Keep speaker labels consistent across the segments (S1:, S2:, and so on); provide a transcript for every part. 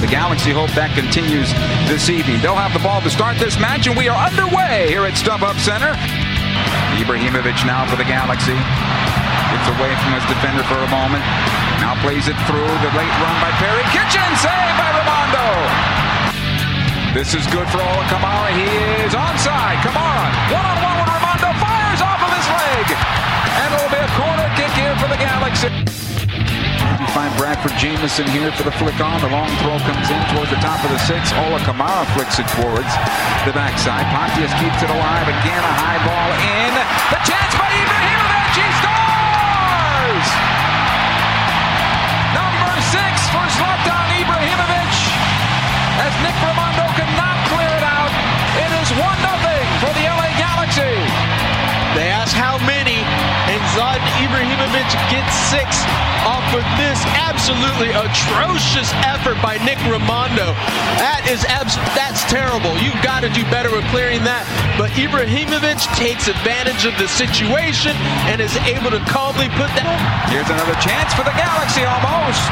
S1: The Galaxy hope that continues this evening. They'll have the ball to start this match, and we are underway here at StubHub Center. Ibrahimovic now for the Galaxy. Gets away from his defender for a moment. Now plays it through. The late run by Perry. Kitchen save by Ramondo. This is good for all Kamara. He is onside. Kamara one-on-one with Ramondo. Fires off of his leg. And it'll be a corner kick here for the Galaxy. You find Bradford Jamison here for the flick on. The long throw comes in towards the top of the six. Ola Kamara flicks it towards the backside. Pontius keeps it alive. Again, a high ball in. The chance by Ibrahimovic. He scores! Number six for Zlatan Ibrahimovic. As Nick Raimondo could not clear it out, it is 1-0 for the LA Galaxy.
S2: They ask how many, and Zlatan Ibrahimovic gets six off of this absolutely atrocious effort by Nick Raimondo. That is abs- that's terrible. You've got to do better with clearing that. But Ibrahimovic takes advantage of the situation and is able to calmly put that.
S1: Here's another chance for the Galaxy almost.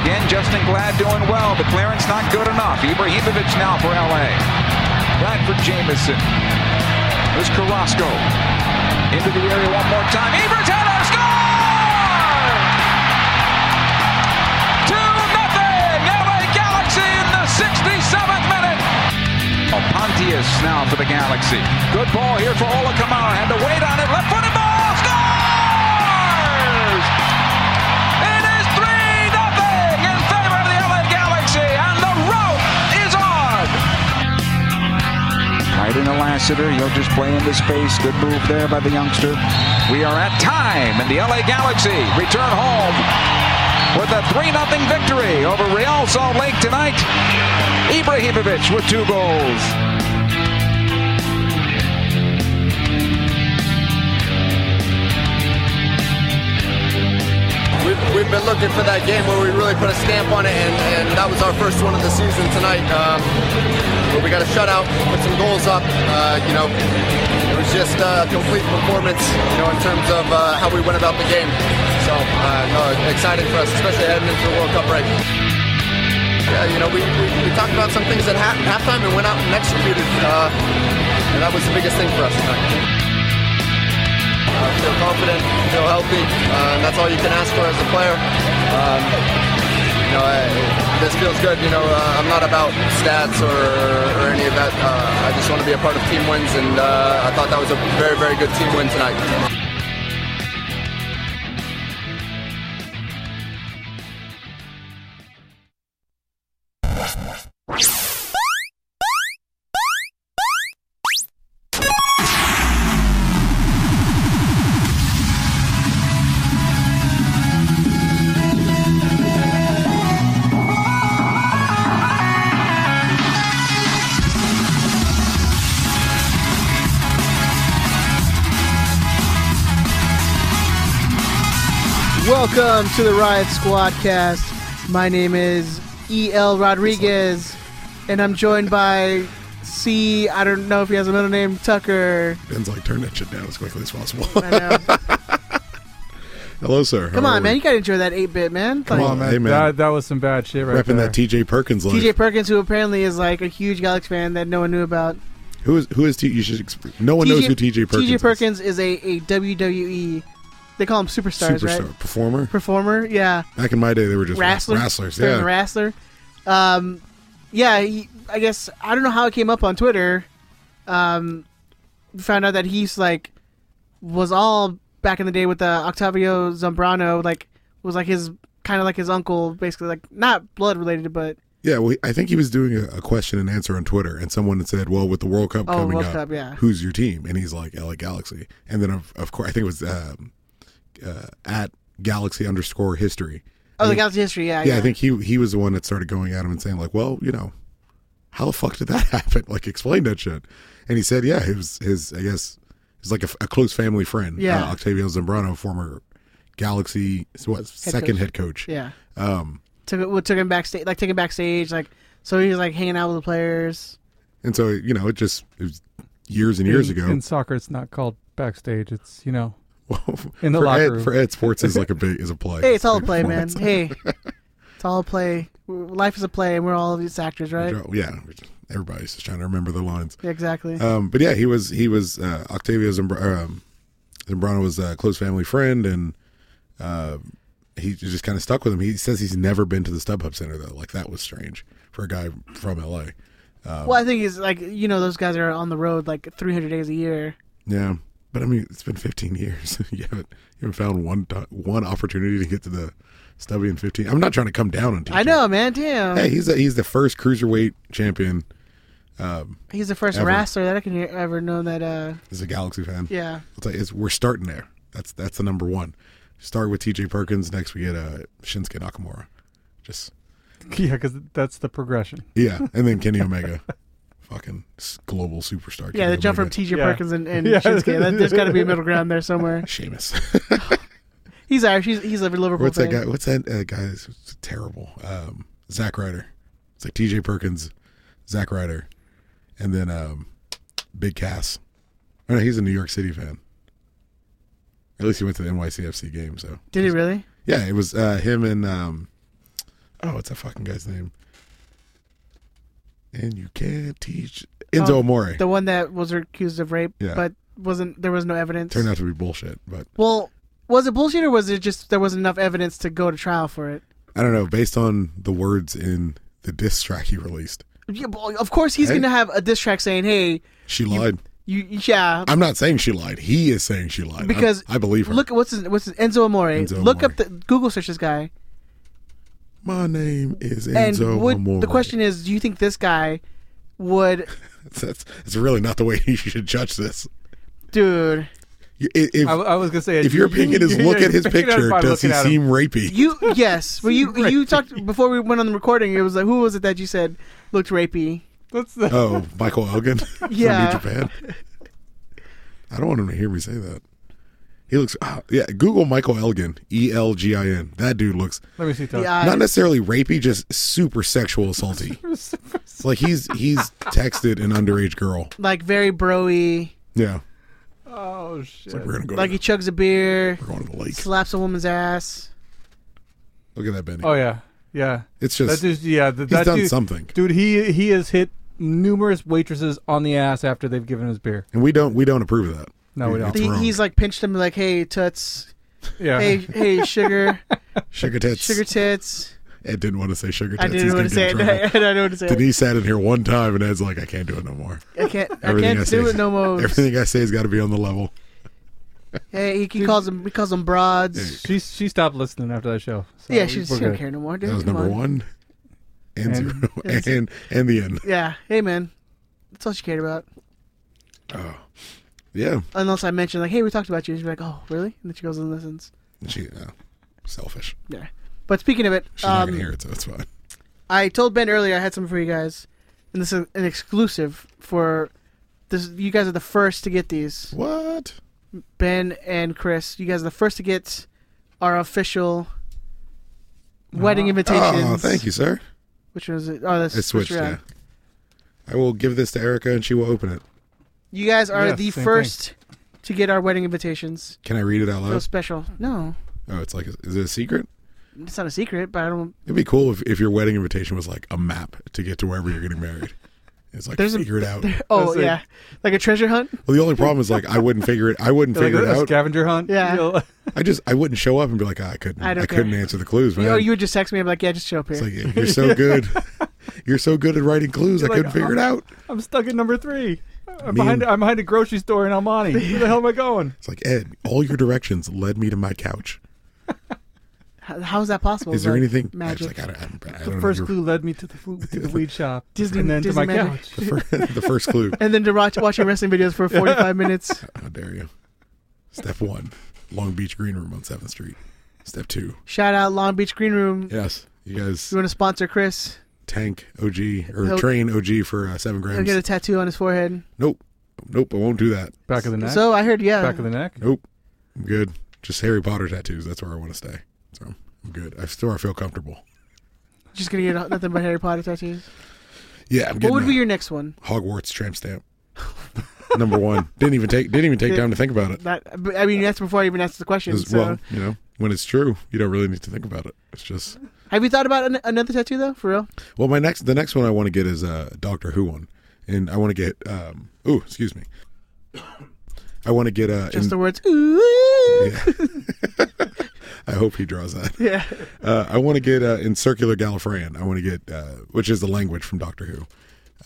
S1: Again, Justin Glad doing well, but clearance not good enough. Ibrahimovic now for LA. Bradford Jamison. There's Carrasco. Into the area one more time. Ibrahimovic score! 2 nothing. LA Galaxy in the 67th minute. Oh, Pontius now for the Galaxy. Good ball here for Ola Kamara. Had to wait on it. Left footed ball. Scores! It is 3 nothing in favor of the LA Galaxy. And the rope is on. Right into Lassiter. He'll just play into space. Good move there by the youngster. We are at time, and the LA Galaxy return home with a 3 0 victory over Real Salt Lake tonight. Ibrahimovic with two goals.
S3: We've, we've been looking for that game where we really put a stamp on it, and, and that was our first one of the season tonight. Um, where we got a shutout, put some goals up. Uh, you know, it was just a complete performance, you know, in terms of uh, how we went about the game. So, uh, no, excited for us, especially heading into the World Cup break. Yeah, you know, we, we, we talked about some things at half, halftime and went out and executed, uh, and that was the biggest thing for us tonight. I feel confident, feel healthy. Uh, and that's all you can ask for as a player. Um, you know, I, this feels good. You know, uh, I'm not about stats or, or any of that. Uh, I just want to be a part of team wins, and uh, I thought that was a very, very good team win tonight.
S4: Welcome to the Riot Squadcast. My name is E.L. Rodriguez, and I'm joined by C. I don't know if he has a middle name, Tucker.
S5: Ben's like, turn that shit down as quickly as possible.
S4: I know.
S5: Hello, sir.
S4: Come on, man. You got to enjoy that 8 bit, man.
S5: Come on, man. Hey, man.
S6: That, that was some bad shit right
S5: Repping
S6: there.
S5: that TJ Perkins line.
S4: TJ Perkins, who apparently is like a huge Galaxy fan that no one knew about.
S5: Who is who is T? You should. Exp- no one knows who TJ Perkins.
S4: TJ
S5: is.
S4: Perkins is a, a WWE, they call him superstars,
S5: superstar
S4: right?
S5: performer.
S4: Performer, yeah.
S5: Back in my day, they were just
S4: wrestler,
S5: wrestlers.
S4: Stern
S5: Yeah,
S4: wrestler. Um, yeah, he, I guess I don't know how it came up on Twitter. Um, we found out that he's like was all back in the day with uh, Octavio Zambrano, like was like his kind of like his uncle, basically like not blood related, but
S5: yeah. Well, I think he was doing a, a question and answer on Twitter, and someone had said, "Well, with the World Cup
S4: Oh,
S5: coming
S4: World
S5: up,
S4: Cup, yeah.
S5: who's your team?" And he's like, "LA Galaxy." And then of, of course, I think it was um, uh, at Galaxy underscore history.
S4: oh, the Galaxy history, yeah,
S5: Yeah, I think he he was the one that started going at him and saying like, "Well, you know, how the fuck did that happen? Like, explain that shit." And he said, "Yeah, it was his. I guess it's like a, f- a close family friend.
S4: Yeah.
S5: uh, Octavio Zambrano, former Galaxy, what second
S4: coach.
S5: head coach.
S4: yeah.
S5: Um,
S4: Took it, well, took him backstage, like took him backstage, like so he was like hanging out with the players.
S5: and so you know, it just it was years and years
S6: in,
S5: ago.
S6: In soccer, it's not called backstage. It's, you know, in the
S5: for
S6: locker
S5: Ed,
S6: room.
S5: for Ed Sports is like a big is a play.
S4: Hey, it's all a
S5: Big
S4: play, man.
S5: performance.
S4: Hey, it's all a play. life is a play, and we're all these actors, right?
S5: Joe- yeah, everybody's just trying to remember the lines.
S4: Yeah, exactly.
S5: Um, but yeah, he was he was uh, Octavio Zambr- um, Zambrano was a close family friend, and uh, he just kind of stuck with him. He says he's never been to the StubHub Center though. Like that was strange for a guy from LA.
S4: well, I think he's like you know those guys are on the road like 300 days a year.
S5: Yeah, but I mean, it's been 15 years. you haven't you haven't found one do- one opportunity to get to the Stubby in 15. I'm not trying to come down on TJ.
S4: I know, man. Damn,
S5: Hey, he's a, he's the first cruiserweight champion.
S4: he's the first
S5: ever.
S4: wrestler that I can ever know that. uh
S5: As a Galaxy fan,
S4: Yeah,
S5: I'll tell you, it's, we're starting there. That's that's the number one. Start with T.J. Perkins. Next, we get uh, Shinsuke Nakamura. Just
S6: Yeah, because that's the progression.
S5: yeah, and then Kenny Omega, fucking s- global superstar.
S4: yeah.
S5: Kenny
S4: The jump from
S5: Omega.
S4: T.J.
S6: Yeah.
S4: Perkins and, and
S6: Yeah.
S4: Shinsuke. That, there's got to be a middle ground there somewhere.
S5: Sheamus.
S4: He's Irish. He's, he's a Liverpool
S5: What's that
S4: fan.
S5: guy? What's that uh, guy? that's- It's terrible. Um, Zach Ryder. It's like T.J. Perkins, Zach Ryder, and then um, Big Cass. Oh no, he's a New York City fan. At least he went to the NYCFC game. So
S4: Did he really?
S5: yeah, it was uh, him and um, oh, what's that fucking guy's name? And you can't teach Enzo
S4: Oh,
S5: Amore.
S4: The one that was accused of rape,
S5: Yeah.
S4: but wasn't there was no evidence.
S5: Turned out to be bullshit, but
S4: Well, was it bullshit or was it just there wasn't enough evidence to go to trial for it?
S5: I don't know. Based on the words in the diss track he released,
S4: Yeah, well, of course he's
S5: Hey.
S4: gonna have a diss track saying, "Hey,
S5: she lied.
S4: you, yeah."
S5: I'm not saying she lied. He is saying she lied. I-
S4: because
S5: I, believe her.
S4: Look at what's his, what's his, Enzo Amore.
S5: Enzo
S4: look
S5: Amore.
S4: up the Google search this guy.
S5: my name is
S4: And
S5: Enzo
S4: would,
S5: Amore.
S4: the question is, do you think this guy would,
S5: that's, that's really not the way you should judge this.
S4: dude?
S5: You- i- If,
S6: I, I was gonna say
S5: if your opinion is look at his
S6: you're figuring out
S5: picture,
S6: by
S5: does he
S6: looking at him.
S5: seem rapey?
S4: You yes. Well, you you talked before we went on the recording. It was like who was it that you said looked rapey?
S6: That's the,
S5: oh, Michael Elgin from New
S4: Yeah.
S5: Japan. I don't want him to hear me say that. He looks. ah, yeah, Google Michael Elgin. E L G I N. That dude looks
S6: let me see. Tom.
S4: The uh, eyes.
S5: Uh, not necessarily rapey, just super sexual assaulty. It's like he's he's texted an underage girl.
S4: like very broy.
S5: Yeah,
S6: Oh shit!
S5: we're gonna go.
S4: Like
S5: to,
S4: he chugs a beer,
S5: we're going to the lake.
S4: slaps a woman's ass.
S5: Look at that, Benny.
S6: Oh yeah, yeah.
S5: It's
S6: That
S5: just
S6: dude, yeah, th-
S5: he's
S6: that
S5: done
S6: dude,
S5: something.
S6: dude. He he has hit numerous waitresses on the ass after they've given his beer.
S5: and we don't we don't approve of that.
S6: No, we
S5: It's
S6: don't.
S4: He,
S5: wrong.
S4: he's like pinched him like, hey toots,
S6: Yeah,
S4: hey hey sugar,
S5: sugar tits.
S4: sugar tits.
S5: Ed didn't want to say sugar tits.
S4: I
S5: He's
S4: didn't
S5: gonna
S4: want to say
S5: get
S4: it.
S5: in
S4: I
S5: trouble.
S4: didn't want to say it.
S5: Denise sat in here one time, and Ed's like, "I can't do it no more.
S4: I can't. I
S5: Everything
S4: can't
S5: say,
S4: do it no more.
S5: Everything I say has got to be on the level."
S4: Hey, he, he calls them. He calls them broads.
S6: she she stopped listening after that show. So
S4: Yeah,
S6: we-
S4: she, she
S6: we're
S4: don't
S6: good.
S4: care no more. Dude.
S5: oh, That was
S4: Come
S5: number
S4: on.
S5: one, and,
S6: And-
S5: zero, and, and the end.
S4: Yeah. Hey, man. That's all she cared about.
S5: Yeah,
S4: Unless I mentioned like, hey, we talked about you. She's like, oh, really? And then she goes and listens.
S5: she uh, selfish.
S4: Yeah. But speaking of it,
S5: She's not
S4: um,
S5: gonna hear it, so it's fine.
S4: I told Ben earlier I had something for you guys, and this is an exclusive for this. You guys are the first to get these.
S5: What?
S4: Ben and Chris, you guys are the first to get our official wedding invitations.
S5: Oh, thank you, sir.
S4: Which was it? Oh, that's
S5: I switched.
S4: around.
S5: Yeah. I will give this to Erica, and she will open it.
S4: You guys are
S6: Yeah,
S4: the
S6: same thing.
S4: first to get our wedding invitations.
S5: Can I read it out
S4: So
S5: loud?
S4: special. No,
S5: Oh, it's like, is it a secret?
S4: it's not a secret, but I don't.
S5: It'd be cool if, if your wedding invitation was like a map to get to wherever you're getting married. It's like
S4: There's a-
S5: figure it out.
S4: Oh
S6: That's it.
S4: yeah, like a treasure hunt.
S5: well, the only problem is like I wouldn't figure it. I wouldn't
S6: Like
S5: figure
S6: a, a
S5: it out.
S6: scavenger hunt.
S4: Yeah.
S6: You'll-
S5: I just I wouldn't show up and be like "Ah, I couldn't
S4: I
S5: I,
S4: don't care."
S5: couldn't answer the clues, man.
S4: You, you would just text me. I'm like, yeah, just show up
S5: it's
S4: here.
S5: like you're so good. You're so good at writing clues. I
S6: You're like,
S5: couldn't figure it
S4: "Oh."
S5: out.
S6: I'm stuck at number three. I'm
S5: Me
S6: behind.
S5: and-
S6: I'm behind a grocery store in Almani. Where the hell am I going?
S5: It's like Ed, all your directions led me to my couch.
S4: how, how is that possible?
S5: Is there
S4: Oh, Like,
S5: anything? I was
S4: magic?
S5: like, I don't, I don't, I don't
S6: The
S5: know
S6: first
S5: your-
S6: clue led me to the flu- to the weed shop,
S4: Disney-
S6: and then
S4: Disney
S6: to my
S4: magic.
S6: couch.
S5: The first, the first clue.
S4: and then to watch, watching wrestling videos for 45 minutes.
S5: How dare you? Step one, Long Beach Green Room on Seventh Street. Step two,
S4: Shout out Long Beach Green Room.
S5: yes, you guys
S4: You want to sponsor Chris?
S5: tank OG or
S4: He'll-
S5: train OG for uh, seven
S4: He'll
S5: grams.
S4: get a tattoo on his forehead.
S5: Nope. Nope, I won't do that.
S6: Back of the neck.
S4: So I heard, yeah.
S6: Back of the neck.
S5: Nope. I'm good. Just Harry Potter tattoos. That's where I want to stay. So I'm good. I still I feel comfortable.
S4: Just gonna get nothing but Harry Potter tattoos.
S5: Yeah, I'm
S4: What
S5: getting
S4: would
S5: a
S4: be your next one?
S5: Hogwarts tramp stamp. Number one. Didn't even take didn't even take time to think about it.
S4: That but, I mean, that's before I even asked the question.
S5: 'Cause,
S4: So
S5: Well, you know, when it's true, you don't really need to think about it. It's just
S4: Have you thought about an- another tattoo though? For real?
S5: Well, my next the next one I want to get is a Doctor Who one, and I want to get um. Ooh, excuse me. I want to get a.
S4: Just the words. Ooh.
S5: I hope he draws that.
S4: Yeah.
S5: Uh, I want to get uh, in circular Gallifreyan. I want to get, uh, which is the language from Doctor Who.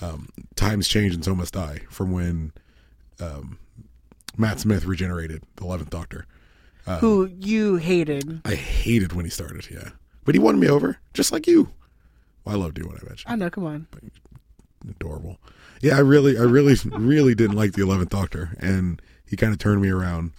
S5: Um, Times change and so must I. From when um, Matt Smith regenerated the Eleventh Doctor.
S4: Who you hated?
S5: I hated when he started. Yeah, but he won me over, just like you. Well, I loved you when I met you.
S4: I know. Come on.
S5: adorable. Yeah, I really, I really, really didn't like the Eleventh Doctor, and he kind of turned me around.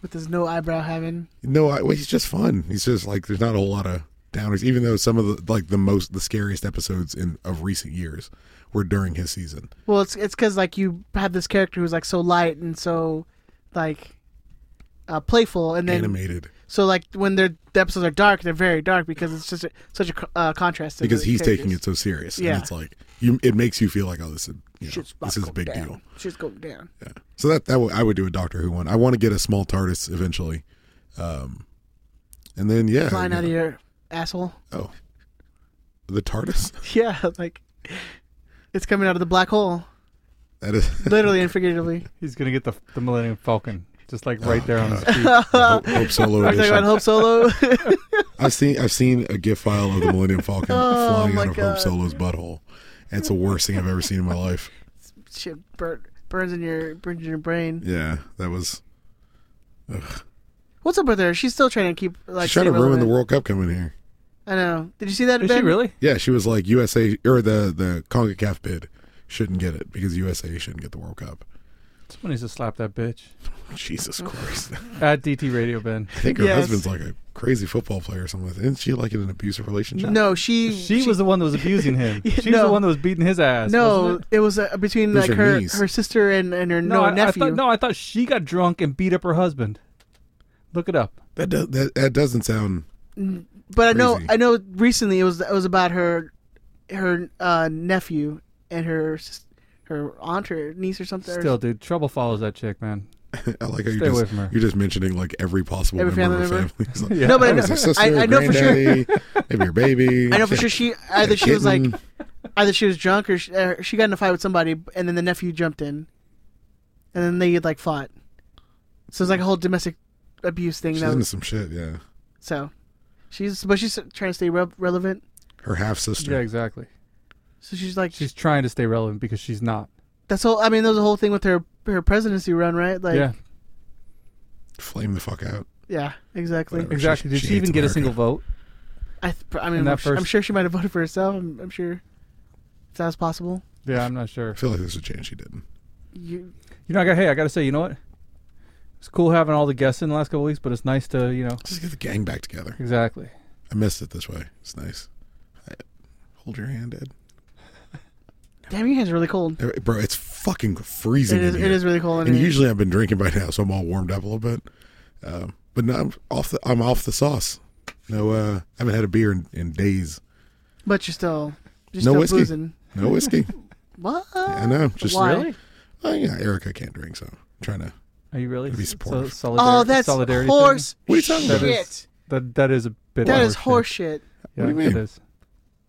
S4: With his no eyebrow having.
S5: No, I, well, he's just fun. He's just like there's not a whole lot of downers, even though some of the like the most the scariest episodes in of recent years were during his season.
S4: Well, it's it's because like you have this character who's like so light and so, like, uh, playful, and then
S5: Animated
S4: so like when they're the episodes are dark, they're very dark because it's just a, such a co- uh, contrast. to
S5: because
S4: the
S5: he's taking it
S4: characters.
S5: so serious,
S4: Yeah.
S5: and it's like you, it makes you feel like oh, this is you know,
S4: Shit's about
S5: this
S4: to
S5: is
S4: go
S5: a big
S4: down.
S5: deal.
S4: Shit's going down.
S5: So that that would- I would do a Doctor Who one. I want to get a small TARDIS eventually, um, and then yeah,
S4: Flying
S5: you
S4: out of
S5: know-
S4: your asshole.
S5: oh, the TARDIS.
S4: Yeah, like it's coming out of the black hole,
S5: That is
S4: literally and figuratively.
S6: He's gonna get the the Millennium Falcon just like right there on his feet.
S5: Hope, Hope Solo
S4: Are you uh, talking
S5: edition.
S4: about Hope Solo?
S5: I've seen I've seen a GIF file of the Millennium Falcon
S4: Oh
S5: flying
S4: my
S5: out of
S4: God.
S5: Hope Solo's butthole. And it's the worst thing I've ever seen in my life.
S4: Shit burn, burns in your burns in your brain.
S5: Yeah, that was.
S4: What's up with her? She's still trying to keep like
S5: She's trying to
S4: stay
S5: ruin the
S4: relevant.
S5: World Cup coming here.
S4: I know. Did you see that?
S6: Is she
S4: Ben?
S6: really?
S5: Yeah, she was like USA or the the Concacaf bid shouldn't get it because USA shouldn't get the World Cup.
S6: Someone needs to slap that bitch
S5: Jesus Christ!
S6: at DT Radio Ben.
S5: I think her
S4: Yes.
S5: husband's like a crazy football player or something. Like that. Isn't she like in an abusive relationship?
S4: No, she
S6: She, was the one that was abusing him.
S4: Yeah,
S6: she was
S4: no.
S6: the one that was beating his ass.
S4: no.
S6: wasn't it?
S4: It was uh, between
S5: Who's
S4: like
S5: her
S4: her
S5: niece?
S4: her sister and and her
S6: no,
S4: no,
S6: I, I
S4: nephew.
S6: thought, no, I thought she got drunk and beat up her husband. Look it up.
S5: that does, that that doesn't sound.
S4: but I know
S5: Crazy.
S4: I know recently it was it was about her her uh, nephew and her sis- her aunt or niece or something. or
S6: Still, dude, trouble follows that chick, man.
S5: I like how you
S6: Stay away
S5: just
S6: from her.
S5: you're just mentioning like every possible
S4: Every
S5: member of
S4: family
S5: her
S4: member?
S5: family. It's like,
S6: Yeah.
S4: No, but I
S5: that was
S4: know-
S5: her sister,
S4: I- I know for sure-
S5: granddaddy, maybe your baby.
S4: I know for sure she either she was like
S5: Kitten.
S4: either she was drunk or she, uh, she got in a fight with somebody and then the nephew jumped in, and then they like fought. So it's like a whole domestic abuse thing.
S5: She's
S4: that
S5: into
S4: was,
S5: some shit, yeah.
S4: so she's but she's trying to stay re- relevant.
S5: Her half sister.
S6: Yeah, exactly.
S4: So she's like
S6: She's trying to stay relevant because she's not.
S4: that's whole. I mean, there was a whole thing with her her presidency run, right? Like
S6: yeah,
S5: Flame the fuck out.
S4: yeah, exactly.
S5: Whatever.
S6: exactly. Did
S5: she
S6: she,
S5: hates
S6: even get
S5: America.
S6: a single vote?
S4: I, th- I mean,
S6: In that
S4: I'm, sure- I'm
S6: first-
S4: sure she might have voted for herself. I'm, I'm sure if that was possible.
S6: Yeah, I'm not sure.
S5: I feel like there's a chance she didn't.
S4: You,
S6: You know, I got. Hey, I got to say, you know what? It's cool having all the guests in the last couple weeks, but it's nice to, you know,
S5: Let's just get the gang back together.
S6: exactly.
S5: I missed it this way. It's nice. I, hold your hand, Ed.
S4: damn, your hands are really cold.
S5: Eh, Bro, it's fucking freezing.
S4: It is,
S5: in
S4: it
S5: here.
S4: is really cold. in
S5: And
S4: here.
S5: usually I've been drinking by now, so I'm all warmed up a little bit. Um, but now I'm off the I'm off the sauce. No, uh, I haven't had a beer in, in days.
S4: but you're still, you're
S5: No
S4: still
S5: whiskey.
S4: boozing.
S5: No whiskey.
S4: What?
S5: I know. Just
S4: Why?
S5: Oh, yeah, Erica can't drink, so I'm trying to.
S6: Are you really?
S5: Be
S6: So-
S5: supportive.
S6: solidarity,
S4: Oh, that's
S6: solidarity thing?
S4: horse
S5: What are you talking
S4: shit.
S5: about?
S6: That is, that, that is a bit.
S4: That
S6: of
S4: is horse shit.
S6: Yeah,
S5: What do you
S6: it
S5: mean?
S6: is.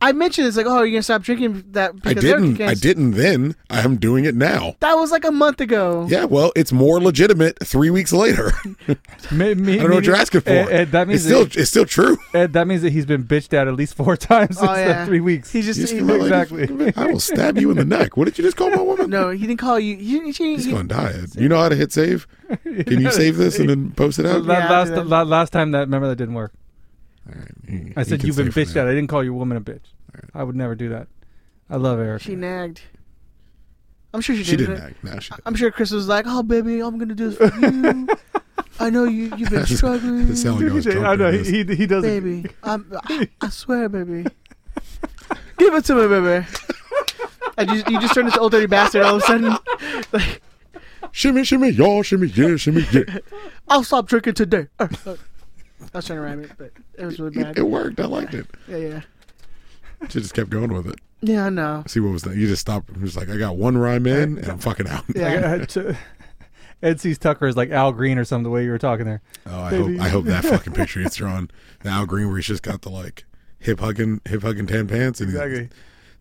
S4: I mentioned it's like, oh, you're gonna stop drinking that because
S5: I didn't.
S4: they're
S5: I
S4: against-
S5: didn't then. I'm doing it now.
S4: That was like a month ago.
S5: Yeah, well, it's more legitimate three weeks later.
S6: Me- me-
S5: I don't know what
S6: me-
S5: you're asking for.
S6: Ed, Ed, Eh, that means
S5: it's still
S6: that,
S5: it's still true.
S6: Ed, that means that he's been bitched at at least four times
S4: Oh,
S6: since the
S4: yeah.
S6: three weeks.
S4: He just
S5: You just
S4: he-
S5: call my lady
S6: exactly.
S5: fucking bitch. I will stab you in the neck. What did you just call my woman?
S4: no, he didn't call you. He, he,
S5: He's
S4: he,
S5: going to die. You know how to hit save? Can you save this and then post it
S6: La-
S5: out?
S4: Yeah, I'll
S6: last,
S4: do that.
S6: la- last time that remember that didn't work. I said
S5: You
S6: you've
S5: can
S6: been
S5: save
S6: bitched
S5: for
S6: at.
S5: now.
S6: I didn't call your woman a bitch. I would never do that. I love Eric.
S4: she nagged. I'm sure she,
S5: She
S4: didn't.
S5: didn't act. No, she didn't.
S4: I'm sure Chris was like, "Oh, baby, I'm gonna do this for you. I know you you've been struggling,
S5: It sounded like I was drunk.
S6: I know
S5: during this.
S6: he, he he doesn't.
S4: baby. I'm, I, I swear, baby. Give it to me, baby." And you, you just turned into old dirty bastard all of a sudden. Like,
S5: Shimmy, shimmy, y'all, shimmy, yeah, shimmy, yeah.
S4: I'll stop drinking today. Uh, uh. I was trying to rhyme it, but it was really
S5: it,
S4: bad.
S5: it worked. I liked it.
S4: Yeah, yeah,
S5: She just kept going with it.
S4: yeah. I know.
S6: uh,
S5: See what was that? You just stopped. It was like, I got one rhyme in and I'm fucking out.
S4: Yeah.
S6: I got to- Ed sees Tucker as like Al Green or something. The way you were talking there.
S5: Oh, I hope I hope that fucking picture gets drawn. The Al Green where he's just got the like hip hugging hip hugging tan pants and he's
S6: Exactly.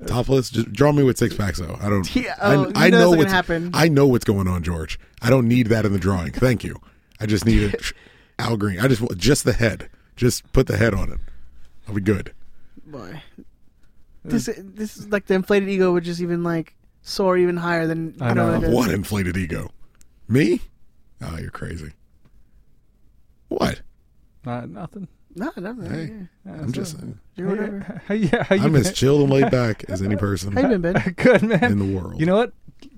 S5: topless. Just draw me with six packs though. I don't.
S4: Yeah,
S5: I-
S4: oh, you
S5: I,
S4: know that's
S5: know
S4: gonna
S5: what's
S4: happen.
S5: I know what's going on, George. I don't need that in the drawing. Thank you. I just need it. Al Green. I just want just the head. Just put the head on it. I'll be good.
S4: Boy, this this is like the inflated ego would just even like soar even higher than I,
S6: I
S4: don't know.
S6: know.
S4: what it is.
S5: What inflated ego? Me? Oh, you're crazy. What?
S6: Not nothing.
S4: No, no, no.
S5: Hey, I'm just saying.
S4: Do whatever.
S6: yeah, how you
S5: I'm
S6: been?
S5: as chilled and laid back as any person.
S4: How you been, Ben?
S6: good man
S5: in the world.
S6: You know what?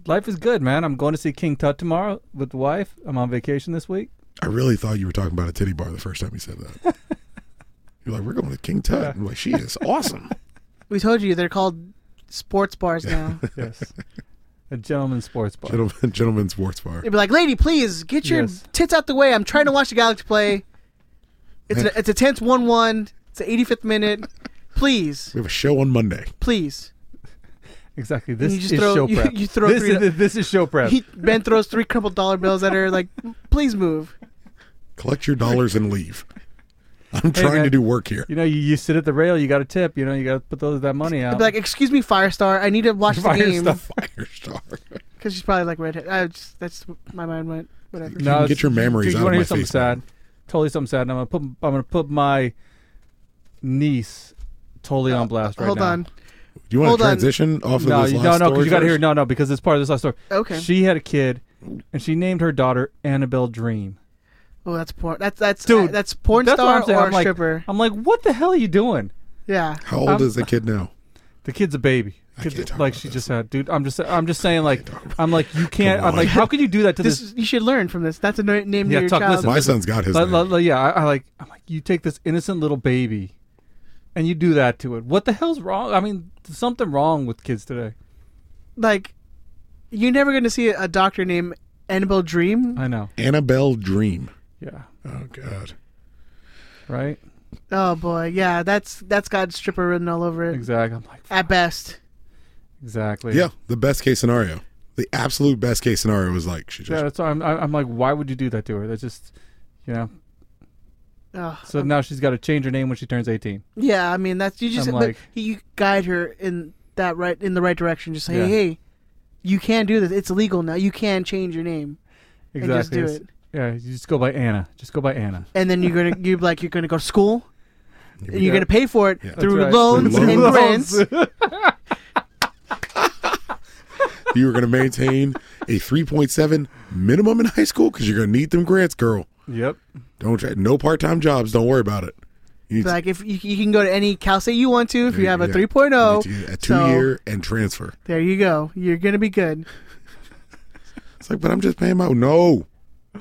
S6: Life is good, man. I'm going to see King Tut tomorrow with the wife. I'm on vacation this week.
S5: I really thought you were talking about a titty bar the first time you said that. You're like, we're going to King Tut. I'm like, she is awesome.
S4: We told you they're called sports bars now.
S6: Yes, a gentleman's sports bar.
S5: Gentlemen, gentlemen's sports bar.
S4: They'd be like, "Lady, please get your
S6: Yes.
S4: tits out the way. I'm trying to watch the Galaxy play. It's a, it's a tense one-one. It's the 85th minute. Please,
S5: We have a show on Monday.
S4: please."
S6: Exactly. This
S4: you just
S6: is
S4: throw-
S6: show
S4: you-
S6: prep.
S4: you throw
S6: this,
S4: three-
S6: is, this is show prep.
S4: He, ben throws three crumpled dollar bills at her, like, "Please move."
S5: Collect your dollars and leave. I'm trying to
S6: man.
S5: do work here.
S6: you know, you, you sit at the rail. You got a tip. You know, you got to put those that money out.
S4: I'd be like, "Excuse me, Firestar. I need to watch the
S6: Fire
S4: game."
S6: stuff.
S5: Firestar.
S4: Because she's probably like redhead. I just, that's my mind went. Whatever.
S5: No.
S6: it's-
S5: get your
S6: dude,
S5: memories
S6: you
S5: out of
S6: wanna
S5: my
S6: hear something
S5: face,
S6: sad?
S5: man.
S6: Totally something sad. And I'm gonna put I'm gonna put my niece totally on blast right
S4: Uh, Hold
S6: now.
S4: on.
S5: Do you want
S4: Hold
S5: to
S4: on.
S5: transition off of
S6: No,
S5: this
S6: you,
S5: last
S6: no, no, because
S5: story
S6: you got to hear.
S5: first?
S6: No, no, because it's part of this last story.
S4: Okay.
S6: She had a kid, and she named her daughter Annabelle Dream.
S4: Oh, that's porn. That's that's uh,
S6: Dude,
S4: that's porn
S6: That's what
S4: star
S6: I'm saying.
S4: or
S6: I'm like,
S4: stripper.
S6: I'm like, what the hell are you doing?
S4: yeah.
S5: How old
S6: Um,
S5: is the kid now?
S6: The kid's a baby.
S5: I
S6: Kid's-
S5: can't talk
S6: like
S5: about
S6: she
S5: this.
S6: just had, dude. I'm just, I'm just saying, like, I'm like, you can't.
S5: Come
S6: I'm like,
S5: on.
S6: how could you do that to
S4: This,
S6: this?
S4: is- you should learn from this. That's a no- name
S6: Yeah,
S4: to your
S6: Tuck,
S4: child.
S6: listen.
S5: My son's got his
S6: Like,
S5: name.
S6: like, like, yeah, I, I like, I'm like, you take this innocent little baby, and you do that to it. What the hell's wrong? I mean, there's something wrong with kids today.
S4: Like, you're never gonna see a, a doctor named Annabelle Dream.
S6: I know.
S5: Annabelle Dream.
S6: Yeah.
S5: Oh, God.
S6: Right.
S4: Oh boy, yeah. That's that's got stripper written all over it.
S6: Exactly. I'm like,
S4: At best,
S6: exactly.
S5: Yeah, the best case scenario. The absolute best case scenario was like, she
S6: Yeah,
S5: just,
S6: that's why I'm, I- I'm like, why would you do that to her? That's just, you know.
S4: Ugh.
S6: So now she's got to change her name when she turns 18.
S4: yeah. I mean, that's you just
S6: I'm
S4: but
S6: like-
S4: you guide her in that right in the right direction. Just say,
S6: Yeah.
S4: hey, you can do this. It's illegal now. You can change your name.
S6: Exactly.
S4: just do
S6: It's-
S4: it.
S6: Yeah, you just go by Anna. Just go by Anna.
S4: and then you're gonna you're like you're gonna go to school and you're
S6: go.
S4: gonna pay for it through
S6: That's right.
S4: loans
S5: Through
S4: and
S5: loans.
S4: grants.
S5: you were going to maintain a 3.7 minimum in high school because you're going to need them grants, girl.
S6: yep.
S5: Don't try, no part time jobs. Don't worry about it. You need to-
S4: like if you, you can go to any Cal State you want to if you have a
S5: yeah.
S4: 3.0.
S5: You need to get a two
S4: So,
S5: year and transfer.
S4: There you go. You're gonna be good.
S5: It's like, but I'm just paying my no,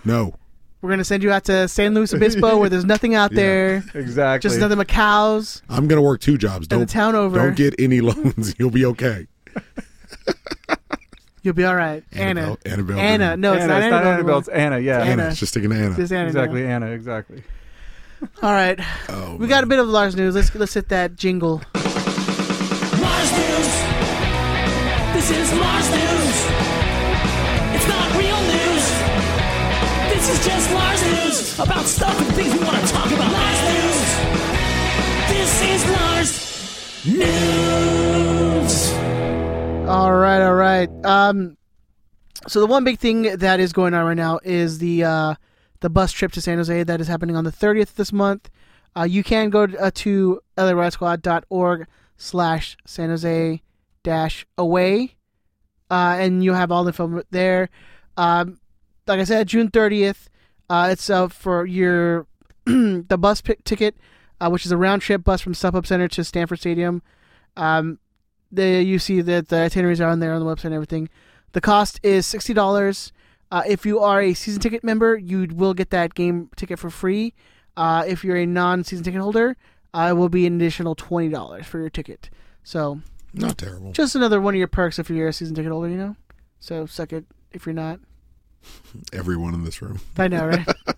S5: no.
S4: We're gonna send you out to San Luis Obisco where there's nothing out there,
S6: Exactly.
S4: just nothing but cows.
S5: I'm gonna work two jobs.
S4: And
S5: Don't
S4: the town over.
S5: Don't get any loans. You'll be okay.
S4: You'll be all right, Anna.
S5: Annabelle- Annabelle
S4: Anna.
S5: Dream.
S4: No, it's
S6: Anna,
S4: not Annabelle. anymore.
S6: It's Anna. Yeah.
S4: Anna.
S5: Anna, it's just sticking to Anna.
S4: It's Anna.
S6: Exactly. Anna. Exactly.
S4: now. All right.
S5: oh,
S4: We got a bit of Lars news. Let's let's hit that jingle.
S7: Mars News. This is Mars News. It's not real news. This is just Mars News about stuff and things we want to talk about. Mars News. This is Mars News.
S4: All right, all right. Um, so the one big thing that is going on right now is the uh, the bus trip to San Jose that is happening on the 30th this month. Uh, you can go to, uh, to larodsquad.org slash San Jose dash away, uh, and you'll have all the film there. Um, like I said, June 30th, uh, it's uh, for your the bus pick ticket, uh, which is a round trip bus from Sup Up Center to Stanford Stadium. Um, the you see that the itineraries are on there on the website and everything. The cost is sixty dollars. Uh, if you are a season ticket member, you will get that game ticket for free. Uh, if you're a non-season ticket holder, uh, it will be an additional twenty dollars for your ticket. So
S5: not terrible.
S4: just another one of your perks if you're a season ticket holder, you know. So suck it if you're not.
S5: Everyone in this room.
S4: I know, right?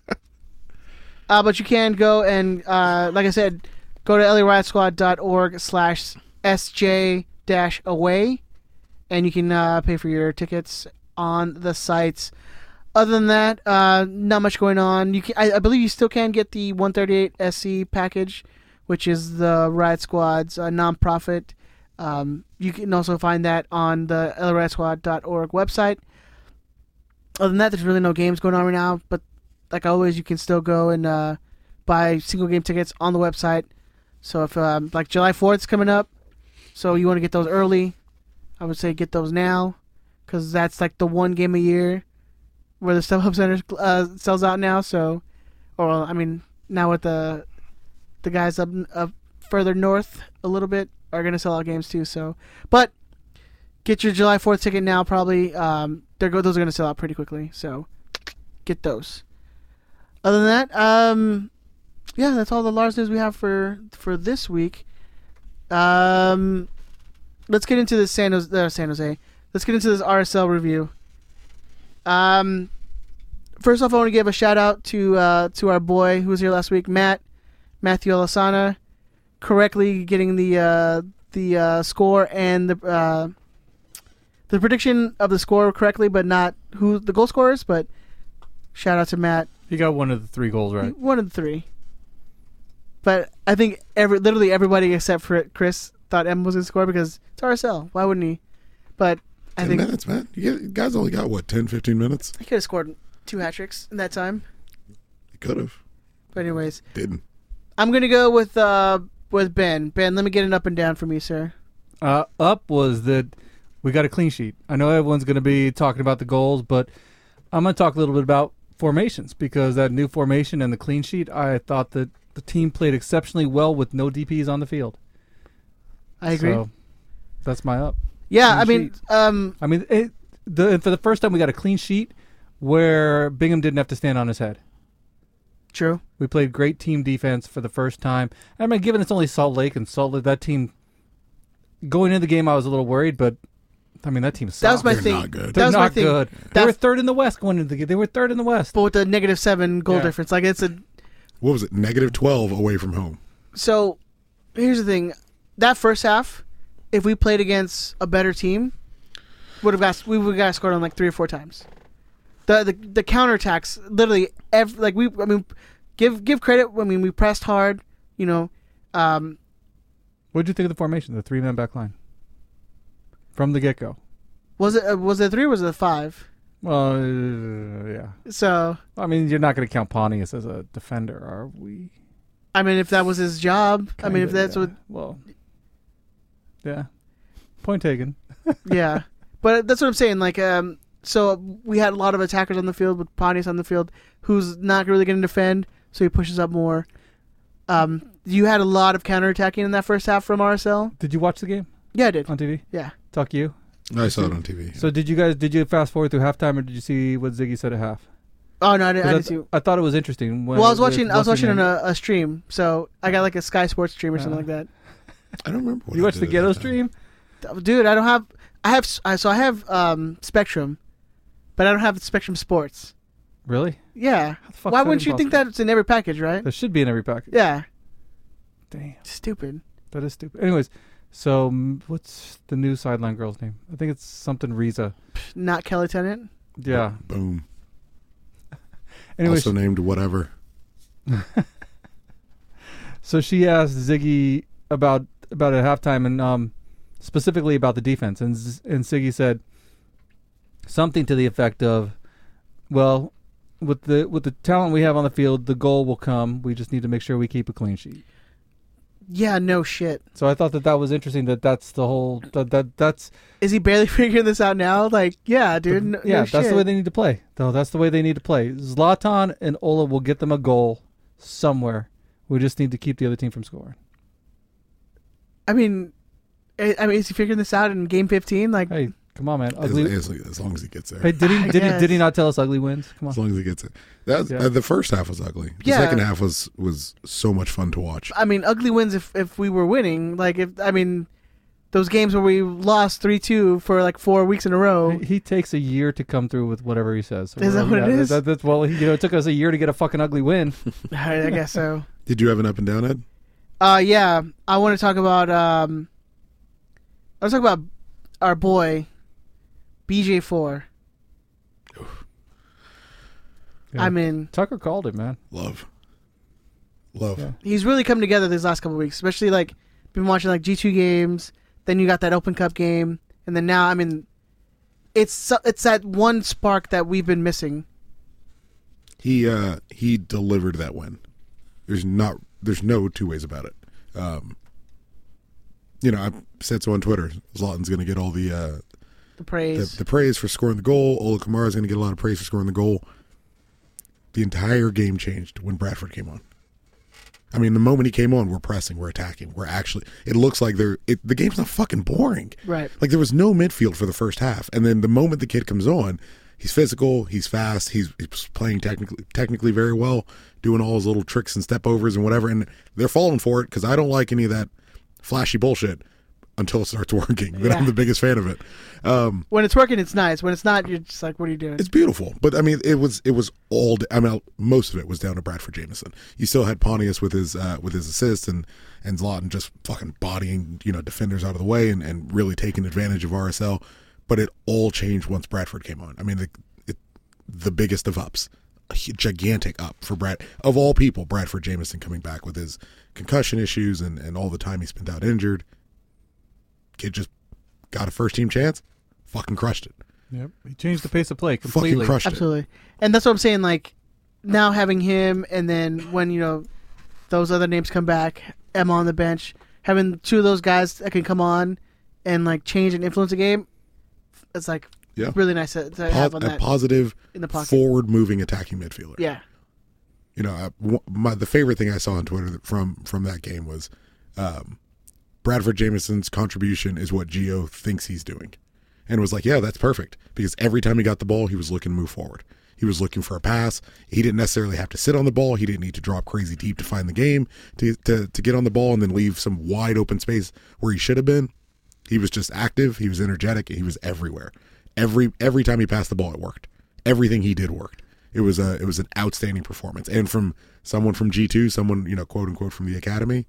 S4: uh, but you can go and, uh, like I said, go to LARiotSquad.org slash SJ dash away, and you can uh, pay for your tickets on the sites. Other than that, uh, not much going on. You can, I, I believe you still can get the 138 SC E package, which is the Riot Squad's uh, nonprofit. Um, you can also find that on the lriotSquad.org website. Other than that, there's really no games going on right now. But like always, you can still go and uh, buy single game tickets on the website. So if um, like July 4th is coming up, so you want to get those early, I would say get those now, because that's like the one game a year where the StubHub Center uh, sells out now. So, or I mean, now with the the guys up up further north a little bit are gonna sell out games too. So, but get your July Fourth ticket now. Probably um, they're go those are gonna sell out pretty quickly. So, get those. Other than that, um, yeah, that's all the Lars news we have for for this week. Um, let's get into this San Jose. Uh, San Jose. Let's get into this RSL review. Um, first off, I want to give a shout out to uh, to our boy who was here last week, Matt Matthew Alasana, correctly getting the uh, the uh, score and the uh, the prediction of the score correctly, but not who the goal scorer is. But shout out to Matt,
S6: He got one of the three goals right.
S4: one of the three. But I think every literally everybody except for Chris thought M was gonna score because it's RSL. Why wouldn't he? But I
S5: 10
S4: think
S5: minutes, man. You get- you guys only got, what, 10, 15 minutes?
S4: he could have scored two hat tricks in that time.
S5: You could have.
S4: But anyways,
S5: Didn't.
S4: I'm gonna go with uh with Ben. Ben, let me get an up and down from you, sir.
S6: uh, up was that we got a clean sheet. I know everyone's going to be talking about the goals, but I'm going to talk a little bit about formations because that new formation and the clean sheet, I thought that the team played exceptionally well with no DPs on the field.
S4: I agree.
S6: So that's my up.
S4: yeah, I
S6: clean
S4: mean, um,
S6: I mean, it, the for the first time we got a clean sheet where Bingham didn't have to stand on his head.
S4: true.
S6: We played great team defense for the first time. I mean, given it's only Salt Lake and Salt Lake, that team going into the game, I was a little worried, but I mean, that team
S4: That was
S6: sucked.
S4: my
S5: They're
S4: thing.
S5: not good.
S4: That
S6: They're
S4: was
S6: not
S4: my thing.
S6: good. They
S4: That's-
S6: were third in the West going into the game. They were third in the West.
S4: But with the negative seven goal
S6: Yeah.
S4: difference, like it's a
S5: What was it? Negative 12 away from home.
S4: so. Here's the thing: that first half, if we played against a better team, would have got we would have got scored on like three or four times. The the, the counterattacks, literally, every, like we. I mean, give give credit. I mean, we pressed hard. You know, um,
S6: What did you think of the formation, the three man back line? From the get go.
S4: was it uh, was it a three? or Was it a five?
S6: Well, uh, yeah.
S4: So
S6: I mean, you're not going to count Pontius as a defender, are we?
S4: I mean, if that was his job, I mean, if
S6: Kinda,
S4: that's
S6: yeah.
S4: what,
S6: Well, yeah. Point taken.
S4: yeah. But that's what I'm saying. Like, um, so we had a lot of attackers on the field with Pontius on the field, who's not really going to defend, so he pushes up more. Um, you had a lot of counterattacking in that first half from RSL.
S6: Did you watch the game
S4: Yeah, I did.
S6: on TV?
S4: Yeah.
S6: Talk you.
S5: I saw it on TV.
S6: So did you guys? Did you fast forward through halftime, or did you see what Ziggy said at half?
S4: Oh no, I didn't, I
S6: 'Cause
S4: didn't
S6: th-
S4: see.
S6: I thought it was interesting. When
S4: Well, I was
S6: with
S4: watching. I was
S6: what's her
S4: watching on
S6: name.
S4: a, a stream, so I got like a Sky Sports stream or something
S6: Uh.
S4: like that.
S5: I don't remember what
S6: You
S5: I
S6: watched the
S5: did at
S6: Ghetto
S5: that time.
S6: Stream?
S4: Dude, I don't have. I have. s- I- So I have um, Spectrum, but I don't have Spectrum Sports.
S6: Really?
S4: Yeah.
S6: the fuck's
S4: Why
S6: that
S4: wouldn't you think
S6: impossible?
S4: that's in every package, right?
S6: That should be in every package.
S4: Yeah.
S6: Damn,
S4: Stupid.
S6: that is stupid. Anyways, so mm, what's the new sideline girl's name? I think it's something Riza.
S4: Not Kelly Tennant.
S6: Yeah.
S5: Boom.
S6: Anyways,
S5: also named whatever.
S6: so she asked Ziggy about about at halftime and um, specifically about the defense, and Z- and Ziggy said something to the effect of, "Well, with the with the talent we have on the field, the goal will come. We just need to make sure we keep a clean sheet."
S4: Yeah, no shit.
S6: So I thought that that was interesting. That that's the whole that, that that's
S4: Is he barely figuring this out now? Like, yeah, dude.
S6: the-
S4: no-
S6: yeah
S4: no
S6: that's
S4: shit.
S6: the way they need to play. Though that's the way they need to play. Zlatan and Ola will get them a goal somewhere. We just need to keep the other team from scoring.
S4: I mean, I I mean, is he figuring this out in game fifteen? Like,
S6: Hey, come on, man!
S5: As,
S6: Ugly.
S5: as- as long as he gets there.
S6: Hey, did he did, he
S4: guess.
S6: did he not tell us ugly wins? Come on.
S5: As long as he gets it. That was-
S6: Yeah.
S5: uh, the first half was ugly. The
S4: Yeah.
S5: second half was was so much fun to watch.
S4: I mean, ugly wins if if we were winning. Like, if I mean, those games where we lost three two for like four weeks in a row.
S6: He- He takes a year to come through with whatever he says. So
S4: Is that
S6: we're-
S4: what it is?
S6: That, that's, well, he- you know, it took us a year to get a fucking ugly win.
S4: I I guess so.
S5: Did you have an up and down, Ed?
S4: Uh, yeah. I want to talk about um. I want to talk about our boy, BJ Four. I'm in.
S6: Tucker called it, man.
S5: Love. Love.
S6: Yeah.
S4: He's really come together these last couple weeks, especially like been watching like G2 games. Then you got that Open Cup game, and then now I mean, it's so- it's that one spark that we've been missing.
S5: He uh he delivered that win. There's not there's no two ways about it. Um you know, I said so on Twitter. Zlatan's going to get all the uh
S4: The
S5: the,
S4: praise.
S5: the praise for scoring the goal. Ola Kamara's going to get a lot of praise for scoring the goal. The entire game changed when Bradford came on. I mean, the moment he came on, we're pressing, we're attacking, we're actually. It looks like they're it, the game's not fucking boring.
S4: Right.
S5: Like there was no midfield for the first half, and then the moment the kid comes on, he's physical, he's fast, he's, he's playing technically technically very well, doing all his little tricks and step overs and whatever, and they're falling for it because I don't like any of that flashy bullshit until it starts working. Then I'm
S4: Yeah.
S5: the biggest fan of it.
S4: when it's working, it's nice. When it's not, you're just like, what are you doing?
S5: It's beautiful, but I mean, it was it was all. I mean, most of it was down to Bradford Jameson. You still had Pontius with his uh, with his assist and and Zlatan just fucking bodying you know defenders out of the way and, and really taking advantage of RSL. But it all changed once Bradford came on. I mean, the it, the biggest of ups, a hu- gigantic up for Brad of all people. Bradford Jameson coming back with his concussion issues and and all the time he spent out injured. Kid just got a first team chance, fucking crushed it,
S8: Yep. He changed the pace of play completely.
S5: fucking crushed it.
S4: Absolutely, and that's what I'm saying. Like now having him, and then when you know those other names come back, Emma on the bench, having two of those guys that can come on and like change and influence a game, it's like
S5: Yeah.
S4: really nice to, to
S5: po-
S4: have on
S5: a
S4: that.
S5: positive
S4: in the pocket.
S5: forward moving attacking midfielder.
S4: yeah,
S5: You know, I, w- my, the favorite thing I saw on Twitter that- from from that game was um, Bradford Jameson's contribution is what Geo thinks he's doing. And it was like, yeah, that's perfect because every time he got the ball, he was looking to move forward. He was looking for a pass. He didn't necessarily have to sit on the ball. He didn't need to drop crazy deep to find the game to to, to get on the ball and then leave some wide open space where he should have been. He was just active. He was energetic. and He was everywhere. Every every time he passed the ball, it worked. Everything he did worked. It was a it was an outstanding performance. And from someone from G two, someone you know, quote unquote from the academy,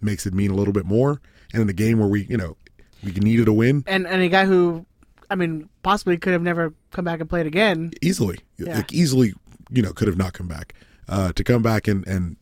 S5: makes it mean a little bit more. And in a game where we you know we needed a win
S4: and and a guy who, I mean, possibly could have never come back and played again.
S5: easily, like easily, you know, could have not come back. Uh, to come back and and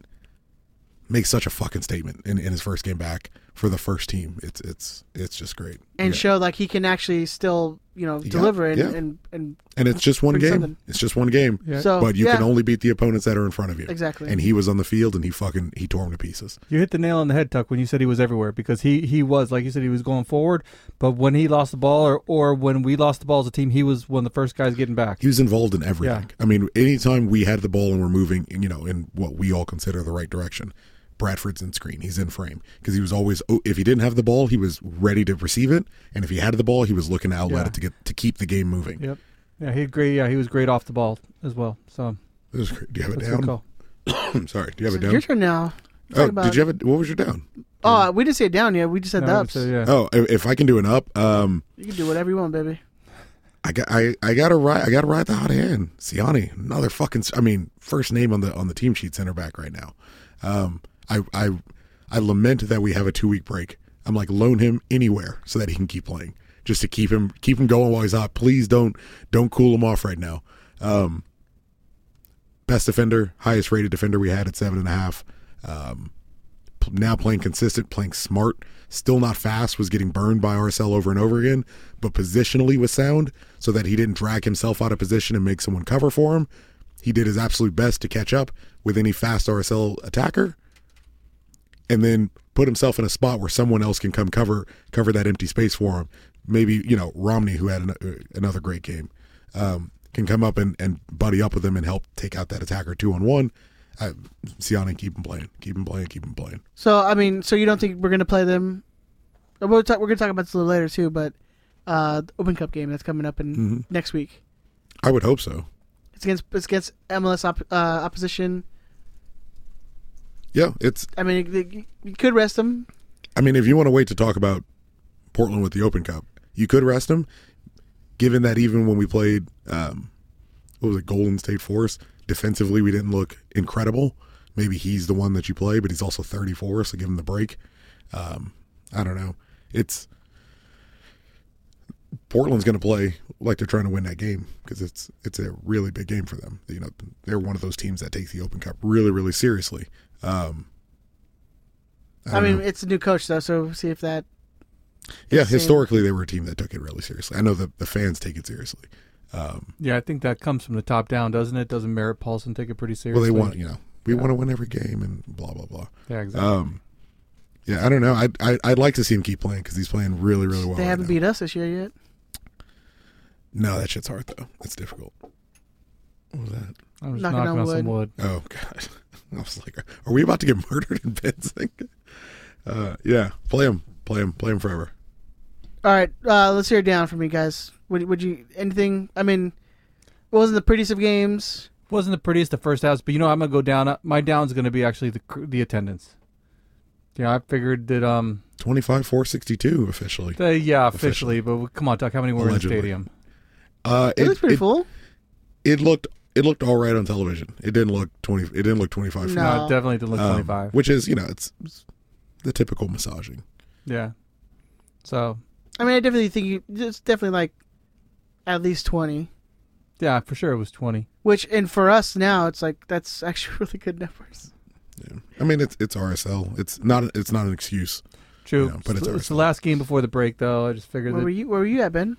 S5: make such a fucking statement in, in his first game back for the first team, it's it's it's just great.
S4: And
S5: Yeah.
S4: show like he can actually still, you know,
S5: Yeah,
S4: deliver and,
S5: yeah.
S4: and and
S5: and it's just one
S4: Bring
S5: game.
S4: something.
S5: It's just one game.
S6: Yeah.
S4: So,
S5: but you
S4: yeah.
S5: can only beat the opponents that are in front of you.
S4: Exactly.
S5: And he was on the field and he fucking he tore him to pieces.
S6: You hit the nail on the head, Tuck, when you said he was everywhere because he he was like you said he was going forward, but when he lost the ball or or when we lost the ball as a team, he was one of the first guys getting back.
S5: He was involved in everything. I mean, anytime we had the ball and we're moving, you know, in what we all consider the right direction, Bradford's in screen. He's in frame because he was always. oh, If he didn't have the ball, he was ready to receive it, and if he had the ball, he was looking to outlet
S6: Yeah.
S5: it to get to keep the game moving.
S6: Yep. Yeah, he had great. Yeah, he was great off the ball as well. So
S5: It was great. Do you have it
S6: that's a good
S5: down?
S6: call.
S5: I'm sorry. Do you have it
S4: it's your
S5: down?
S4: turn now.
S5: Oh,
S4: about-
S5: did you have it? What was your down?
S4: Oh, we didn't say it down yet. We just said
S6: No,
S4: the
S6: I would
S4: ups.
S6: say, yeah.
S5: Oh, if if I can do an up, um,
S4: You can do whatever you want, baby.
S5: I got I, I gotta ride I gotta ride the hot hand. Siani, another fucking I mean, first name on the on the team sheet center back right now. Um I I I lament that we have a two week break. I'm like loan him anywhere so that he can keep playing. Just to keep him keep him going while he's hot. Please don't don't cool him off right now. Um best defender, highest rated defender we had at seven and a half. Um p- now playing consistent, playing smart, still not fast, was getting burned by RSL over and over again, but positionally was sound so that he didn't drag himself out of position and make someone cover for him. He did his absolute best to catch up with any fast RSL attacker and then put himself in a spot where someone else can come cover cover that empty space for him. Maybe, you know, Romney who had an, uh, another great game. Um can come up and, and buddy up with him and help take out that attacker two on one. Uh, Siani, keep him playing, keep him playing, keep him playing.
S4: So I mean, so you don't think we're gonna play them? uh, We'll talk, we're gonna talk about this a little later too, but uh, the Open Cup game that's coming up in
S5: Mm-hmm.
S4: next week.
S5: I would hope so.
S4: It's against it's against MLS op, uh, opposition.
S5: Yeah, it's.
S4: I mean, they- you could rest them.
S5: I mean, if you want to wait to talk about Portland with the Open Cup, you could rest him. Given that even when we played, um, what was it, Golden State Force, defensively we didn't look incredible. Maybe he's the one that you play, but he's also 34, so give him the break. Um, I don't know. It's Portland's going to play like they're trying to win that game because it's it's a really big game for them. You know, they're one of those teams that takes the Open Cup really really seriously. Um,
S4: I, mean, it's a new coach though, so we'll see if that.
S5: yeah, historically they were a team that took it really seriously. I know the the fans take it seriously.
S6: Yeah, I think that comes from the top down, doesn't it? Doesn't Merritt Paulson take it pretty
S5: Well,
S6: seriously?
S5: they want you know we want to win every game and blah blah blah.
S6: Yeah, exactly.
S5: Um, yeah, I don't know. I I I'd like to see him keep playing because he's playing really really well.
S4: They
S5: right
S4: haven't
S5: now.
S4: beat us this year yet.
S5: No, that shit's hard though. That's difficult. What was that?
S6: I'm just
S4: knocking
S6: knocking,
S4: on
S6: on, some wood.
S5: Oh god, I was like, are we about to get murdered in Bensing? Uh, yeah, play him, play him, play him forever.
S4: All right, uh, let's hear it down from you guys. Would would you anything? I mean, it wasn't the prettiest of games.
S6: Wasn't the prettiest the first house, but you know I'm gonna go down. Uh, My down's gonna be actually the cr- the attendance. You know, I figured that um,
S5: 25 462 officially.
S6: the, yeah, officially, but we- come on, Doc, how many were
S5: Allegedly.
S6: in the stadium?
S5: Uh,
S4: It, looks pretty full.
S5: It looked it looked all right on television. It didn't look 20 it didn't look 25
S4: No.
S6: No, it definitely didn't look
S5: um,
S6: 25.
S5: which is, you know, it's, it's the typical massaging.
S6: yeah. So
S4: I mean, I definitely think you, it's definitely like at least twenty.
S6: yeah, for sure it was 20.
S4: Which and for us now, it's like that's actually really good numbers.
S5: Yeah. I mean, it's it's RSL. It's not it's not an excuse.
S6: True.
S5: Yeah, but it's
S6: it's,
S5: our
S6: it's the
S5: fault.
S6: last game before the break, though. I just figured
S4: Where
S6: that
S4: were you? Where were you at, Ben?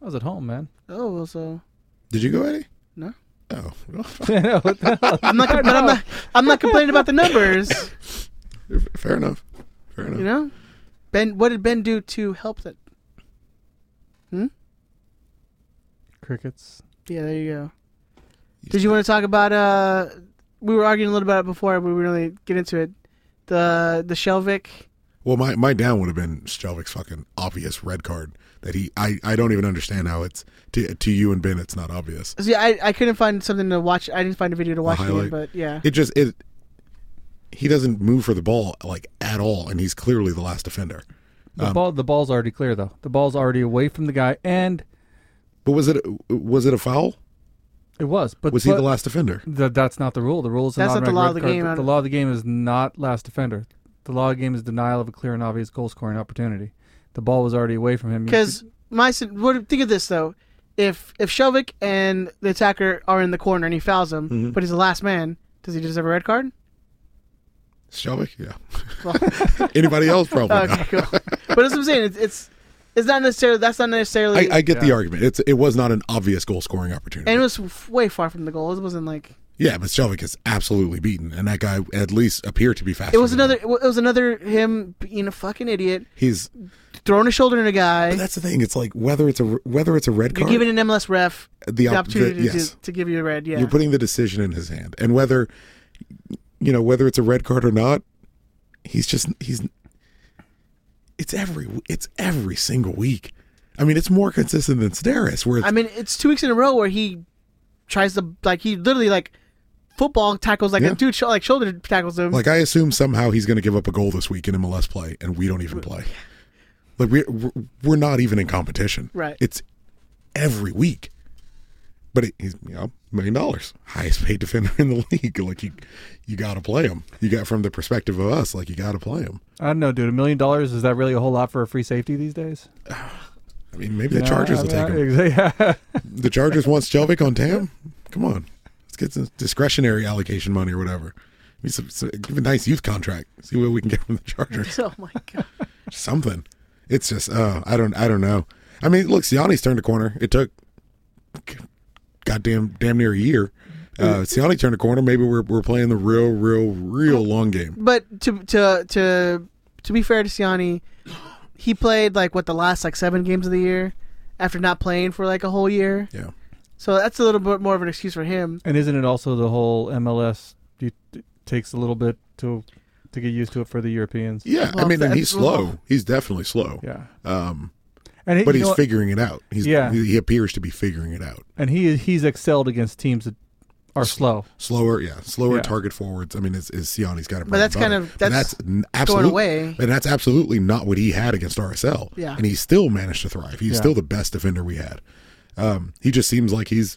S6: I was at home, man.
S4: Oh, well, so
S5: Did you go Eddie?
S4: No.
S5: Oh, well, f-
S6: What the hell?
S4: I'm not. But I'm not. I'm not complaining about the numbers.
S5: fair enough. Fair enough.
S4: You know, Ben. What did Ben do to help that?
S6: Crickets.
S4: Yeah, there you go. Did you want to talk about? uh We were arguing a little about it before, but we really get into it. The the Shelvic.
S5: Well, my, my down would have been Shelvick's fucking obvious red card that he I, I don't even understand how it's to to you and Ben it's not obvious.
S4: See, I I couldn't find something to watch. I didn't find a video to watch it, in,
S5: highlight.
S4: but yeah.
S5: It just it he doesn't move for the ball like at all and he's clearly the last defender.
S6: The
S5: Um,
S6: ball. The ball's already clear, though. The ball's already away from the guy, and
S5: But was it was it a foul?
S6: it was. But
S5: Was he
S6: but
S5: the last defender?
S6: th- that's not the rule. The rule is an
S4: That's not the
S6: automatic
S4: law
S6: red
S4: of the
S6: card.
S4: game, I
S6: The,
S4: don't-
S6: law of the game is not last defender. The law of the game is denial of a clear and obvious goal scoring opportunity. The ball was already away from him. You
S4: Because my s- what think of this though, if if Shelvick and the attacker are in the corner and he fouls him,
S5: Mm-hmm.
S4: but he's the last man, does he deserve a red card?
S5: Shelvick? Yeah. Anybody else probably not.
S4: Okay, cool. but that's what I'm saying. It's, it's it's not necessarily that's not necessarily.
S5: I, I get the
S6: Yeah.
S5: argument. It's it was not an obvious goal scoring opportunity.
S4: and it was f- way far from the goal. It wasn't like
S5: yeah, but Shelvick is absolutely beaten, and that guy at least appeared to be faster.
S4: it was
S5: than
S4: another.
S5: him.
S4: It was another him being a fucking idiot,
S5: He's
S4: throwing a shoulder at a
S5: but
S4: guy.
S5: that's the thing. It's like whether it's a whether it's a red
S4: You're
S5: card.
S4: giving an MLS ref
S5: The
S4: the,
S5: op- the-
S4: opportunity
S5: yes.
S4: to, to give you a red. Yeah,
S5: You're putting the decision in his hand, and whether you know whether it's a red card or not, he's just he's. It's every it's every single week. I mean, it's more consistent than Steris, where it's,
S4: I mean, it's two weeks in a row where he tries to like he literally like football tackles like
S5: Yeah.
S4: a dude sh- like shoulder tackles him.
S5: like I assume somehow he's going to give up a goal this week in MLS play, and we don't even play. Like we we're, we're not even in competition.
S4: Right.
S5: It's every week, but it, he's you know million dollars, highest paid defender in the league. Like you, you got to play him. You got from the perspective of us, like you got to play him.
S6: I don't know, dude. A million dollars is that really a whole lot for a free safety these days?
S5: I mean, maybe the Chargers will take him.
S6: him.
S5: The Chargers wants Jelvic on Tam. Come on, let's get some discretionary allocation money or whatever. Give me some- some- give a nice youth contract. See what we can get from the Chargers.
S4: oh my god!
S5: Something. It's just uh, I don't I don't know. I mean, look, Siani's turned a corner. It took g- goddamn damn near a year.
S6: Mm-hmm.
S5: Uh, Siani turned a corner. Maybe we're we're playing the real real real long game.
S4: But to to to to be fair to Siani, he played like what the last like seven games of the year after not playing for like a whole year.
S5: Yeah.
S4: So that's a little bit more of an excuse for him.
S6: And isn't it also the whole MLS you, it takes a little bit to to get used to it for the Europeans?
S5: Yeah, I
S4: Well,
S5: mean, and
S4: that's-
S5: he's slow. He's definitely slow.
S6: Yeah.
S5: Um,
S6: And he,
S5: but
S6: you
S5: he's
S6: know what?
S5: figuring it out. He's,
S6: Yeah.
S5: he, he appears to be figuring it out.
S6: and he he's excelled against teams that are slow.
S5: slower, yeah, slower
S6: Yeah.
S5: target forwards. I mean, it's, it's Siani's got to.
S4: that's kind of- that's
S5: absolutely
S4: away.
S5: and that's absolutely not what he had against RSL.
S4: Yeah.
S5: and he still managed to thrive. He's
S6: Yeah.
S5: still the best defender we had. Um, he just seems like he's.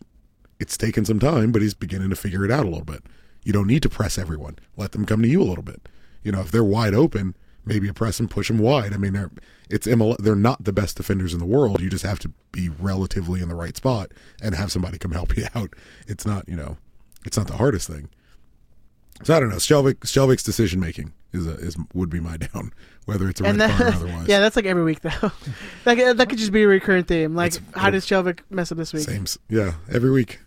S5: It's taken some time, but he's beginning to figure it out a little bit. You don't need to press everyone. Let them come to you a little bit. You know, if they're wide open, maybe a press and push them wide. I mean, they're it's ML, they're not the best defenders in the world. You just have to be relatively in the right spot and have somebody come help you out. It's not you know, it's not the hardest thing. So I don't know. Shelvick Shelvick's decision making is a, is would be my down, whether it's a red
S4: And
S5: card or
S4: then,
S5: otherwise.
S4: yeah, that's like every week though. like uh, that could just be a recurrent theme. Like,
S5: It's-
S4: how does Shelvick mess up this week?
S5: Same. s- Yeah, every week,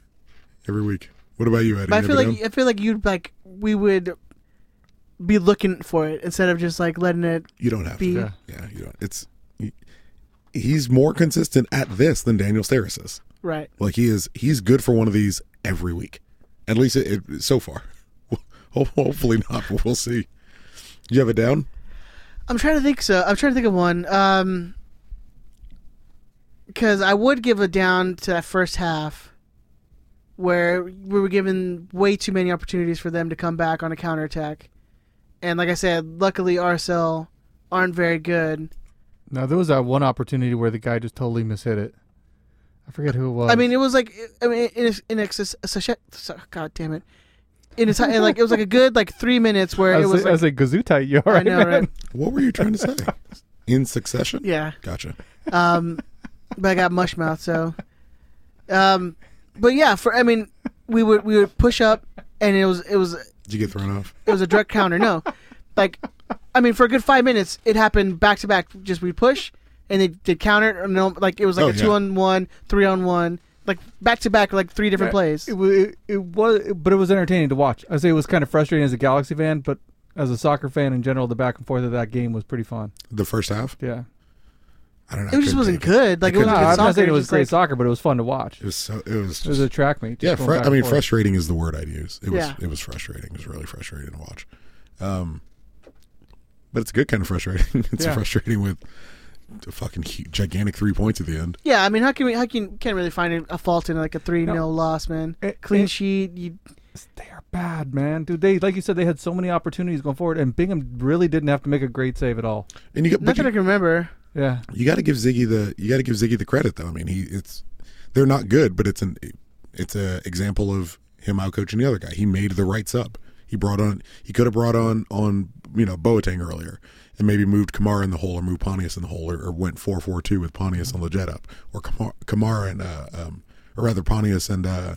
S5: every week. What about you, Eddie?
S4: But I
S5: You
S4: feel
S5: ever
S4: like
S5: done?
S4: I feel like you'd like we would be looking for it instead of just like letting it
S5: you don't have
S4: be.
S5: to. Yeah, you don't. It's he- he's more consistent at this than Daniel Steris is.
S4: Right.
S5: Like he is, he's good for one of these every week, at least it, it, so far. Ho- Hopefully not, but we'll see. You have it down.
S4: I'm trying to think. So I'm trying to think of one. Um, because I would give a down to that first half, where we were given way too many opportunities for them to come back on a counterattack, and like I said, luckily RSL aren't very good.
S6: Now there was that one opportunity where the guy just totally mishit it. I forget who it was.
S4: I mean, it was like I mean, in in excess, God damn it, in a ti- like it was like a good like three minutes where
S6: I
S4: it
S6: was,
S4: was
S6: I was
S4: like,
S6: like, "Gazootite, you all right,
S4: know,
S6: man?"
S4: right?
S5: What were you trying to say? In succession.
S4: yeah.
S5: Gotcha.
S4: Um, but I got mush mouth, so. Um, but yeah, for I mean, we would we would push up, and it was it was it
S5: Did you get thrown off?
S4: was a direct counter. No, like, I mean, for a good five minutes, it happened back to back. Just we push, and they did counter. Or no, like it was like
S5: Oh,
S4: a
S5: yeah.
S4: two on one, three on one, like back to back, like three different plays.
S6: It, wa- it, it was, but it was entertaining to watch. I say it was kind of frustrating as a Galaxy fan, but as a soccer fan in general, the back and forth of that game was pretty fun.
S5: The first half.
S6: Yeah,
S5: I don't know. I
S4: It just
S5: couldn't
S4: wasn't
S5: believe
S4: good. Like it
S5: I
S4: was
S6: no,
S5: couldn't- Good
S6: I'm
S4: soccer.
S6: not saying it
S4: it's
S6: was
S4: just
S6: great
S4: like-
S6: soccer, but it was fun to watch.
S5: It was so. It was.
S6: It was
S5: Just,
S6: a track meet. just
S5: yeah.
S6: going
S5: Fr-
S6: back
S5: I
S6: and
S5: mean,
S6: forth.
S5: frustrating is the word I'd use. It was.
S4: Yeah.
S5: It was frustrating. It was really frustrating to watch. Um, but it's a good kind of frustrating. it's
S6: Yeah.
S5: frustrating with a fucking hu gigantic three points at the end.
S4: Yeah, I mean, how can we? How can can't really find a fault in like a three 0
S6: No.
S4: loss, man?
S6: It-
S4: Clean
S6: it-
S4: sheet. You
S6: They are bad, man. Dude, they like you said, they had so many opportunities going forward, and Bingham really didn't have to make a great save at all.
S5: And you got
S4: not
S5: but
S4: that I
S5: you,
S4: can remember.
S6: Yeah,
S5: you got to give Ziggy the you got to give Ziggy the credit though. I mean, he it's they're not good, but it's an it's a example of him out coaching the other guy. He made the right sub. He brought on he could have brought on on you know Boateng earlier and maybe moved Kamara in the hole or moved Pontius in the hole or, or went four four two with Pontius and Leggett up or Kamara, Kamara and uh, um or rather Pontius and uh,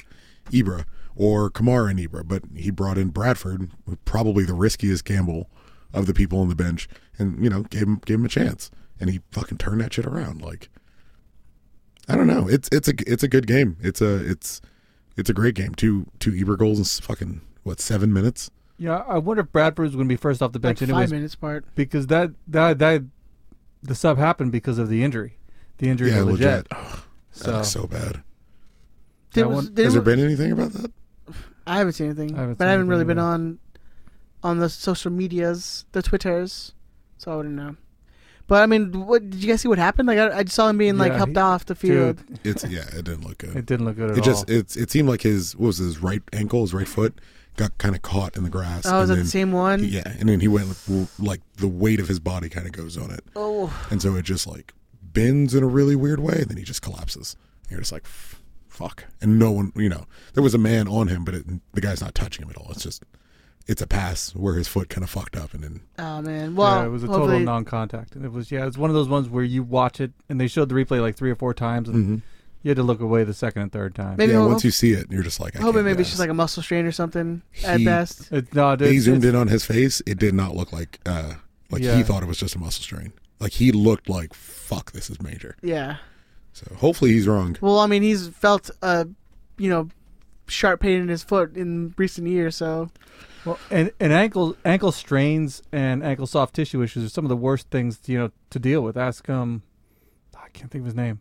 S5: Ibra or Kamara and Ibra, but he brought in Bradford, who probably the riskiest gamble of the people on the bench, and you know gave him gave him a chance, and he fucking turned that shit around. Like I don't know, it's it's a it's a good game. It's a it's it's a great game. Two two Ibra goals in s- fucking what seven minutes?
S6: you know, I wonder if Bradford's going to be first off the
S4: Like
S6: bench
S4: five
S6: anyways,
S4: minutes part.
S6: because that that that the sub happened because of the injury, the injury
S5: yeah,
S6: to
S5: legit.
S6: Leggett.
S5: Oh, that
S6: So,
S5: looks so bad.
S4: Did,
S6: I
S4: was,
S6: want-
S4: did,
S5: Has there
S4: was-
S5: been anything about that?
S4: I haven't seen anything,
S6: I haven't
S4: but
S6: seen
S4: I haven't
S6: anything
S4: really been
S6: either.
S4: on on the social medias, the twitters, so I wouldn't know. But I mean, what did you guys see? What happened? Like I, I saw him being like
S6: Yeah,
S4: helped
S6: he-
S4: off the field.
S6: dude,
S5: It's yeah, it didn't look good.
S6: it didn't look good at
S5: it just
S6: all.
S5: it's it seemed like his what was it, his right ankle, his right foot got kind of caught in the grass.
S4: oh, was that
S5: and
S4: the
S5: then-
S4: same one?
S5: Yeah, and then he went like the weight of his body kind of goes on it,
S4: Oh,
S5: and so it just like bends in a really weird way, and then he just collapses. And you're just like, "F- fuck, and no one, you know, there was a man on him, but it, the guy's not touching him at all. It's just it's a pass where his foot kind of fucked up, and then
S4: oh man. Well,
S6: yeah, it was a total
S4: hopefully,
S6: non-contact, and it was yeah, it's one of those ones where you watch it, and they showed the replay like three or four times, and
S5: Mm-hmm.
S6: you had to look away the second and third time.
S4: Maybe
S5: yeah,
S4: we'll-
S5: once you see it, you're just like, I
S4: hoping
S5: can't
S4: maybe
S5: do
S4: it's just like a muscle strain or something at
S5: He-
S4: best.
S6: It, no, it,
S5: this." they
S6: it's-
S5: zoomed
S6: it's-
S5: in on his face. It did not look like uh like he
S6: Yeah.
S5: thought it was just a muscle strain. Like he looked like fuck, this is major.
S4: Yeah.
S5: So hopefully he's wrong.
S4: Well, I mean, he's felt a, you know, sharp pain in his foot in recent years. So
S6: Well, and, and ankle ankle strains and ankle soft tissue issues are some of the worst things you know to deal with. Ask um, I can't think of his name.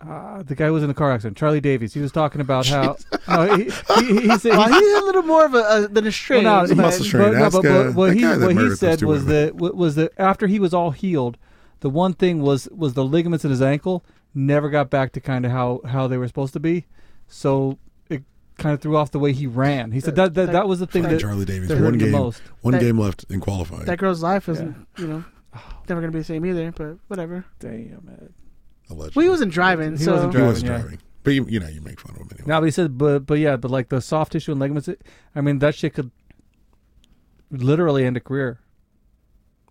S6: Uh, the guy who was in a car accident, Charlie Davies. He was talking about how no, he, he, he, he said
S4: well,
S6: he,
S4: he's a little more of a, a than a
S6: well,
S4: strain.
S6: no,
S5: a muscle
S6: but-
S5: strain.
S6: but- no,
S5: Ask,
S6: but-
S5: uh,
S6: but what
S5: that
S6: he
S5: guy that
S6: what
S5: murdered
S6: he
S5: those
S6: said
S5: two
S6: was
S5: women.
S6: that wa- was that after he was all healed, the one thing was was the ligaments in his ankle never got back to kind of how how they were supposed to be, so it kind of threw off the way he ran. He said that that, that, was the thing
S5: Fucking
S6: that
S5: Charlie Davies,
S6: that
S5: one
S6: hurt the
S5: game,
S6: most.
S5: one
S4: That-
S5: game left in qualifying.
S4: that girl's life isn't, you know, never gonna be the same either. But whatever.
S6: Damn it.
S5: allegedly.
S4: Well, he wasn't driving,
S6: He
S4: so
S6: wasn't
S5: He was
S6: driving, yeah.
S5: driving, but you, you know you make fun of him anyway.
S6: No, but he said, but but yeah, but like the soft tissue and ligaments, it, I mean that shit could literally end a career.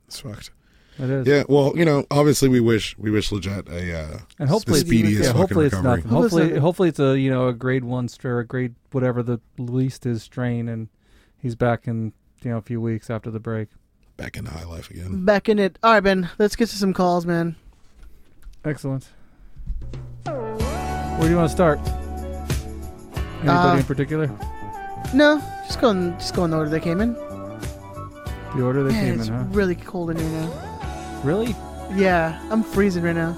S5: It's fucked.
S6: It is.
S5: Yeah. Well, you know, obviously we wish we wish legit a uh,
S6: And hopefully,
S5: the speediest
S6: yeah,
S5: fucking
S6: hopefully it's
S5: recovery.
S6: not. Hopefully,
S4: Listen.
S6: hopefully it's a you know a grade one strain or a grade whatever the least is strain, and he's back in you know a few weeks after the break.
S5: Back into high life
S6: Mm.
S5: again.
S4: Back in it. All right, Ben. Let's get to some calls, man.
S6: Excellent. Where do you want to start? Anybody
S4: Uh,
S6: in particular?
S4: No, just go in, just go in the order they came in.
S6: The order they
S4: Man,
S6: came in,
S4: it's
S6: huh?
S4: really cold in here now.
S6: Really?
S4: Yeah, I'm freezing right now.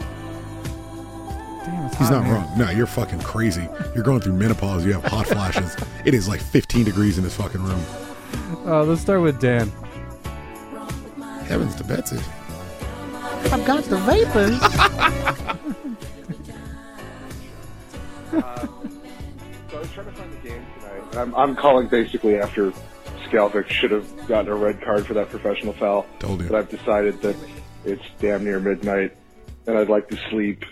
S6: Damn, it's
S5: He's
S6: hot,
S5: not
S6: Oh, man.
S5: wrong. No, you're fucking crazy. You're going through menopause. You have hot flashes. It is like 15 degrees in this fucking room.
S6: Uh, let's start with Dan.
S5: Heavens to Betsy.
S4: I've got the vapors.
S9: So I was trying to find the game tonight. I'm, I'm calling basically after Skalvik should have gotten a red card for that professional foul.
S5: Told you.
S9: But I've decided that it's damn near midnight and I'd like to sleep,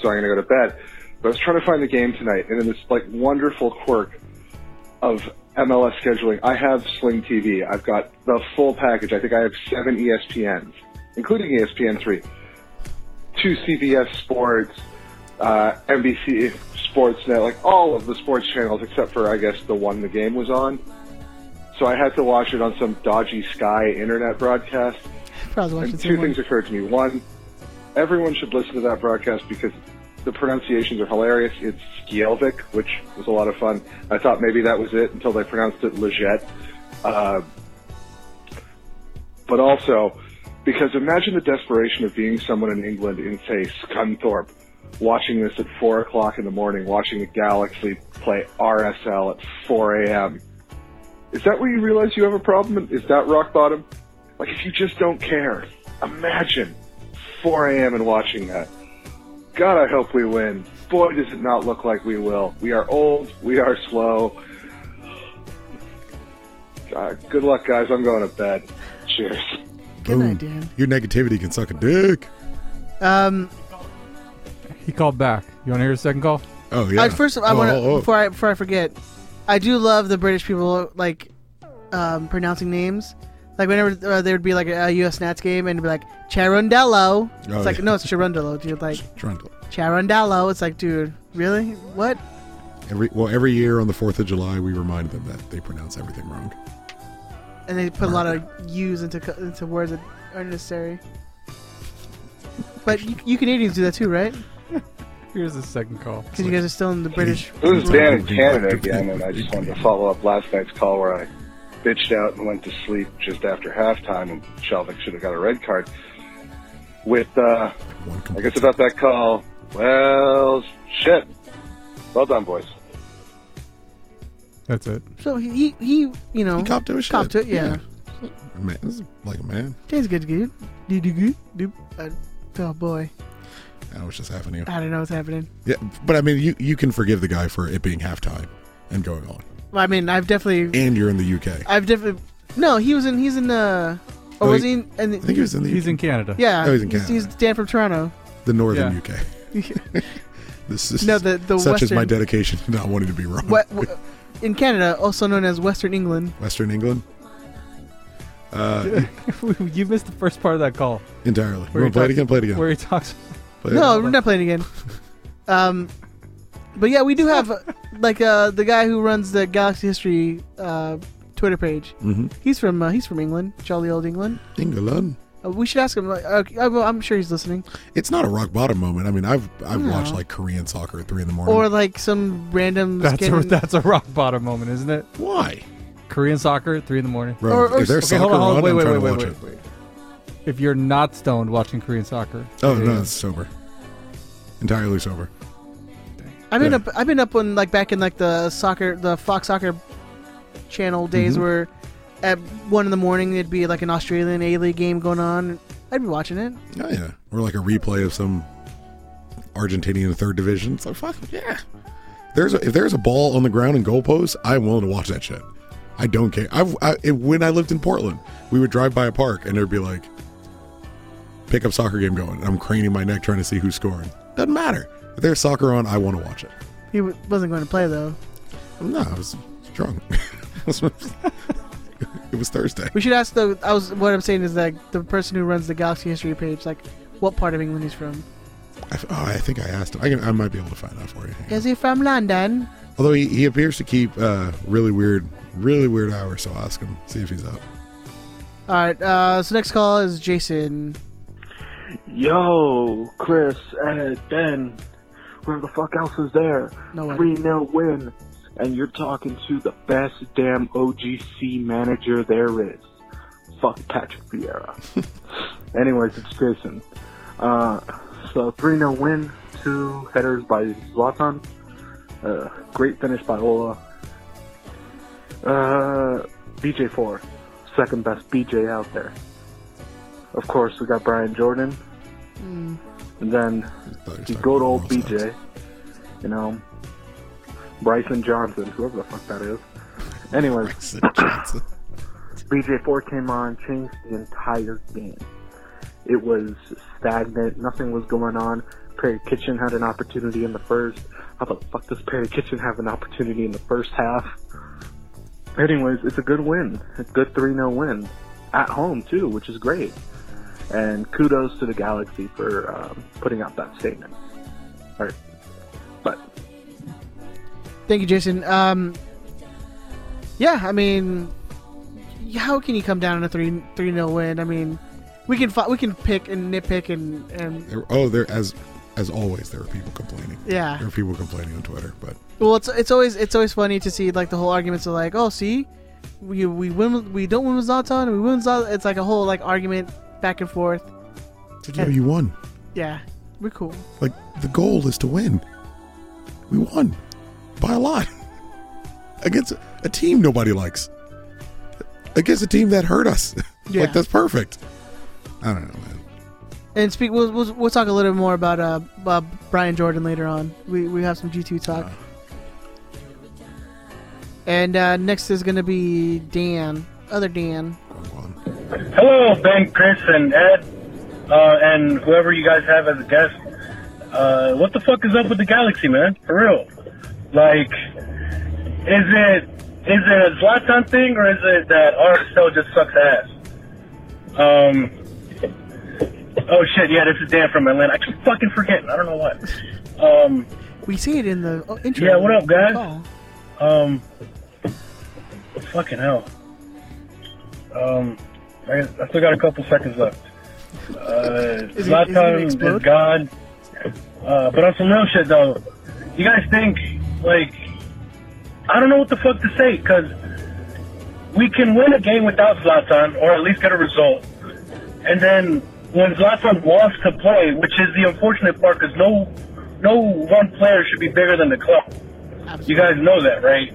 S9: so I'm going to go to bed. But I was trying to find the game tonight, and in this like wonderful quirk of MLS scheduling, I have Sling TV. I've got the full package. I think I have seven E ESPNs, including E ESPN three, two CBS Sports, uh, NBC Sportsnet, like all of the sports channels except for I guess the one the game was on. So I had to watch it on some dodgy Sky internet broadcast.
S4: Probably watching
S9: And
S4: some
S9: two
S4: more.
S9: things occurred to me. One, everyone should listen to that broadcast because the pronunciations are hilarious. It's Skielvik, which was a lot of fun. I thought maybe that was it until they pronounced it Leggett. Uh, but also, because imagine the desperation of being someone in England in, say, Scunthorpe, watching this at 4 o'clock in the morning, watching the Galaxy play RSL at 4 a.m. Is that where you realize you have a problem? Is that rock bottom? Like, if you just don't care, imagine 4 a.m. and watching that. God, I hope we win. Boy, does it not look like we will. We are old. We are slow. Uh, good luck, guys. I'm going to bed. Cheers.
S5: Boom.
S4: night, Dan.
S5: Your negativity can suck a dick.
S4: Um,
S6: He called back. You want to hear his second call?
S5: Oh yeah.
S4: I, first, I
S5: Oh,
S4: want to
S5: oh, oh.
S4: before I before I forget, I do love the British people like um, pronouncing names. Like whenever uh, there would be like a, U.S. Nats game and it'd be like Charundello, it's
S5: Oh,
S4: like
S5: yeah.
S4: no, it's Charundello, dude. Like
S5: Trundle.
S4: Charundello, it's like, dude, really? What?
S5: Every well, every year on the Fourth of July, we remind them that they pronounce everything wrong.
S4: And they put a lot of U's into co- into words that aren't necessary. But you, you Canadians do that too, right?
S6: Here's his second call.
S4: Because you guys are still in the British.
S9: This is Dan in Canada again, and I just wanted to follow up last night's call where I bitched out and went to sleep just after halftime, and Shelvick should have got a red card. With, uh,
S5: One
S9: I guess about that call, well, shit. Well done, boys.
S6: That's it.
S4: So he, he, he you know,
S5: He copped to his shit.
S4: copped to it, yeah.
S5: Man, this is like a man.
S4: Dan's good, dude. Dude, dude, good, dude. Uh, oh boy,
S5: I don't know what's just happening.
S4: I don't know what's happening.
S5: Yeah, but I mean, you you can forgive the guy for it being halftime and going on,
S4: Well, I mean, I've definitely,
S5: and you're in the UK.
S4: I've definitely. No, he was in. He's in. Uh, or
S5: Oh,
S4: was
S5: he-
S4: he? in, in
S5: I think he was in the
S6: He's in Canada.
S4: yeah,
S5: oh, he's in
S4: He's,
S5: Canada.
S4: Dan from Toronto.
S5: the northern
S6: yeah.
S5: UK. This is
S4: No, the- the
S5: such is my
S4: western-
S5: dedication to not wanting to be wrong.
S4: what, what, uh, in Canada, also known as Western England.
S5: Western England Uh,
S6: you missed the first part of that call
S5: entirely.
S6: Where
S5: We're
S6: he
S5: gonna play it
S6: talks-
S5: again. Play it again.
S6: where he talks.
S5: Play it
S4: No,
S5: again.
S4: we're not playing again. Um, but yeah, we do have uh, like uh the guy who runs the Galaxy History uh Twitter page.
S5: Mhm.
S4: He's from uh, he's from England, jolly old England.
S5: England.
S4: Uh, we should ask him. Like, uh, I'm sure he's listening.
S5: It's not a rock bottom moment. I mean, I've I've
S4: No.
S5: watched like Korean soccer at three in the morning.
S4: Or like some random.
S6: That's a,
S4: skin-
S6: that's a rock bottom moment, isn't it?
S5: why?
S6: Korean soccer at three in the morning.
S5: Bro,
S4: Or- or-
S5: if there's
S4: okay,
S5: soccer on, I'm trying to watch it.
S6: If you're not stoned watching Korean soccer,
S5: Oh
S6: it
S5: no,
S6: is-
S5: it's sober. Entirely sober.
S4: I've been
S5: Yeah.
S4: up. I've been up on like back in like the soccer, the Fox Soccer Channel days, where at one in the morning there'd be like an Australian A League game going on. I'd be watching it.
S5: Oh yeah, or like a replay of some Argentinian third division. It's like fuck yeah. There's a, if there's a ball on the ground and goalposts, I'm willing to watch that shit. I don't care. I've, I it- when I lived in Portland, we would drive by a park and there'd be like pickup soccer game going. And I'm craning my neck trying to see who's scoring. Doesn't matter. If there's soccer on, I want to watch it.
S4: He w- wasn't going to play though.
S5: No, I was drunk. It was Thursday.
S4: We should ask the. I was. What I'm saying is like the person who runs the Galaxy History page, like, what part of England he's from.
S5: I, oh, I think I asked him. I, can, I might be able to find out for you. Hang on.
S4: Is he from London?
S5: Although he, he appears to keep uh, really weird, really weird hours, so I'll ask him, see if he's up.
S4: All right. Uh, so next call is Jason.
S10: Yo, Chris, Ed, Ben, where the fuck else is there?
S4: No way.
S10: 3 0 win. And you're talking to the best damn OGC manager there is. Fuck Patrick Vieira. Anyways, it's Jason. Uh, so 3 0 win, two headers by Zlatan. Uh, great finish by Ola. Uh, BJ4, second best BJ out there. Of course, we got Brian Jordan. And then
S5: Thursday.
S10: the good old
S5: Tomorrow's
S10: BJ, you know, Bryson Johnson, whoever the fuck that is. Anyways,
S5: Thursday. Johnson.
S10: BJ4 came on, changed the entire game. It was stagnant, nothing was going on. Perry Kitchen had an opportunity in the first. How the fuck does Perry Kitchen have an opportunity in the first half? Anyways, it's a good win. A good 3 0 win. At home, too, which is great. And kudos to the Galaxy for um, putting out that statement. Alright. But,
S4: Thank you, Jason. Um, yeah, I mean, how can you come down on a three three nil win? I mean, we can fi- we can pick and nitpick and and
S5: There- oh, there as as always, there were people complaining.
S4: Yeah.
S5: there were people complaining on Twitter, but
S4: well, it's it's always it's always funny to see like the whole arguments of like, oh, see, we we win with- we don't win with Zlatan, we win with Zlatan. It's like a whole like argument back and forth.
S5: it's like, yeah, you won.
S4: Yeah, we're cool.
S5: Like the goal is to win. We won by a lot against a team nobody likes. Against a team that hurt us.
S4: Yeah.
S5: like that's perfect. I don't know, man.
S4: And speak. We'll, we'll, we'll talk a little bit more about uh, uh Brian Jordan later on. We we have some G two talk.
S5: Uh-huh.
S4: And uh, next is gonna be Dan, other Dan.
S5: Go on.
S11: Hello, Ben, Chris, and Ed, uh, and whoever you guys have as a guest. Uh, what the fuck is up with the galaxy, man? For real. Like, is it is it a Zlatan thing or is it that RSL just sucks ass? Um. Oh shit! Yeah, this is Dan from Atlanta. I keep fucking forgetting. I don't know what. Um.
S4: We see it in the oh, intro.
S11: Yeah, what up, guys?
S4: Oh.
S11: Um, fucking hell. Um, I, I still got a couple seconds left. Uh,
S4: Is he- is he gonna
S11: Zlatan is,
S4: explode?
S11: God. Uh, but on some real shit though, you guys think like I don't know what the fuck to say because we can win a game without Zlatan or at least get a result, and then when Zlatan wants to play, which is the unfortunate part, because no no one player should be bigger than the club. You guys know that, right?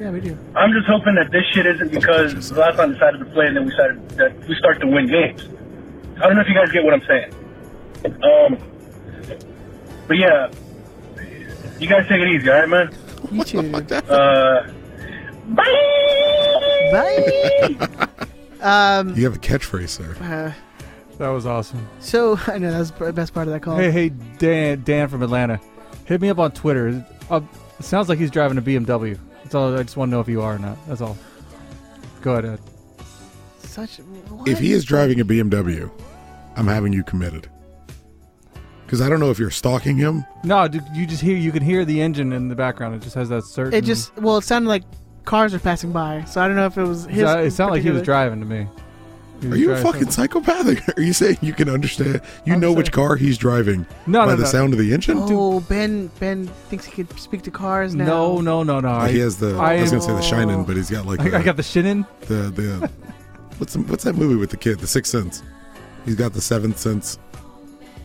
S4: Yeah, we do.
S11: I'm just hoping that this shit isn't because Zlatan decided to play and then we decided that we start to win games. I don't know if you guys get what I'm saying. Um, but yeah, you guys take it easy, all right, man.
S4: You too. dude.
S11: Uh, bye.
S4: Bye. Mm.
S5: You have a catchphrase, sir.
S4: Uh,
S6: That was awesome.
S4: so I know that's the best part of that call.
S6: Hey, hey, Dan, Dan from Atlanta, hit me up on Twitter. Uh, it sounds like he's driving a BMW. That's all. I just want to know if you are or not. That's all. Go ahead. Ed.
S4: Such. What?
S5: If he is driving a BMW, I'm having you committed. Because I don't know if you're stalking him.
S6: No, dude, you just hear. You can hear the engine in the background. It just has that certain.
S4: it just well, it sounded like cars were passing by, so I don't know if it was his.
S6: So- it sounded like he was
S4: particular-
S6: driving to me. He
S5: Are
S6: was
S5: you a
S6: driving
S5: fucking
S6: something.
S5: psychopathic? Are you saying you can understand? You know which car he's driving
S6: No,
S5: by
S6: no,
S5: the
S6: no.
S5: sound of the engine?
S4: Oh, Ben. Ben thinks he could speak to cars now.
S6: No, no, no, no. I,
S5: he has the. I,
S6: I,
S5: was
S6: am-
S5: gonna say the shining, but he's got like
S6: I,
S5: the,
S6: I got the shin in.
S5: the the. What's the- what's that movie with the kid? The Sixth Sense. He's got the seventh sense.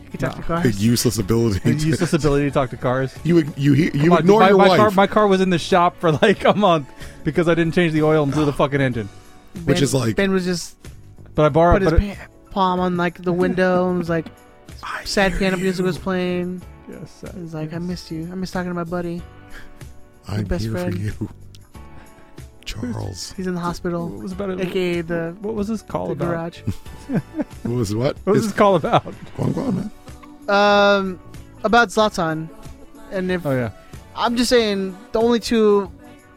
S4: He could talk to
S5: The
S4: cars.
S5: useless ability.
S6: The
S5: to-
S6: useless ability to talk to cars.
S5: You ig- you hear- you
S6: My-
S5: ignore
S6: my,
S5: your
S6: my
S5: wife.
S6: Car, my car was in the shop for like a month because I didn't change the oil and blew the fucking engine.
S5: which
S4: Ben-
S5: is like-
S4: Ben was just
S6: But I borrowed.
S4: put his
S6: but it-
S4: pa- palm on like the window and was like,
S5: I
S4: sad
S5: hear
S4: piano music
S5: you.
S4: was playing.
S6: Yes,
S4: He was like, I miss you. I miss talking to my buddy.
S5: I'm
S4: best
S5: here
S4: friend.
S5: for you, Charles.
S4: He's in the
S6: What
S4: hospital,
S6: was about it?
S4: aka the,
S6: What was this call
S4: the
S6: about?
S4: garage.
S5: What was what?
S6: What was this call about?
S5: Guan Guan, man.
S4: Um, about Zlatan, and if
S6: Oh yeah.
S4: I'm just saying, the only two,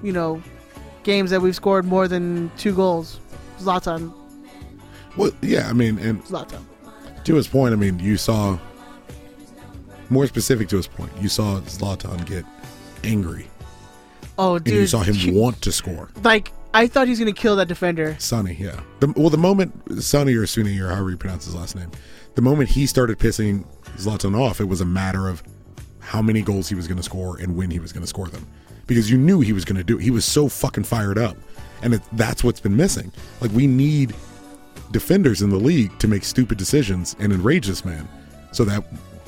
S4: you know, games that we've scored more than two goals Zlatan.
S5: Well, yeah, I mean, and
S4: Zlatan.
S5: to his point, I mean, you saw more specific to his point. You saw Zlatan get angry,
S4: Oh,
S5: and
S4: dude.
S5: you saw him
S4: he-
S5: want to score.
S4: Like, I thought he was going to kill that defender.
S5: Sonny, yeah. The, well, the moment Sonny or Sunni or however you pronounce his last name, the moment he started pissing Zlatan off, it was a matter of how many goals he was going to score and when he was going to score them, because you knew he was going to do it. He was so fucking fired up, and it, that's what's been missing. Like we need defenders in the league to make stupid decisions and enrage this man, so that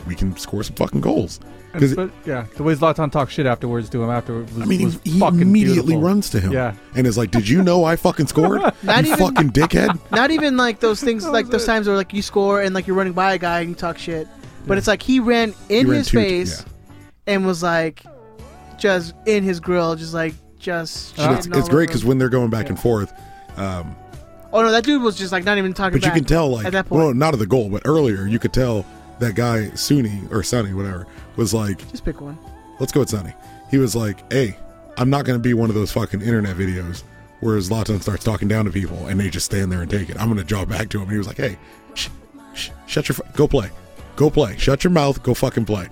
S5: we can score some fucking goals.
S6: And,
S5: Because
S6: but, yeah, the way Zlatan talks shit afterwards to him afterwards was,
S5: I mean,
S6: was
S5: he, he
S6: fucking
S5: immediately
S6: beautiful.
S5: runs to him
S6: Yeah,
S5: and is like, "Did you know I fucking scored?
S4: Not
S5: you
S4: even-
S5: fucking dickhead!"
S4: Not even like those things, like those times where like you score and like you're running by a guy and you talk shit. But it's like he ran in
S5: He ran
S4: his
S5: two-
S4: face and was like, just in his grill, just like just.
S5: And it's,
S4: shitting all
S5: it's great
S4: over
S5: because
S4: him.
S5: when they're going back and forth, um,
S4: Oh no, that dude was just like not even talking.
S5: but you
S4: back
S5: can tell like
S4: at that point,
S5: well, not at the goal, but earlier you could tell that guy Sunni or Sonny, whatever, was like,
S4: just pick one.
S5: "Let's go with Sonny." He was like, "Hey, I'm not going to be one of those fucking internet videos where Zlatan starts talking down to people and they just stand there and take it. I'm going to draw back to him." And he was like, "Hey, sh- sh- shut your fu- go play, go play, shut your mouth, go fucking play."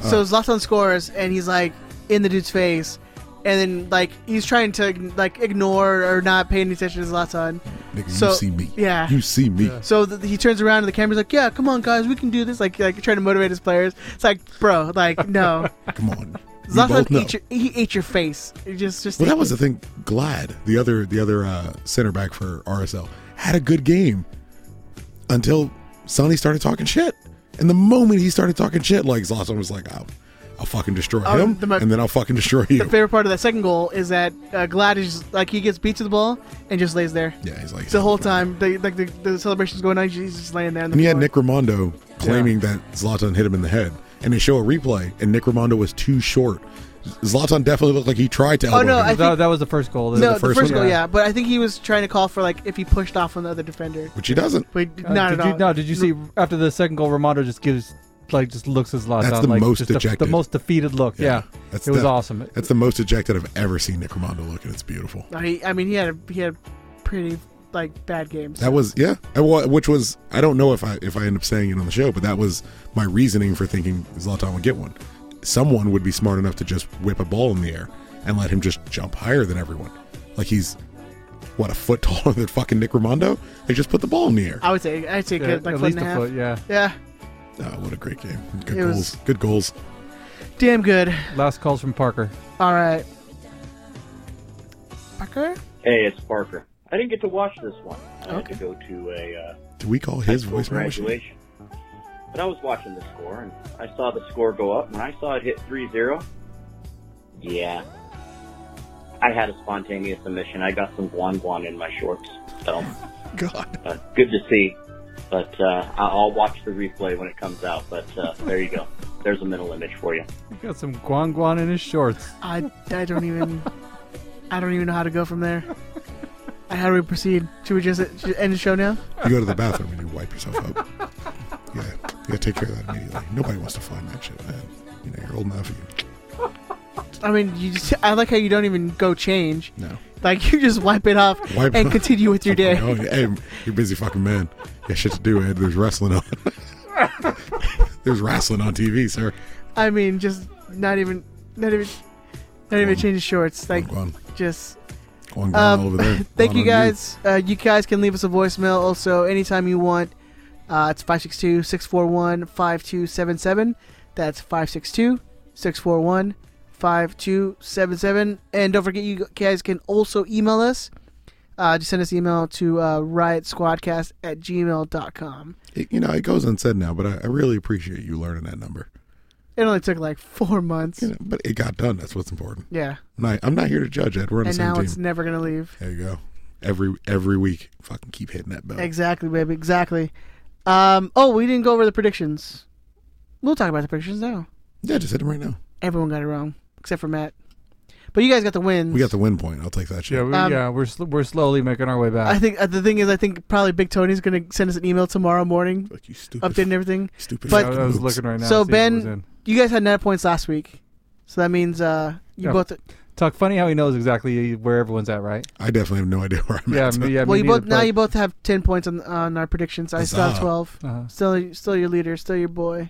S5: Uh.
S4: So Zlatan scores, and he's like in the dude's face, and then like he's trying to like ignore or not pay any attention to Zlatan.
S5: Nigga,
S4: So-
S5: you see me.
S4: yeah.
S5: You see me.
S4: So th- he turns around, and the camera's like, "Yeah, come on, guys, we can do this." Like, like trying to motivate his players. It's like, bro, like no.
S5: Come on. You both
S4: Zlatan
S5: know.
S4: ate your, he ate your face. It just, just.
S5: Well, that
S4: take
S5: was the
S4: it.
S5: thing. Glad the other the other uh, center back for RSL had a good game until Sonny started talking shit. And the moment he started talking shit, like Zlatan was like, "I'll, I'll fucking destroy
S4: Oh,
S5: him,
S4: the mo-
S5: and then I'll fucking destroy you."
S4: The favorite part of that second goal is that uh, Glad is like he gets beat to the ball and just lays there.
S5: Yeah, he's like-
S4: the whole time. The, like the, the celebration's going on, he's just laying there. On the
S5: and he had
S4: floor.
S5: Nick Ramondo claiming that Zlatan hit him in the head, and they show a replay, and Nick Ramondo was too short. Zlatan definitely looked like he tried to
S4: Oh,
S5: elbow
S4: no,
S5: him.
S4: I think-
S6: that was the first goal.
S4: No, the first, goal, yeah. but I think he was trying to call for like if he pushed off on the other defender.
S5: Which he doesn't.
S4: But
S6: Uh,
S4: not
S6: did
S4: at
S6: you,
S4: all.
S6: No, did you see after the second goal, Romano just gives like just looks as Zlatan.
S5: That's the
S6: like,
S5: most
S6: just the- The,
S5: dejected.
S6: most defeated look. Yeah,
S5: That's
S6: it was
S5: the-
S6: awesome.
S5: That's the most ejected I've ever seen Nick Ramondo look, and it's beautiful.
S4: No, he, I mean, he had a, he had a pretty like bad games.
S5: That was yeah, I wa- which was I don't know if I if I end up saying it on the show, but that was my reasoning for thinking Zlatan would get one. Someone would be smart enough to just whip a ball in the air and let him just jump higher than everyone. Like he's what a foot taller than fucking Nick Ramondo. They just put the ball in the air.
S4: I would say I'd say
S6: Yeah,
S4: good like
S6: at
S4: foot
S6: least
S4: and a
S6: a
S4: half.
S6: foot, yeah.
S4: Yeah,
S5: Oh, what a great game! Good
S4: It
S5: goals.
S4: was-
S5: Good goals.
S4: damn good.
S6: Last calls from Parker.
S4: All right, Parker.
S12: Hey, it's Parker. I didn't get to watch this one. I had to go to a uh,
S5: Do we call his
S12: school
S5: voice machine?
S12: graduation. But I was watching the score, and I saw the score go up, and I saw it hit 3-0. Yeah. I had a spontaneous emission. I got some guan guan in my shorts. So,
S5: God.
S12: Uh, good to see. But uh, I- I'll watch the replay when it comes out. But uh, there you go. There's a mental image for you.
S6: He got some guan guan in his shorts.
S4: I I don't even I don't even know how to go from there. And How do we proceed? Should we just should we end the show now?
S5: You go to the bathroom and you wipe yourself up. Yeah, you gotta take care of that immediately. Nobody wants to find that shit, man. You know, you're old enough. You,
S4: I mean, you just I like how you don't even go change.
S5: No.
S4: Like you just wipe it off
S5: Wipe-
S4: and continue with your day.
S5: Oh, yeah, hey, you're a busy fucking man. Got shit to do, Ed. There's wrestling on. There's wrestling on TV, sir.
S4: I mean, just not even, not even, not even change the shorts. Like,
S5: Guan.
S4: just.
S5: Guan Guan
S4: Um,
S5: over there.
S4: thank
S5: Guan
S4: you
S5: on
S4: guys. You. Uh, you guys can leave us a voicemail also anytime you want. Uh, it's 562 641 5277. That's 562 641 5277. And don't forget, you guys can also email us. Uh, just send us an email to uh, riot squadcast at gmail.com.
S5: It- you know, it goes unsaid now, but I, I really appreciate you learning that number.
S4: It only took like four months.
S5: You know, but it got done. That's what's important.
S4: Yeah.
S5: I'm not, I'm not here to judge, Ed. We're on
S4: and
S5: the same
S4: now
S5: team.
S4: it's never going to leave.
S5: There you go. Every every week, fucking keep hitting that bell.
S4: Exactly, baby. Exactly. Um, oh, we didn't go over the predictions. We'll talk about the predictions now.
S5: Yeah, just hit him right now.
S4: Everyone got it wrong except for Matt. But you guys got the wins.
S5: We got the win point. I'll take that shit.
S6: Yeah, we,
S4: Um,
S6: yeah, we're sl- we're slowly making our way back.
S4: I think uh, the thing is, I think probably Big Tony's gonna send us an email tomorrow morning,
S5: you stupid-
S4: updating everything.
S5: stupid
S4: But
S6: fucking I was mooks. looking right now
S4: So
S6: to see if it was
S4: Ben,
S6: in.
S4: you guys had nine points last week, so that means uh, you
S6: Yeah.
S4: both.
S6: Tuck, funny how he knows exactly where everyone's at, right?
S5: I definitely have no idea where I'm
S6: yeah,
S5: at.
S6: Me, yeah,
S4: well,
S6: me
S4: you
S6: neither,
S4: both now
S6: but-
S4: you both have ten points on on our predictions. I still have
S6: Huzzah.
S4: 12
S6: Uh-huh.
S4: Still, still your leader, still your boy.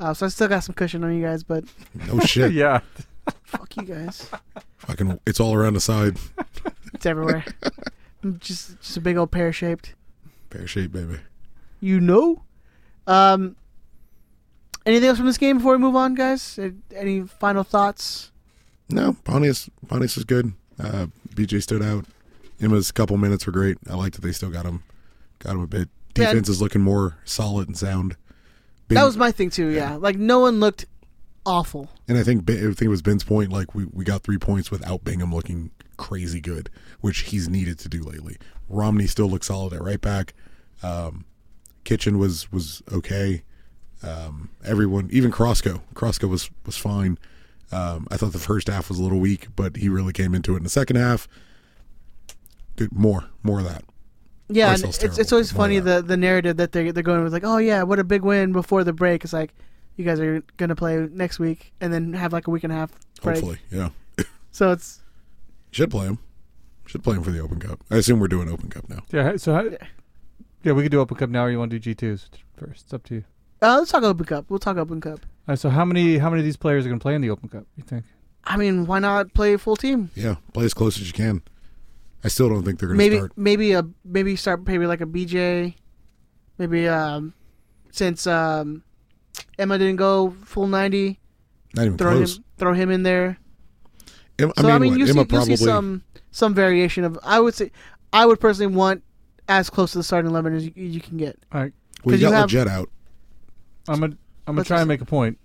S4: Uh, so I still got some cushion on you guys, but
S5: Oh shit!
S6: yeah,
S4: fuck you guys.
S5: fucking, it's all around the side.
S4: It's everywhere. just, just a big old pear shaped.
S5: Pear shape, baby.
S4: You know. Um. Anything else from this game before we move on, guys? Uh, Any final thoughts?
S5: No, Pontius. Pontius is good. Uh, BJ stood out. Emma's couple minutes were great. I like that they still got him, got him a bit.
S4: Yeah.
S5: Defense is looking more solid and sound.
S4: that
S5: Bing-
S4: was my thing too. Yeah. like no one looked awful.
S5: And I think Ben- I think it was Ben's point. Like we, we got three points without Bingham looking crazy good, which he's needed to do lately. Romney still looks solid at right back. Um, Kitchen was was okay. Um, everyone, even Crosco, Crosco was was fine. Um, I thought the first half was a little weak, but he really came into it in the second half. Good, more more of that.
S4: Yeah, and
S5: Arsenal's
S4: it's, it's
S5: terrible, Oh,
S4: always
S5: but more of
S4: funny the the narrative that they they're going with like, oh yeah, what a big win before the break. It's like you guys are gonna play next week and then have like a week and a half break.
S5: Hopefully, yeah.
S4: So it's
S5: Should play him. Should play him for the Open Cup. I assume we're doing Open Cup now.
S6: yeah. So, how, yeah, we could do Open Cup now, or you want to do G twos first? It's up to you.
S4: uh, let's talk Open Cup. We'll talk Open Cup.
S6: All right, so how many how many of these players are going to play in the Open Cup? You think?
S4: I mean, why not play a full team?
S5: Yeah, play as close as you can. I still don't think they're going to
S4: Maybe
S5: start.
S4: maybe a maybe start maybe like a BJ, maybe um since um Emma didn't go full ninety,
S5: Not even
S4: throw
S5: close.
S4: him throw him in there.
S5: Em- I
S4: so
S5: mean,
S4: I mean,
S5: what,
S4: you, see,
S5: Emma
S4: you
S5: probably.
S4: see some some variation of. I would say, I would personally want as close to the starting eleven as you, you can get.
S6: All right.
S5: well,
S4: 'cause
S5: you
S4: you
S5: got
S4: have-
S5: Leggett out.
S6: I'm gonna I'm gonna
S4: Let's
S6: try
S4: just-
S6: and make a point.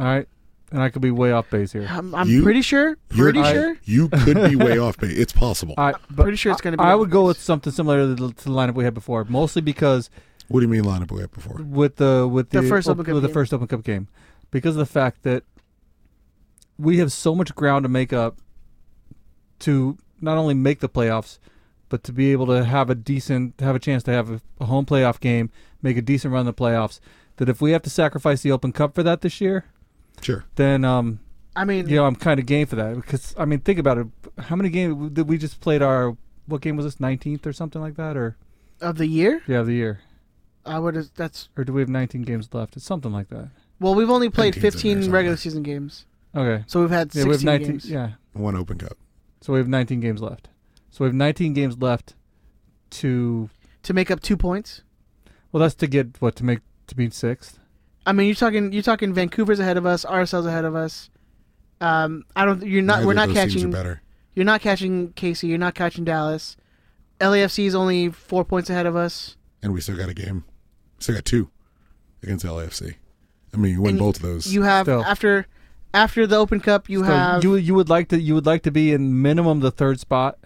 S6: All right, and I could be way off base here.
S4: I'm, I'm
S5: You-
S4: pretty sure.
S5: You're-
S4: Pretty
S5: I-
S4: sure.
S5: You could be way off base. It's possible.
S6: I, but
S4: pretty sure it's gonna be
S6: I, I
S4: off
S6: would go with something similar to the, to the lineup we had before, mostly because
S5: what do you mean lineup we had before?
S6: with the with
S4: The
S6: the,
S4: first
S6: op-
S4: Open Cup
S6: with
S4: game.
S6: the first Open Cup game, because of the fact that we have so much ground to make up to not only make the playoffs, but to be able to have a decent have a chance to have a, a home playoff game, make a decent run in the playoffs. That if we have to sacrifice the Open Cup for that this year,
S5: Sure.
S6: then um,
S4: I mean,
S6: you know, I'm kind of game for that because I mean, think about it. How many games did we just played? Our what game was this? Nineteenth or something like that, or
S4: of the year,
S6: yeah, of the year,
S4: I would. That's
S6: or do we have 19 games left? It's something like that.
S4: well, we've only played
S5: 19's in there
S4: fifteen
S5: somewhere.
S4: regular season games,
S6: Okay,
S4: so we've had
S6: yeah,
S4: sixteen
S6: we have 19.
S4: games.
S6: Yeah,
S5: One Open Cup.
S6: so we have 19 games left. So we have 19 games left to
S4: To make up two points.
S6: well, that's to get what to make to be sixth.
S4: I mean, you're talking. You're talking. Vancouver's ahead of us. RSL's ahead of us. Um, I don't. You're not.
S5: Neither
S4: we're
S5: of
S4: not
S5: those Teams are
S4: catching.
S5: better.
S4: You're not catching Casey. You're not catching Dallas. LAFC is only four points ahead of us.
S5: And we still got a game. Still got two against LAFC. I mean, you win
S4: And
S5: both of those.
S4: You have
S6: Still.
S4: after after the Open Cup, you
S6: So
S4: have you,
S6: you you would like to you would like to be in minimum the third spot.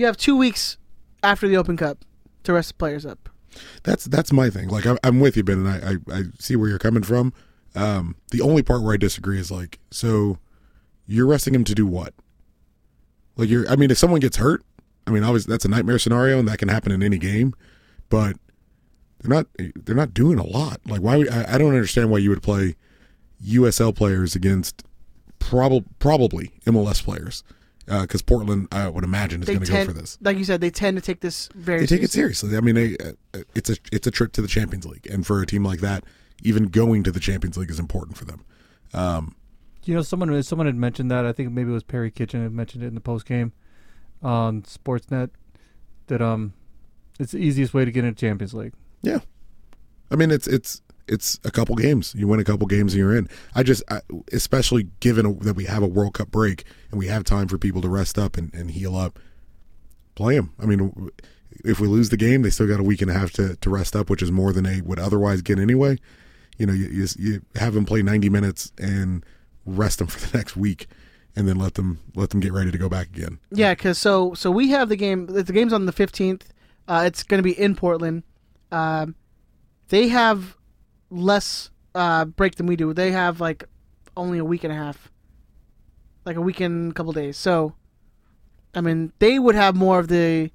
S4: have two weeks after the Open Cup to rest the players up.
S5: that's that's my thing. Like I'm, I'm with you, Ben, and I, I I see where you're coming from. Um, the only part where I disagree is like, so you're resting him to do what? Like you're, I mean, if someone gets hurt, I mean, obviously that's a nightmare scenario, and that can happen in any game. But they're not they're not doing a lot. Like why would I, I don't understand why you would play USL players against probably probably MLS players because Portland, I would imagine, is
S4: They
S5: going to go
S4: tend,
S5: for this
S4: like you said, they tend to take this very.
S5: they take it seriously. I mean, they, uh, it's a it's a trip to the Champions League, and for a team like that, even going to the Champions League is important for them. Um,
S6: You know, someone someone had mentioned that. I think maybe it was Perry Kitchen had mentioned it in the post game on Sportsnet that um, it's the easiest way to get into Champions League.
S5: yeah, I mean, it's it's it's a couple games. You win a couple games, and you're in. I just, I, especially given that we have a World Cup break and we have time for people to rest up and, and heal up, play them. I mean, if we lose the game, they still got a week and a half to, to rest up, which is more than they would otherwise get anyway. You know, you, you, you have them play 90 minutes and rest them for the next week, and then let them let them get ready to go back again.
S4: Yeah, because so so we have the game. The game's on the fifteenth. Uh, it's going to be in Portland. Um, they have less uh, break than we do. They have like only a week and a half, like a week and a couple days. So, I mean, they would have more of the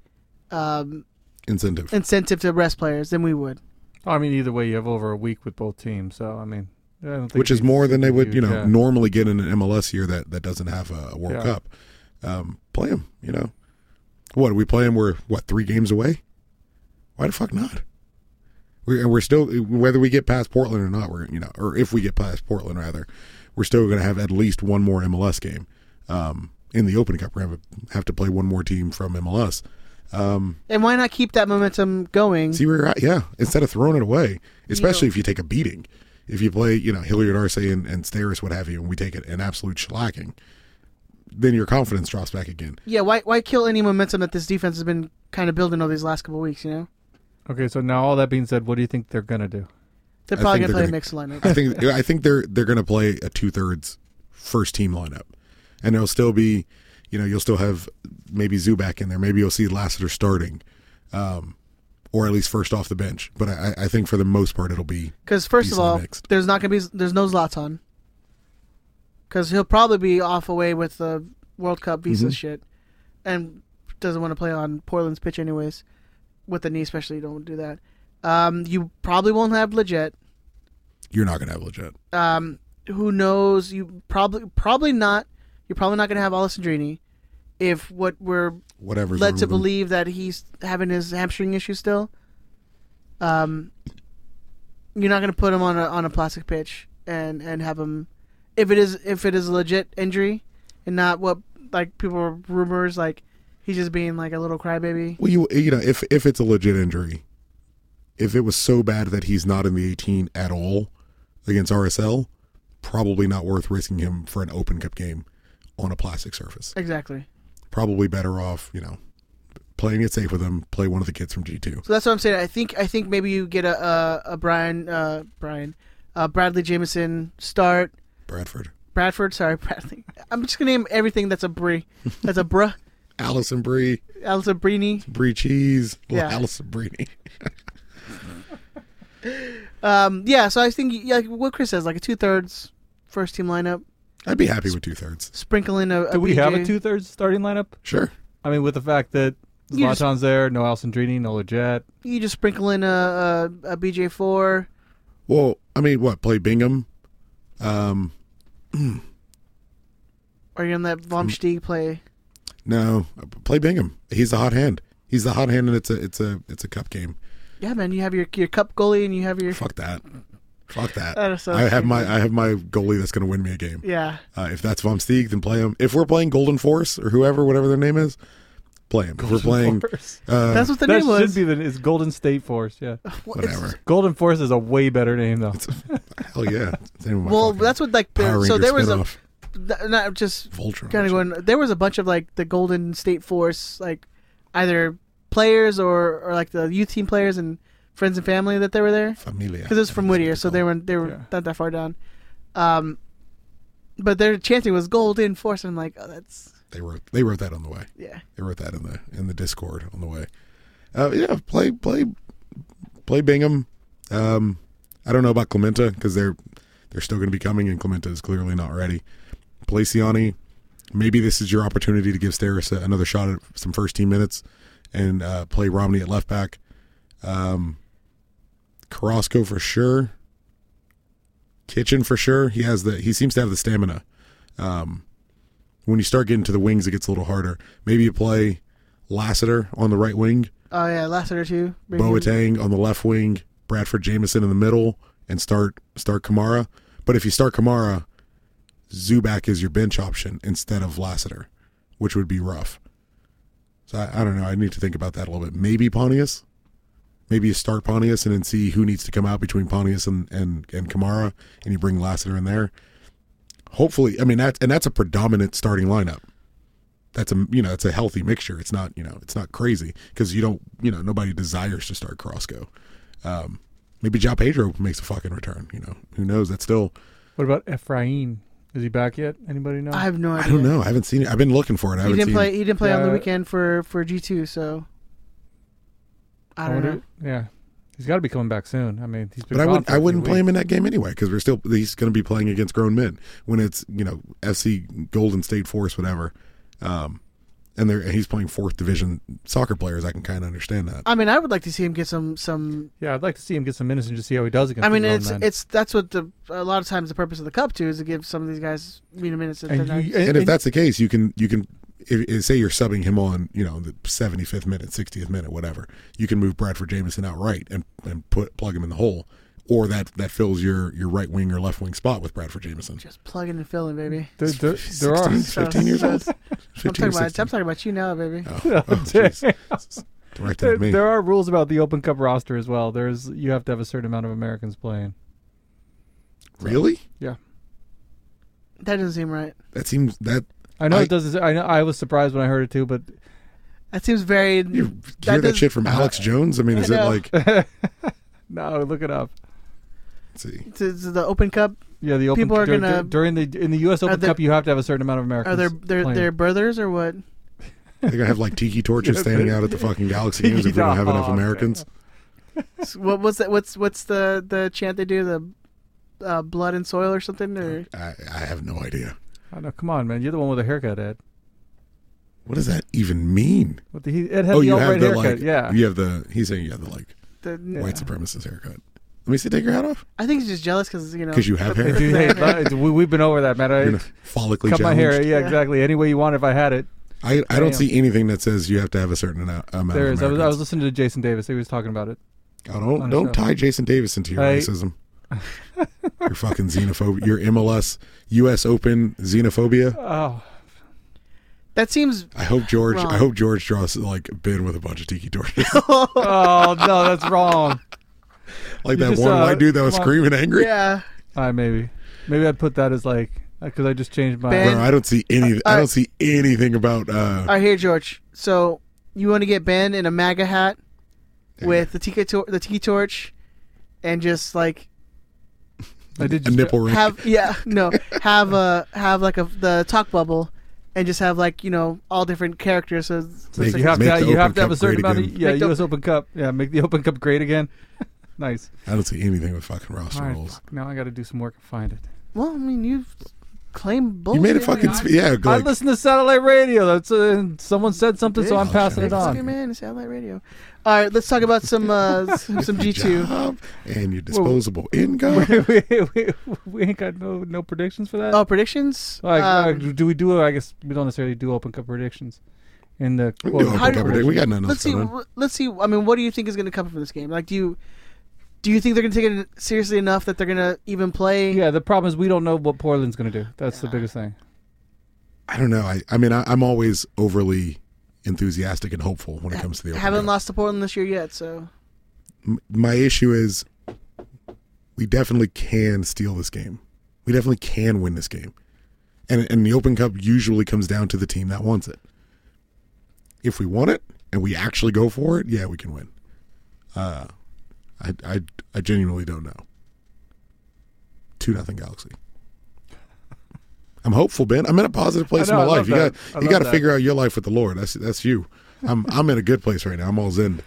S4: um,
S5: Incentive.
S4: incentive to rest players than we would.
S6: I mean, either way, you have over a week with both teams. So I mean, I don't think
S5: which is
S6: he's-
S5: more than they would, you know,
S6: yeah.
S5: normally get in an MLS year that, that doesn't have a, a World
S6: Yeah.
S5: Cup. Um, play them, you know. What we play them? We're what three games away? Why the fuck not? We're, and we're still whether we get past Portland or not. We're you know, or if we get past Portland rather, we're still going to have at least one more MLS game um, in the opening cup. We're going to have to play one more team from MLS. Um,
S4: And why not keep that momentum going?
S5: See where you're at. Yeah. Instead of throwing it away, especially if you take a beating. If you play, you know, Hilliard Arce and, and Steris, what have you, and we take it an absolute shellacking, then your confidence drops back again.
S4: Yeah, why why kill any momentum that this defense has been kind of building over these last couple weeks? You know,
S6: Okay, so now all that being said, what do you think they're gonna do?
S4: they're
S5: I
S4: probably
S5: think
S4: gonna play a
S5: they're
S4: mixed lineup.
S5: I think I think they're they're gonna play a two thirds first team lineup. And it'll still be you know, you'll still have maybe Zubac in there, maybe you'll see Lassiter starting. Um or at least first off the bench. But I, I I think for the most part it'll be
S4: Because first of
S5: decently
S4: all,
S5: mixed.
S4: there's not gonna be there's no Zlatan. Because he'll probably be off away with the World Cup visa
S5: Mhm.
S4: shit, and doesn't want to play on Portland's pitch anyways. With the knee, especially, you don't do that. Um, you probably won't have legit.
S5: you're not gonna have legit.
S4: Um, who knows? You probably probably not. You're probably not gonna have Alessandrini. If what we're
S5: Whatever's
S4: led
S5: wrong
S4: to
S5: with him.
S4: believe that he's having his hamstring issue still, um, you're not gonna put him on a on a plastic pitch and and have him if it is if it is a legit injury and not what like people were rumors like he's just being like a little crybaby.
S5: Well, you you know, if if it's a legit injury, if it was so bad that he's not in the 18 at all against RSL, probably not worth risking him for an Open Cup game on a plastic surface.
S4: Exactly.
S5: Probably better off, you know, playing it safe with him. Play one of the kids from G2.
S4: So that's what I'm saying. I think I think maybe you get a a, a Brian uh, Brian uh, Bradley Jameson start.
S5: Bradford,
S4: Bradford, sorry, Bradley. I'm just gonna name everything that's a Brie, that's a bruh,
S5: Allison Bree,
S4: Alisa Brini.
S5: Bree Cheese,
S4: Yeah.
S5: Allison Bree.
S4: Um, yeah, so I think yeah, like what Chris says, like a two thirds first team lineup,
S5: I'd be happy with two thirds.
S4: sprinkle in a. a
S6: Do we have a
S4: BJ.
S6: two thirds starting lineup?
S5: Sure.
S6: I mean, with the fact that
S4: You just-
S6: Zlatan's there, no Alcindrini, no Leggett.
S4: You just sprinkle in a a, a BJ four.
S5: Well, I mean, what play Bingham? Um,
S4: Are you on that
S6: Mm.
S4: Vom Stieg play?
S5: no, play Bingham. He's the hot hand. He's the hot hand, and it's a it's a it's a cup game.
S4: Yeah, man, you have your your cup goalie and you have your.
S5: Fuck that. Fuck that.
S4: That is so
S5: I have
S4: stupid.
S5: my I have my goalie that's going to win me a game.
S4: Yeah.
S5: Uh, if that's Vom Steeg, then play him. If we're playing Golden Force or whoever, whatever their name is, play him. if we're playing, uh,
S4: That's what the
S6: that
S4: name was.
S6: should be the it's Golden State Force. Yeah,
S5: Whatever.
S6: Golden Force is a way better name though.
S5: hell yeah. It's the name of my
S4: Well,
S5: fucking
S4: that's what like
S5: Power
S4: the, so
S5: Ranger
S4: there was
S5: spinoff.
S4: a th- not just
S5: Voltron
S4: kind
S5: or
S4: of going. There was a bunch of like the Golden State Force, like either players or or like the youth team players and friends and family that they were there.
S5: Familia.
S4: because it was from Whittier, so they were they were not that far down. Um, but their chanting was Golden Force, and I'm like, oh, that's
S5: they wrote they wrote that on the way.
S4: Yeah.
S5: They wrote that in the in the Discord on the way. Uh, yeah, play play play Bingham. Um, I don't know about Clementa because they're they're still going to be coming, and Clementa is clearly not ready. Placiani, maybe this is your opportunity to give Steris a- another shot at some first team minutes, and uh, play Romney at left back. Um, Carrasco for sure. Kitchen for sure. He has the he seems to have the stamina. Um, when you start getting to the wings, it gets a little harder. Maybe you play Lassiter on the right wing,
S4: oh yeah, Lassiter too. Bring him-
S5: Boateng on the left wing, Bradford Jameson in the middle, and start start Kamara. But if you start Kamara, Zubac is your bench option instead of Lassiter, which would be rough. So I, I don't know. I need to think about that a little bit. Maybe Pontius. Maybe you start Pontius and then see who needs to come out between Pontius and and, and Kamara, and you bring Lassiter in there. Hopefully, I mean that's and that's a predominant starting lineup that's a you know it's a healthy mixture. It's not you know it's not crazy because you don't you know nobody desires to start Crosco. Um, maybe Ja Pedro makes a fucking return. You know who knows? That's still
S6: What about Ephraim? Is he back yet? Anybody know?
S4: I have no idea.
S5: I don't know. I haven't seen it. I've been looking for it. I
S4: He
S5: haven't
S4: didn't
S5: seen
S4: play. He didn't play on the
S6: Yeah.
S4: weekend for for G two, so I don't
S6: wonder-
S4: know.
S6: Yeah, he's got to be coming back soon. I mean, he's been.
S5: But I
S6: gone
S5: wouldn't.
S6: for a
S5: I
S6: few
S5: wouldn't play him in
S6: weeks.
S5: that game anyway because we're still. He's going to be playing against grown men when it's you know FC Golden State Force whatever. Um, and they're and he's playing fourth division soccer players. I can kind of understand that.
S4: I mean, I would like to see him get some some.
S6: Yeah, I'd like to see him get some minutes and just see how he does against.
S4: I mean,
S6: the grown
S4: it's
S6: men.
S4: it's that's what the a lot of times the purpose of the cup too is to give some of these guys you know, minutes. That
S5: And,
S4: they're not-
S5: you- and if that's the case, you can you can if, if- say you're subbing him on, you know, the 75th minute, 60th minute, whatever. You can move Bradford Jameson out right and and put plug him in the hole, or that that fills your your right wing or left wing spot with Bradford Jameson.
S4: plugging and filling, baby.
S6: There- there- there are- 16, 15 years old?
S4: I'm
S6: 15
S4: talking
S6: or
S4: about
S6: 16.
S4: I'm talking about you now, baby.
S6: Yeah, jeez.
S5: Directed
S6: there,
S5: at Oh, me.
S6: there are rules about the Open Cup roster as well. There's you have to have a certain amount of Americans playing.
S5: Really?
S6: Yeah,
S4: That doesn't seem right.
S5: That seems that
S6: I know it doesn't. I know I was surprised when I heard it too, but
S4: That seems very.
S5: You hear that,
S4: does-
S5: shit from Alex Jones. I mean,
S4: I
S5: is it
S4: know.
S5: like
S6: no, look it up.
S5: Let's see.
S4: to, to the Open Cup?
S6: Yeah, the Open
S4: people are
S6: dur-
S4: gonna
S6: dur- during the in the U.S.
S4: Are
S6: Open
S4: there-
S6: Cup, you have to have a certain amount of Americans.
S4: are their their
S6: playing.
S4: their brothers or what?
S5: they're gonna have like tiki torches standing out at the fucking Galaxy games if we don't have enough
S6: Tiki
S5: Americans?
S4: So what what's that? What's what's the the chant they do? The uh, blood and soil or something or
S5: I, I have no idea.
S6: I know. Come on, man. You're the one with the haircut, Ed.
S5: What does that even mean?
S6: What the, he, Ed had
S5: oh,
S6: the
S5: you
S6: all
S5: have
S6: right
S5: the
S6: haircut.
S5: like.
S6: yeah.
S5: you have the. He's saying you have the like
S4: the
S5: white supremacist haircut. Let me see. Take your hat off.
S6: Oh,
S4: I think he's just jealous because you know
S5: 'Cause you have hair.
S6: Dude, hey, but we, we've been over that, man. I,
S5: You're not follically
S6: cut my hair.
S5: challenged?
S6: Yeah,
S5: Yeah.
S6: exactly. Any way you want. If I had it,
S5: I, I
S6: Damn.
S5: don't see anything that says you have to have a certain amount. amount
S6: there is. I
S5: Of
S6: was, I
S5: Oh, Americans.
S6: was listening to Jason Davis. He was talking about it.
S5: Oh,
S6: on
S5: don't
S6: a
S5: don't
S6: show.
S5: tie Jason Davis into your
S6: I-
S5: racism. your fucking xenophobia. Your MLS U.S. Open xenophobia.
S6: Oh,
S4: that seems.
S5: I hope George.
S4: Wrong.
S5: I hope George draws like a bin with a bunch of tiki torches,
S6: oh no, that's wrong.
S5: like
S6: You
S5: that
S6: just,
S5: one
S6: uh,
S5: white dude that was
S6: come on.
S5: screaming angry.
S4: Yeah,
S6: All right, maybe, maybe I'd put that as like because I just changed my.
S4: Ben-
S5: Bro, I don't see
S4: All
S5: any. I don't
S4: right.
S5: see anything about. uh
S4: All right, here, George. So you want to get Ben in a MAGA hat with the tiki tor- the tiki torch, and just like
S6: I did
S5: A
S6: just-
S5: nipple ring.
S4: have yeah no have a have like a the talk bubble, and just have like you know all different characters. So, so
S5: Make-
S4: it's like-
S6: You have
S5: Make
S6: to.
S5: the
S6: You have
S5: Open
S6: to have
S5: Cup
S6: a certain
S5: great
S6: amount of
S5: again.
S6: yeah.
S4: Make the-
S6: U.S. Open Cup. Yeah, make the Open Cup great again. nice.
S5: I don't see anything with fucking roster
S6: All right,
S5: rules.
S6: fuck, now I got to do some work and find it.
S4: well, I mean you claim
S5: You
S4: bullshit.
S5: made a fucking sp- yeah.
S6: I
S5: Like,
S6: listen to satellite radio. That's uh, someone said something, so I'm
S5: Oh,
S6: passing
S5: shit.
S6: it
S4: Fucking
S6: on.
S4: man, it's satellite radio. All right, let's talk about some uh, some some G two.
S5: job and your disposable income.
S6: we, we, we ain't got no no predictions for that.
S4: Oh, predictions.
S6: Like, uh,
S4: Um,
S6: do we do? I guess we don't necessarily do open cup predictions. In the
S5: We can do
S6: quote,
S5: Open
S4: How
S5: Cup
S4: do-
S5: predict- We got nothing
S4: let's
S5: else
S4: see.
S5: going on.
S4: w- Let's see. I mean, what do you think is going to come from this game? Like, do you do you think they're going to take it seriously enough that they're going to even play?
S6: yeah, the problem is we don't know what Portland's going to do. That's the biggest thing.
S5: I don't know. I, I mean, I, I'm always overly enthusiastic and hopeful when it comes to the Open
S4: Haven't
S5: Cup.
S4: lost to Portland this year yet, so
S5: M- My issue is we definitely can steal this game. We definitely can win this game. And and the Open Cup usually comes down to the team that wants it. If we want it and we actually go for it, yeah, we can win. Uh, I I I genuinely don't know. Two nothing Galaxy. I'm hopeful, Ben. I'm in a positive place
S6: I know,
S5: in my
S6: I
S5: life. You
S6: love
S5: got
S6: that. I
S5: you
S6: love
S5: got to
S6: that.
S5: figure out your life with the Lord. That's that's you. I'm I'm in a good place right now. I'm all zen.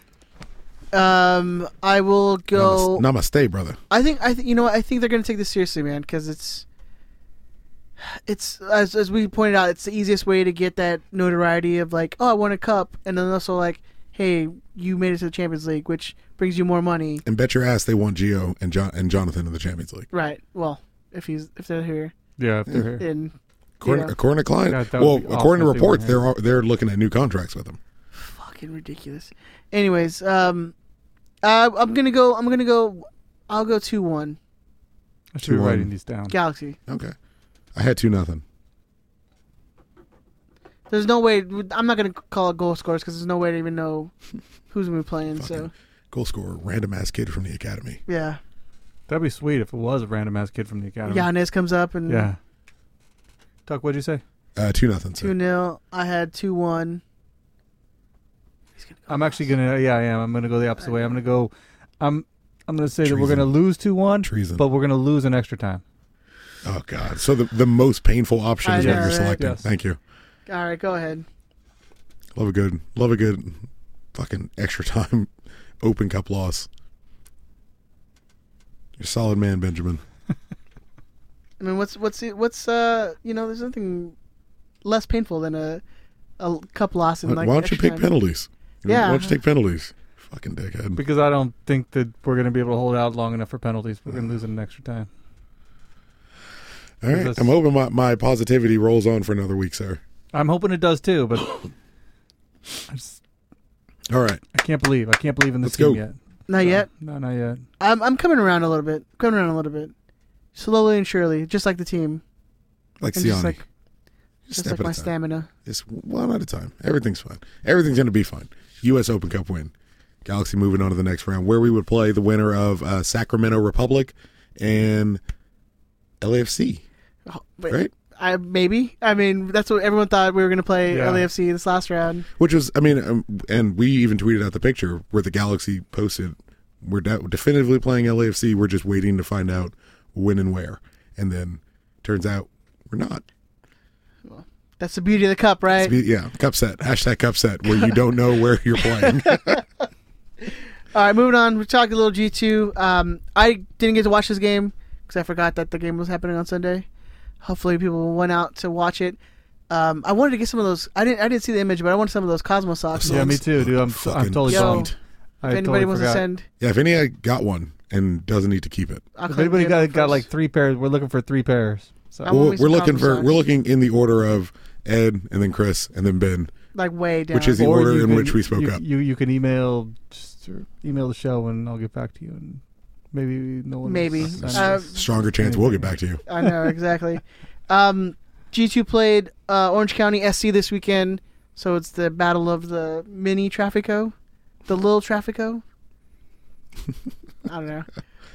S4: um, I will go.
S5: Namas- Namaste, brother.
S4: I think I think you know what I think they're going to take this seriously, man, because it's it's as as we pointed out, it's the easiest way to get that notoriety of like, oh, I won a cup, and then also like, hey, you made it to the Champions League, which brings you more money,
S5: And bet your ass they want Gio and John and Jonathan in the Champions League.
S4: right? Well, if he's if they're here,
S6: Yeah, if they're here.
S4: then
S5: According,
S4: Yeah.
S5: according to Klein,
S6: God, that would
S5: well,
S6: be
S5: according
S6: awesome
S5: to
S6: if they
S5: reports,
S6: were here.
S5: they're al- they're looking at new contracts with him.
S4: fucking ridiculous. Anyways, um, uh, I'm gonna go. I'm gonna go. I'll go two one
S6: I should be
S5: Two-one.
S6: writing these down.
S4: Galaxy.
S5: Okay, I had two nothing.
S4: There's no way. I'm not gonna call it goal scores because there's no way to even know who's gonna be playing. So
S5: Fucking Goal scorer, random ass kid from the academy.
S4: yeah,
S6: That'd be sweet if it was a random ass kid from the academy.
S4: Giannis comes up and
S6: Yeah. Tuck, what'd you say?
S5: Uh, two nothing.
S4: two
S5: Sir.
S4: 0 I had two one.
S6: I'm actually gonna. Yeah, I am. I'm gonna go the opposite way. I'm gonna go. I'm. I'm gonna say that we're gonna
S5: Treason.
S6: lose two one,
S5: Treason.
S6: but we're gonna lose in extra time.
S5: Oh God! So the the most painful option
S4: I
S5: is what
S4: know,
S5: you're
S4: right?
S5: selecting.
S6: Yes.
S5: Thank you.
S4: All right, go ahead.
S5: Love a good, love a good, fucking extra time, Open Cup loss. You're a solid man, Benjamin.
S4: I mean, what's what's the- what's uh you know, there's nothing less painful than a a cup loss in
S5: Why
S4: like.
S5: why don't you
S4: extra
S5: pick
S4: time.
S5: penalties?
S4: Yeah.
S5: Why don't you take penalties? Fucking dickhead.
S6: Because I don't think that we're going to be able to hold out long enough for penalties. We're going to lose in extra time.
S5: All right.
S6: Because
S5: I'm hoping my, my positivity rolls on for another week, sir.
S6: I'm hoping it does too, but I, just,
S5: All right.
S6: I can't believe I can't believe in this
S5: Let's
S6: team
S5: go.
S6: yet.
S4: Not yet.
S6: No, not yet.
S4: I'm I'm coming around a little bit. Coming around a little bit, slowly and surely, just like the team.
S5: Like
S4: And
S5: Siani.
S4: just like,
S5: Just
S4: just
S5: step
S4: like
S5: at a
S4: my
S5: time.
S4: stamina.
S5: It's one at a time. Everything's fine. Everything's going to be fine. U.S. Open Cup win. Galaxy moving on to the next round, where we would play the winner of uh, Sacramento Republic and LAFC.
S4: Oh, but
S5: Right.
S4: I maybe. I mean, that's what everyone thought we were gonna play
S5: Yeah.
S4: LAFC this last round.
S5: Which was, I mean, um, and we even tweeted out the picture where the Galaxy posted, we're de- definitively playing LAFC. We're just waiting to find out when and where. And then turns out we're not.
S4: That's the beauty of the cup, right?
S5: It's be- yeah, cup set. Hashtag cup set, where you don't know where you're playing.
S4: All right, moving on. We're talking a little G two. Um, I didn't get to watch this game because I forgot that the game was happening on Sunday. Hopefully, people went out to watch it. Um, I wanted to get some of those. I didn't. I didn't see the image, but I wanted some of those Cosmo socks.
S6: Yeah, me too, dude. I'm I'm totally
S4: Yo,
S6: bummed.
S4: if
S6: I
S4: anybody
S6: totally
S4: wants
S6: forgot.
S4: to send,
S5: yeah, if any I got one and doesn't need to keep it.
S4: I'll
S6: If
S4: collect
S6: anybody
S4: the
S6: got
S4: other
S6: got
S4: first.
S6: like three pairs, we're looking for three pairs. So
S4: I want
S5: We're,
S4: me some
S5: we're looking
S4: Cosmo
S5: for
S4: socks.
S5: we're looking in the order of Ed and then Chris and then Ben.
S4: like way down,
S5: Which is the
S6: Or
S5: order
S6: you
S5: in
S6: can-
S5: which we spoke
S6: you,
S5: up.
S6: You you can email just or email the show and I'll get back to you and maybe no one
S4: Maybe.
S6: signed
S4: Uh,
S6: up.
S5: Stronger chance we'll get back to you.
S4: I know exactly. um, G two played uh, Orange County SC this weekend, so it's the battle of the mini Traffico, the little Traffico. I don't know.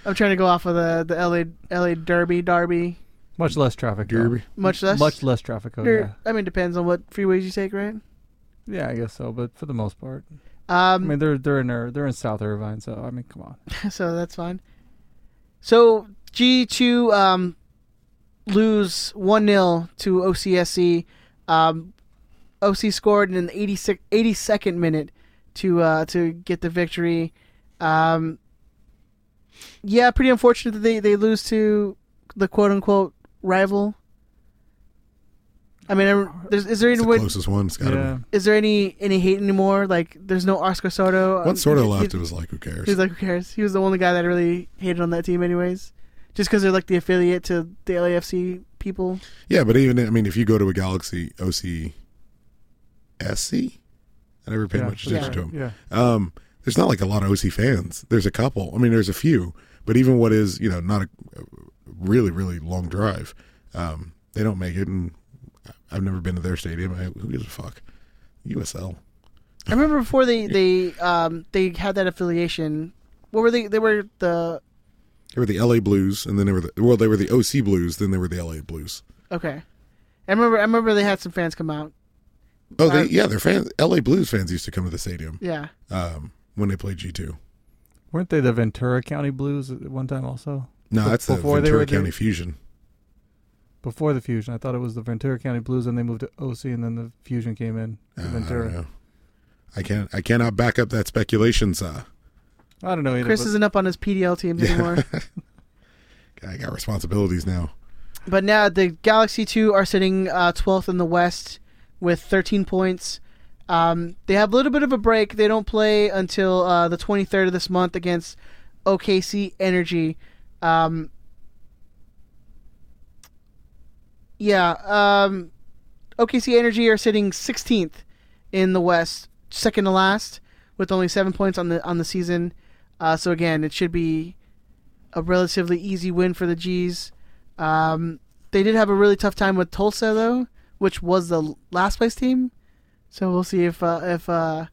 S4: I'm trying to go off of the the LA LA Derby Derby.
S6: much less traffic. though.
S5: Derby.
S4: Much less?
S6: Much less traffic. Oh, yeah.
S4: Der- I mean, depends on what freeways you take, right? Um,
S6: Yeah, I guess so. But for the most part, I
S4: Um,
S6: mean they're they're in Ir- they're in South Irvine, so I mean come on.
S4: so that's fine. So G two um, lose one 0 to OCSC. Um, OC scored in the 86, 82nd minute to uh, to get the victory. Um, yeah, pretty unfortunate that they, they lose to the quote unquote rival. I mean, I- there's, is there any
S5: It's the
S4: way,
S5: closest one. It's got to be.
S4: is there any any hate anymore? Like, there's no Oscar Soto. Um,
S5: Once Sordo
S4: he-
S5: left,
S4: he-
S5: it was like, who cares?
S4: He's like, who cares? He was the only guy that I really hated on that team, anyways. Just because they're like the affiliate to the LAFC people.
S5: Yeah, but even I mean, if you go to a Galaxy OC SC, I never paid
S6: Yeah,
S5: much
S6: that's
S5: attention to
S6: right,
S5: them. Um, there's not like a lot of OC fans. There's a couple. I mean, there's a few, but even what is you know not a really really long drive, um, they don't make it. And I've never been to their stadium. I, who gives a fuck? USL.
S4: I remember before they they um they had that affiliation. What were they? They were the
S5: They were the LA Blues, and then they were the well, they were the OC Blues, then they were the LA Blues.
S4: okay. I remember. I remember they had some fans come out.
S5: Oh, they
S4: Uh,
S5: yeah, their fans, LA Blues fans used to come to the stadium.
S4: Yeah.
S5: Um, when they played G two.
S6: Weren't they the Ventura County Blues at one time also?
S5: No,
S6: Be-
S5: that's the
S6: before they
S5: Ventura
S6: were the-
S5: County Fusion.
S6: Before the fusion, I thought it was the Ventura County Blues, and they moved to OC, and then the fusion came in. to
S5: Uh, I don't
S6: Ventura.
S5: know. I can't. I cannot back up that speculation, sir.
S6: I don't know either.
S4: Chris
S6: but-
S4: isn't up on his PDL teams anymore.
S5: I got responsibilities now.
S4: But now the Galaxy 2 are sitting uh, 12th in the West with 13 points. Um, they have a little bit of a break. They don't play until uh, the 23rd of this month against OKC Energy. Um, yeah, um, OKC Energy are sitting 16th in the West, second to last, with only seven points on the on the season. Uh, so again, it should be a relatively easy win for the G's. Um, they did have a really tough time with Tulsa though, which was the l- last place team. So we'll see if uh, if uh,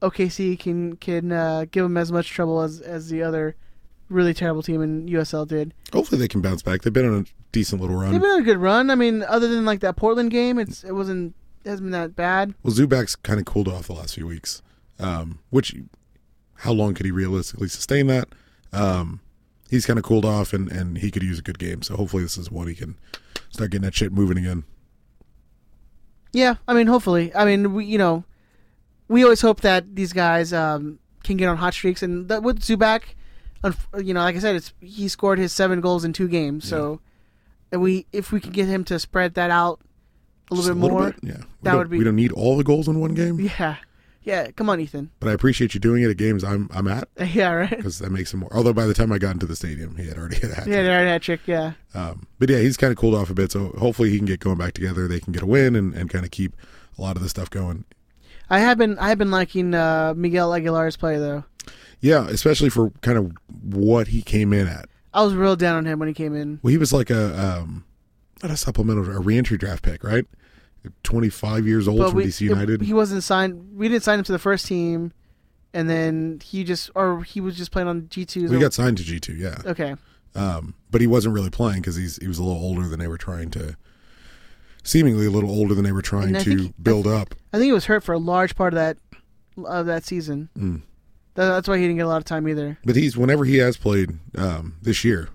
S4: OKC can can uh, give them as much trouble as as the other really terrible team in USL did.
S5: Hopefully, they can bounce back. They've been on a decent little
S4: They've
S5: run.
S4: been on a good run. I mean, other than like that Portland game, it's it wasn't it hasn't been that bad.
S5: Well, Zubac's kind of cooled off the last few weeks. Um, which, how long could he realistically sustain that? Um, he's kind of cooled off, and and he could use a good game. So hopefully, this is one he can start getting that shit moving again.
S4: Yeah, I mean, hopefully. I mean, we you know, we always hope that these guys um, can get on hot streaks, and that with Zubac, unf- you know, like I said, it's he scored his seven goals in two games, so and we if we can get him to spread that out a little
S5: Just
S4: bit
S5: a little
S4: more.
S5: bit, yeah. We
S4: that
S5: don't-
S4: would be.
S5: We don't need all the goals in one game,
S4: Yeah, yeah. Come on, Ethan.
S5: but I appreciate you doing it at games I'm I'm at
S4: Yeah, right.
S5: because that makes him more. Although by the time I got into the stadium, he had already had a hat
S4: Yeah, they already had trick. Yeah,
S5: Um, but yeah, he's kind of cooled off a bit, so hopefully he can get going back together. They can get a win and, and kind of keep a lot of this stuff going.
S4: I have been I have been liking uh, Miguel Aguilar's play though.
S5: Yeah, especially for kind of what he came in at.
S4: I was real down on him when he came in.
S5: Well, he was like a um, not a supplemental, a reentry draft pick, right? Twenty five years old from
S4: we-
S5: DC United.
S4: He wasn't signed. We didn't sign him to the first team, and then he just or he was just playing on G two.
S5: we got signed to G two, yeah.
S4: Okay.
S5: Um, but he wasn't really playing because he's he was a little older than they were trying to. Seemingly a little older than they were trying
S4: And I
S5: to
S4: think-
S5: build up.
S4: I think he was hurt for a large part of that of that season.
S5: Mm.
S4: That, that's why he didn't get a lot of time either.
S5: But he's whenever he has played um, this year,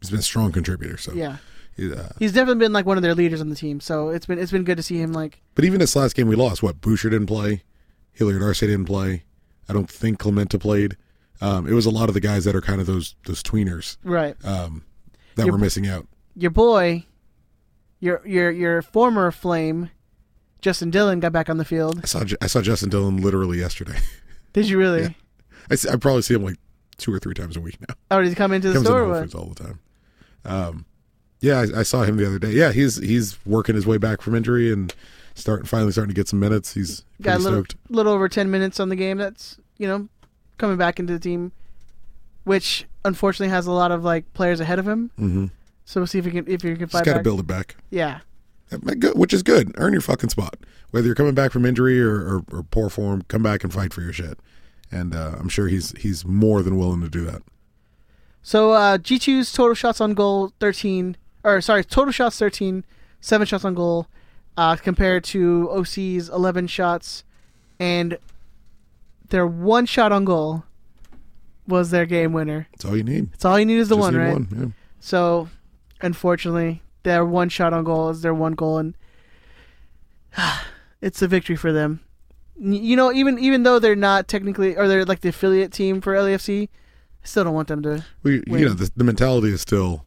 S5: he's been a strong contributor. So
S4: Yeah.
S5: he, uh,
S4: He's definitely been like one of their leaders on the team, so it's been it's been good to see him like
S5: But even this last game we lost, what Boucher didn't play, Hilliard Arce didn't play. I don't think Clementa played. Um, it was a lot of the guys that are kind of those those tweeners
S4: right.
S5: um, that
S4: Your-
S5: were missing out.
S4: Your boy, your your your former flame, Justin Dillon got back on the field.
S5: I saw Ju- I saw Justin Dillon literally yesterday.
S4: Did you really?
S5: I, s- I probably see him like two or three times a week now.
S4: Oh, did he come into the
S5: Comes in
S4: store? or
S5: Whole
S4: what?
S5: Foods all the time. Um, yeah, I, I saw him the other day. Yeah, he's he's working his way back from injury and start finally starting to get some minutes. He's
S4: got a
S5: pretty
S4: little,
S5: stoked.
S4: little over 10 minutes on the game that's you know coming back into the team which unfortunately has a lot of like players ahead of him
S5: Mhm.
S4: so we'll see if he can if he can
S5: Just
S4: fight
S5: got to
S4: back.
S5: build it back.
S4: yeah
S5: Good- which is good. Earn your fucking spot. Whether you're coming back from injury or, or, or poor form, come back and fight for your shit. And uh, I'm sure he's he's more than willing to do that.
S4: so uh g2's total shots on goal 13 or sorry total shots 13 7 shots on goal uh compared to oc's 11 shots and their one shot on goal was their game winner
S5: That's all you need.
S4: It's all you need is the
S5: Just
S4: one,
S5: need
S4: right?
S5: one, yeah.
S4: So, unfortunately, their one shot on goal is their one goal, and it's a victory for them. N- You know, even even though they're not technically or they're like the affiliate team for LAFC, I still don't want them to.
S5: We,
S4: win.
S5: you know, the, the mentality is still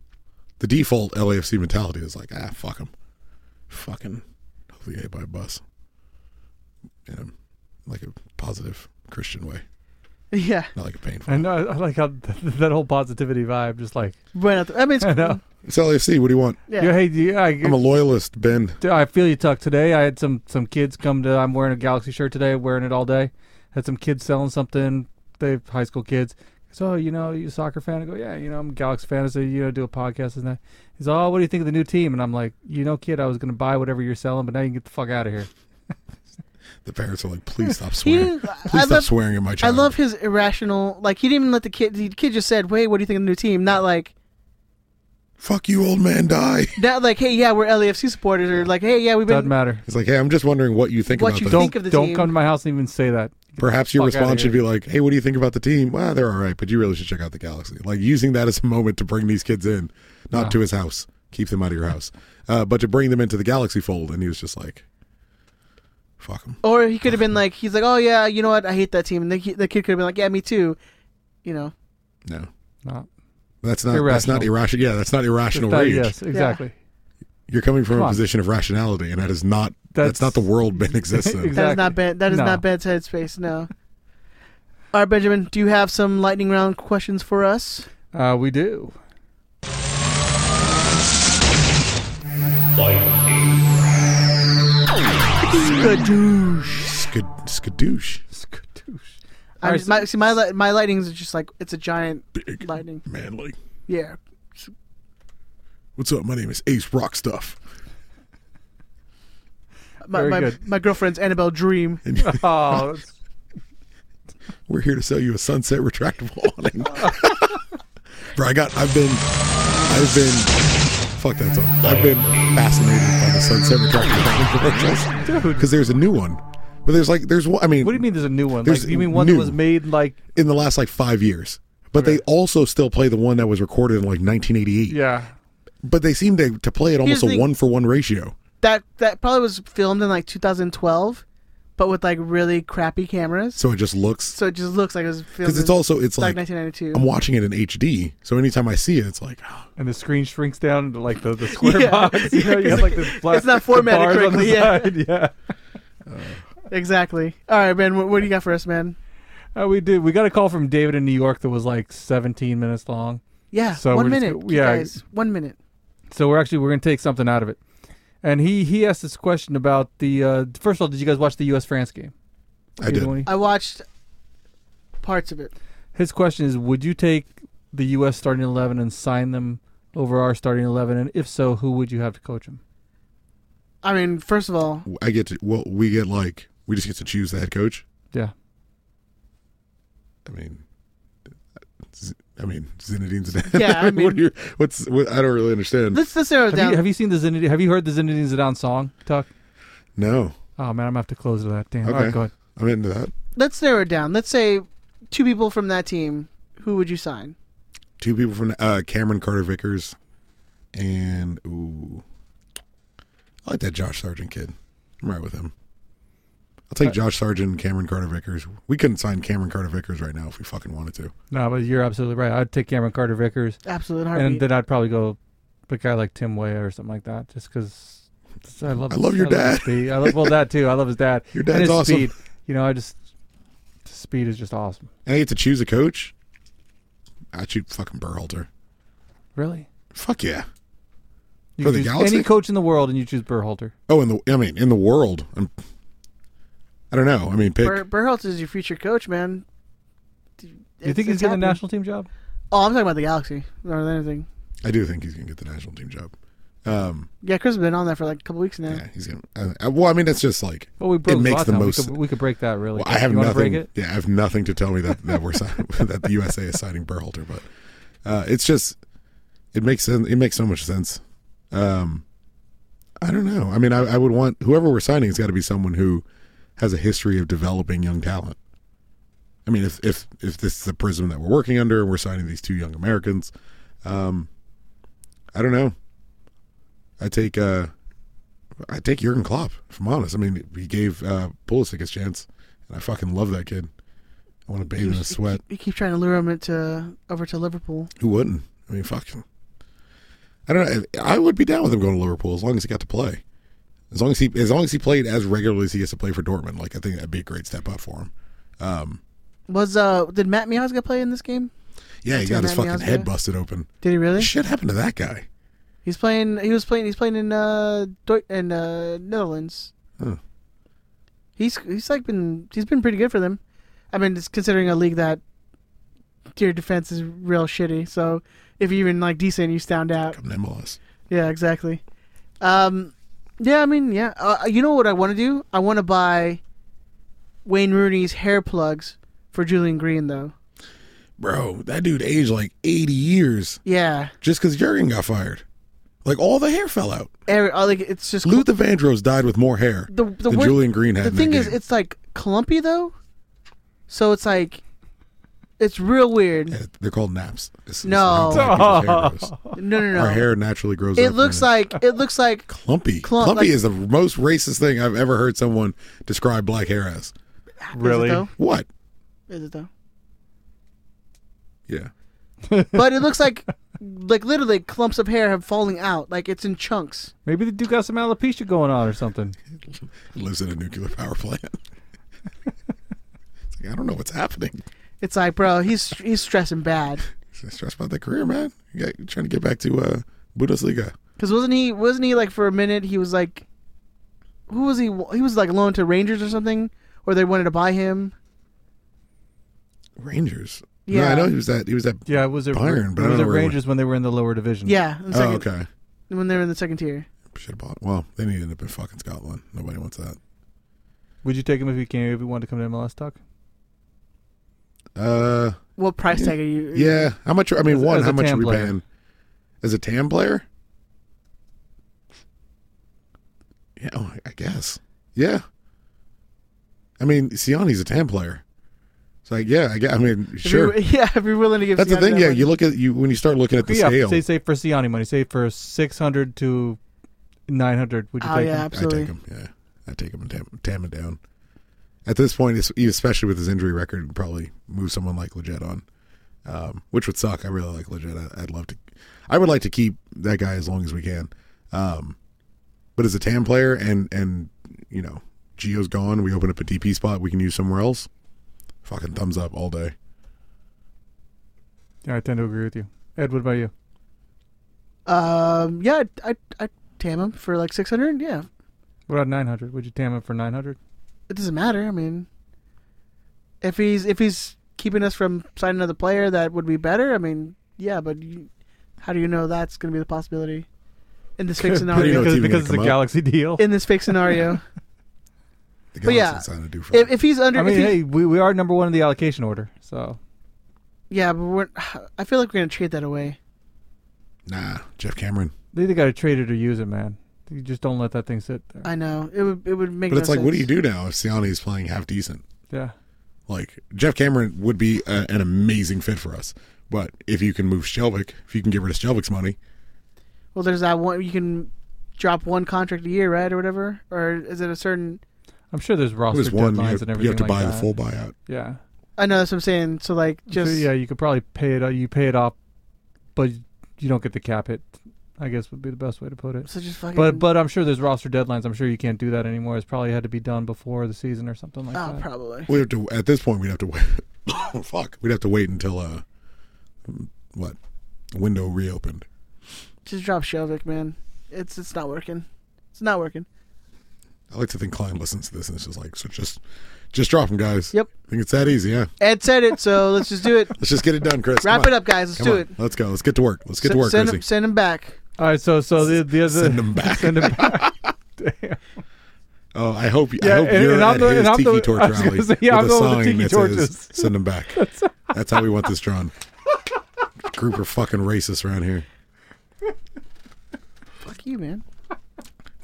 S5: the default LAFC mentality is like, ah, fuck them, fucking, hopefully get hit by a bus, you know, like a positive Christian way,
S4: yeah.
S5: not like a painful.
S6: I know. I I like how th- that whole positivity vibe, just like
S4: right out. The, I mean, it's,
S6: I know.
S5: It's LAFC. What do you want?
S4: Yeah.
S6: Yo, hey, do you, I,
S5: I'm a loyalist, Ben.
S6: Dude, I feel you, Tuck. Today, I had some some kids come to. I'm wearing a Galaxy shirt today, wearing it all day. Had some kids selling something. They high school kids. So you know, you a soccer fan? I go, yeah. You know, I'm a Galaxy fan. I say, you know, do a podcast and that. He's, oh, what do you think of the new team? And I'm like, you know, kid, I was gonna buy whatever you're selling, but now you can get the fuck out of here.
S5: The parents are like, please stop
S4: He
S5: swearing.
S4: didn't-
S5: Please
S4: I
S5: stop
S4: love-
S5: swearing at my
S4: I
S5: child.
S4: love his irrational. Like he didn't even let the kid. The kid just said, "Wait, what do you think of the new team?" Not like
S5: Fuck you, old man. Die.
S4: not like, "Hey, yeah, we're LAFC supporters," or like, "Hey, yeah, we've been."
S6: Doesn't matter.
S5: He's like, hey, I'm just wondering what you think
S4: What
S5: about
S4: you
S5: this.
S6: Don't
S4: Think of the
S6: don't
S4: team.
S6: come to my house and even say that.
S5: Perhaps your
S6: Fuck outta
S5: response should be
S6: here.
S5: like, hey, what do you think about the team? Well, they're all right, but you really should check out the Galaxy. Like using that as a moment to bring these kids in, not
S6: No.
S5: to his house, keep them out of your house, uh, but to bring them into the Galaxy fold. And he was just like, fuck them.
S4: Or he could have been like, he's like, "Oh yeah, you know what? I hate that team." And the, ki- the kid could have been like, "Yeah, me too," you know.
S5: No.
S6: No.
S5: That's not that's not irrational. Yeah, that's not irrational
S6: That-
S5: rage.
S6: yes, exactly.
S5: You're coming from
S6: Come
S5: a
S6: on.
S5: position of rationality, and that is not that's,
S6: That's-
S5: not the world Ben exists in.
S4: That is not
S6: Exactly.
S4: bad. That is
S6: No.
S4: not bed's headspace. No. All right, Benjamin. Do you have some lightning round questions for us?
S6: Uh, we do.
S4: Skadoosh.
S5: Skad- skadoosh.
S4: I
S6: All
S4: just, my, see, my li- my lightning's is just like it's a giant lightning.
S5: Manly.
S4: Yeah.
S5: What's up? My name is Ace Rock Stuff.
S4: My
S6: Very
S4: my,
S6: good.
S4: my girlfriend's Annabelle Dream.
S6: Oh, that's-
S5: We're here to sell you a sunset retractable awning. Bro, I got. I've been. I've been. Fuck that song. I've been fascinated by the sunset retractable awning commercials. Because there's a new one, but there's like there's one. I mean,
S6: what do you mean? There's a new one.
S5: There's
S6: Like, you mean one
S5: new.
S6: that was made like?
S5: in the last like five years, but they also still play the one that was recorded in like 1988.
S6: Yeah.
S5: But they seem to to play
S4: Here's
S5: it almost
S4: the
S5: a
S4: thing.
S5: one for one ratio.
S4: That that probably was filmed in like 2012, but with like really crappy cameras.
S5: So it just looks
S4: So it just looks like it was filmed.
S5: because it's also it's like
S4: 1992.
S5: I'm watching it in HD. So anytime I see it, it's like
S8: and the screen shrinks down to like the, the square
S4: Yeah.
S8: box. You know, you have like this
S4: It's
S8: black.
S4: not formatted correctly, yeah.
S8: yeah.
S4: Exactly. All right, Ben. What, what do you got for us, man?
S6: Uh, we did. We got a call from David in New York that was like 17 minutes long.
S4: Yeah.
S6: So
S4: one
S6: we're just
S4: minute.
S6: go-
S4: yeah.
S6: yeah.
S4: Guys, one minute.
S6: So we're actually we're gonna take something out of it. And he he asked this question about the uh, first of all, did you guys watch the U.S. France game?
S5: I
S6: did.
S4: I watched parts of it.
S6: His question is: Would you take the U.S. starting eleven and sign them over our starting eleven? And if so, who would you have to coach them?
S4: I mean, first of all,
S5: I get to well, we get like we just get to choose the head coach.
S6: Yeah.
S5: I mean, Z- I mean Zinedine's dad.
S4: Yeah, I
S5: what are your, what's what, I don't really understand.
S4: let's let's narrow it
S6: Have
S4: down.
S6: you, have you seen the Zinedine? Have you heard the Zinedine Zidane song, Tuck?
S5: No.
S6: Oh man, I'm gonna have to close to that. Damn.
S5: Okay.
S6: All right, go ahead.
S5: I'm into that.
S4: let's narrow it down. Let's say two people from that team. Who would you sign?
S5: Two people from uh, Cameron Carter Vickers, and ooh, I like that Josh Sargent kid. I'm right with him. I'll take
S6: Uh,
S5: Josh Sargent and Cameron Carter Vickers. We couldn't sign Cameron Carter Vickers right now if we fucking wanted to.
S6: No, but you're absolutely right. I'd take Cameron Carter Vickers.
S4: Absolute
S6: And
S4: heartbeat.
S6: then I'd probably go a guy like Tim Way or something like that, just because I love.
S5: I love your
S6: his
S5: dad.
S6: speed. I love well that too. I love his dad.
S5: Your
S6: And
S5: dad's
S6: his
S5: awesome.
S6: Speed. You know, I just speed is just awesome.
S5: And I get to choose a coach. I choose fucking Burhalter.
S6: Really?
S5: Fuck yeah.
S6: You
S5: For
S6: could
S5: the
S6: choose
S5: Galaxy?
S6: any coach in the world, and you choose Burhalter.
S5: Oh, in the I mean, in the world, I'm, I don't know. I mean, pick.
S4: Ber- Berhalter is your future coach, man.
S6: you think he's getting a national team job?
S4: Oh, I'm talking about the Galaxy or anything.
S5: I do think he's gonna get the national team job. Um,
S4: Yeah, Chris has been on that for like a couple weeks now.
S5: he's gonna. I, I- well, I mean, that's just like
S6: Well, we broke
S5: it makes the
S6: Zlatan. We
S5: most.
S6: could- we could break that, really.
S5: Well, I have
S6: You wanna
S5: nothing.
S6: break it?
S5: Yeah, I have nothing to tell me that that we're signing, that the USA is signing Berhalter, but uh, it's just it makes sense. It makes so much sense. Um, I don't know. I mean, I, I would want whoever we're signing has got to be someone who has a history of developing young talent. I mean, if if if this is the prism that we're working under, and we're signing these two young Americans, um, I don't know. I take uh, I take Jurgen Klopp. If I'm honest, I mean, he gave uh, Pulisic his chance, and I fucking love that kid. I want to bathe in his sweat.
S4: You keep trying to lure him into over to Liverpool.
S5: Who wouldn't? I mean, fucking. I don't know. I would be down with him going to Liverpool as long as he got to play, as long as he as long as he played as regularly as he gets to play for Dortmund. Like I think that'd be a great step up for him. Um,
S4: Was uh did Matt Miazga play in this game?
S5: yeah, he
S4: That's
S5: got
S4: who
S5: his
S4: Matt
S5: fucking
S4: Miazga-
S5: head busted open.
S4: Did he really?
S5: Shit happened to that guy.
S4: He's playing. He was playing. He's playing in uh Deu- in uh Netherlands.
S5: Huh.
S4: He's he's like been he's been pretty good for them. I mean, it's considering a league that your defense is real shitty. So if you're even like decent, you stand out.
S5: Come to MLS.
S4: Yeah, exactly. Um, yeah, I mean, yeah. Uh, you know what I want to do? I want to buy Wayne Rooney's hair plugs for Julian Green, though.
S5: Bro, that dude aged like 80 years
S4: Yeah,
S5: just because Jurgen got fired. Like all the hair fell out.
S4: every, uh, like it's just
S5: Luther Vandross died with more hair
S4: the the
S5: than
S4: wor-
S5: Julian Green had.
S4: The
S5: in
S4: thing
S5: that
S4: is,
S5: game.
S4: it's like clumpy though, so it's like it's real weird.
S5: Yeah, they're called naps. It's- it's
S4: No.
S5: how black people's hair grows.
S4: No, no, no.
S5: Our hair naturally grows.
S4: it
S5: up
S4: looks
S5: and
S4: like it looks like
S5: clumpy.
S4: clump-
S5: clumpy
S4: like-
S5: is the most racist thing I've ever heard someone describe black hair as.
S4: Really? though?
S5: What?
S4: is it though?
S5: Yeah.
S4: But it looks like like literally clumps of hair have falling out, like it's in chunks.
S6: Maybe the dude got some alopecia going on or something.
S5: Lives in a nuclear power plant. it's like I don't know what's happening.
S4: It's like, bro, he's he's stressing bad.
S5: Stressed about that career, man. You got, you're trying to get back to uh, Bundesliga.
S4: Cause wasn't he wasn't he like for a minute he was like, who was he? He was like loaned to Rangers or something, or they wanted to buy him.
S5: Rangers.
S4: Yeah.
S5: No, I know he was that. He was that.
S6: Yeah, it was it
S5: Bayern, but I
S6: it
S5: don't
S6: was
S5: know
S6: it
S5: where he
S6: Rangers when they were in the lower division?
S4: Yeah. in
S5: Oh,
S4: second-
S5: okay.
S4: When they were in the second tier.
S5: Should have bought. Well, they need to end up in fucking Scotland. Nobody wants that.
S6: Would you take him if he came if he wanted to come to MLS talk?
S5: Uh,
S4: What price tag are you?
S5: yeah. How much? I mean,
S6: As a-
S5: one.
S6: as
S5: How
S6: a
S5: much are
S6: TAM
S5: we
S6: player.
S5: paying? As a TAM player? Yeah, oh, I guess. Yeah. I mean, Siani's a TAM player, so like, yeah. I guess. I mean,
S4: If
S5: sure.
S4: you're- yeah, if you're willing to give.
S5: That's the
S4: Siakam
S5: thing.
S4: that
S5: Yeah,
S4: much.
S5: you look at you when you start looking at the
S6: yeah,
S5: scale.
S6: say say for Siani money, say for six hundred to nine hundred. Would you
S4: Oh
S6: take
S4: yeah,
S6: him?
S5: I take
S4: absolutely.
S5: him. Yeah, I take him and tam, tam it down. at this point, it's- e, especially with his injury record, would probably move someone like Leggett on, um, which would suck. I really like Leggett. I, I'd love to. I would like to keep that guy as long as we can. Um, but as a TAM player, and and you know, Geo's gone. We open up a DP spot we can use somewhere else. Fucking thumbs up all day.
S6: Yeah, I tend to agree with you. Ed, what about you?
S4: Um, yeah, I I I'd tam him for like six hundred. Yeah,
S6: What about 900? Would you tam him for 900?
S4: it doesn't matter. I mean, if he's if he's keeping us from signing another player that would be better. I mean, yeah, but you, how do you know that's going to be the possibility in this fake scenario?
S6: because because it's a Galaxy deal.
S4: In this fake scenario.
S5: The
S4: but yeah,
S6: Galaxy's not gonna do for
S4: if, if he's under,
S6: I mean,
S4: if he-
S6: hey, we, we are number one in the allocation order, so
S4: yeah, but we're. I feel like we're going to trade that away.
S5: Nah, Jeff Cameron.
S6: they either got to trade it or use it, man. You just don't let that thing sit there.
S4: I know it would it would make.
S5: But it's
S4: no
S5: like, what do you
S4: sense.
S5: do now if Siani is playing half decent?
S6: Yeah.
S5: Like Jeff Cameron would be a, an amazing fit for us, but if you can move Shelvick, if you can get rid of Shelvick's money,
S4: Well, there's that one you can drop one contract a year, right, or whatever, or is it a certain?
S6: I'm sure there's roster
S5: was one, you
S6: deadlines and
S5: have- you have
S6: everything.
S5: to
S6: like
S5: buy the
S6: that.
S5: full buyout.
S6: Yeah.
S4: I know that's what I'm saying. So like, just
S6: so, yeah, you could probably pay it. You pay it off, but you don't get the cap hit. I guess would be the best way to put it.
S4: So just fucking-
S6: but but I'm sure there's roster deadlines. I'm sure you can't do that anymore. It's probably had to be done before the season or something like
S4: Oh,
S6: that.
S4: probably.
S5: we have to. At this point, we'd have to wait. fuck, we'd have to wait until uh, what window reopened.
S4: just drop Shelvick, man. It's it's not working. It's not working.
S5: I like to think Klein listens to this and it's just like, so just, just drop him, guys.
S4: Yep.
S5: I think it's that easy. Yeah.
S4: Ed said it, so let's just do it.
S5: Let's just get it done, Chris.
S4: Wrap
S5: Come
S4: it
S5: on.
S4: up, guys. Let's
S5: Come
S4: do
S5: on.
S4: it.
S5: Let's go. Let's get to work. Let's get
S4: S-
S5: to work,
S4: Send him,
S5: Chrissy.
S4: send him back.
S6: All right, so so the the other
S5: Send him back.
S6: send him back. Damn.
S5: Oh, I hope,
S6: Yeah,
S5: I hope
S6: and-
S5: you're
S6: and I'm
S5: at
S6: the-
S5: his
S6: and I'm
S5: tiki
S6: the-
S5: torch
S6: I was gonna
S5: rally
S6: say, yeah, I'm
S5: with a
S6: the one with
S5: sign
S6: the tiki
S5: that
S6: torches.
S5: says "Send them back." That's how we want this drawn. Group are fucking racists around here
S4: Fuck you, man.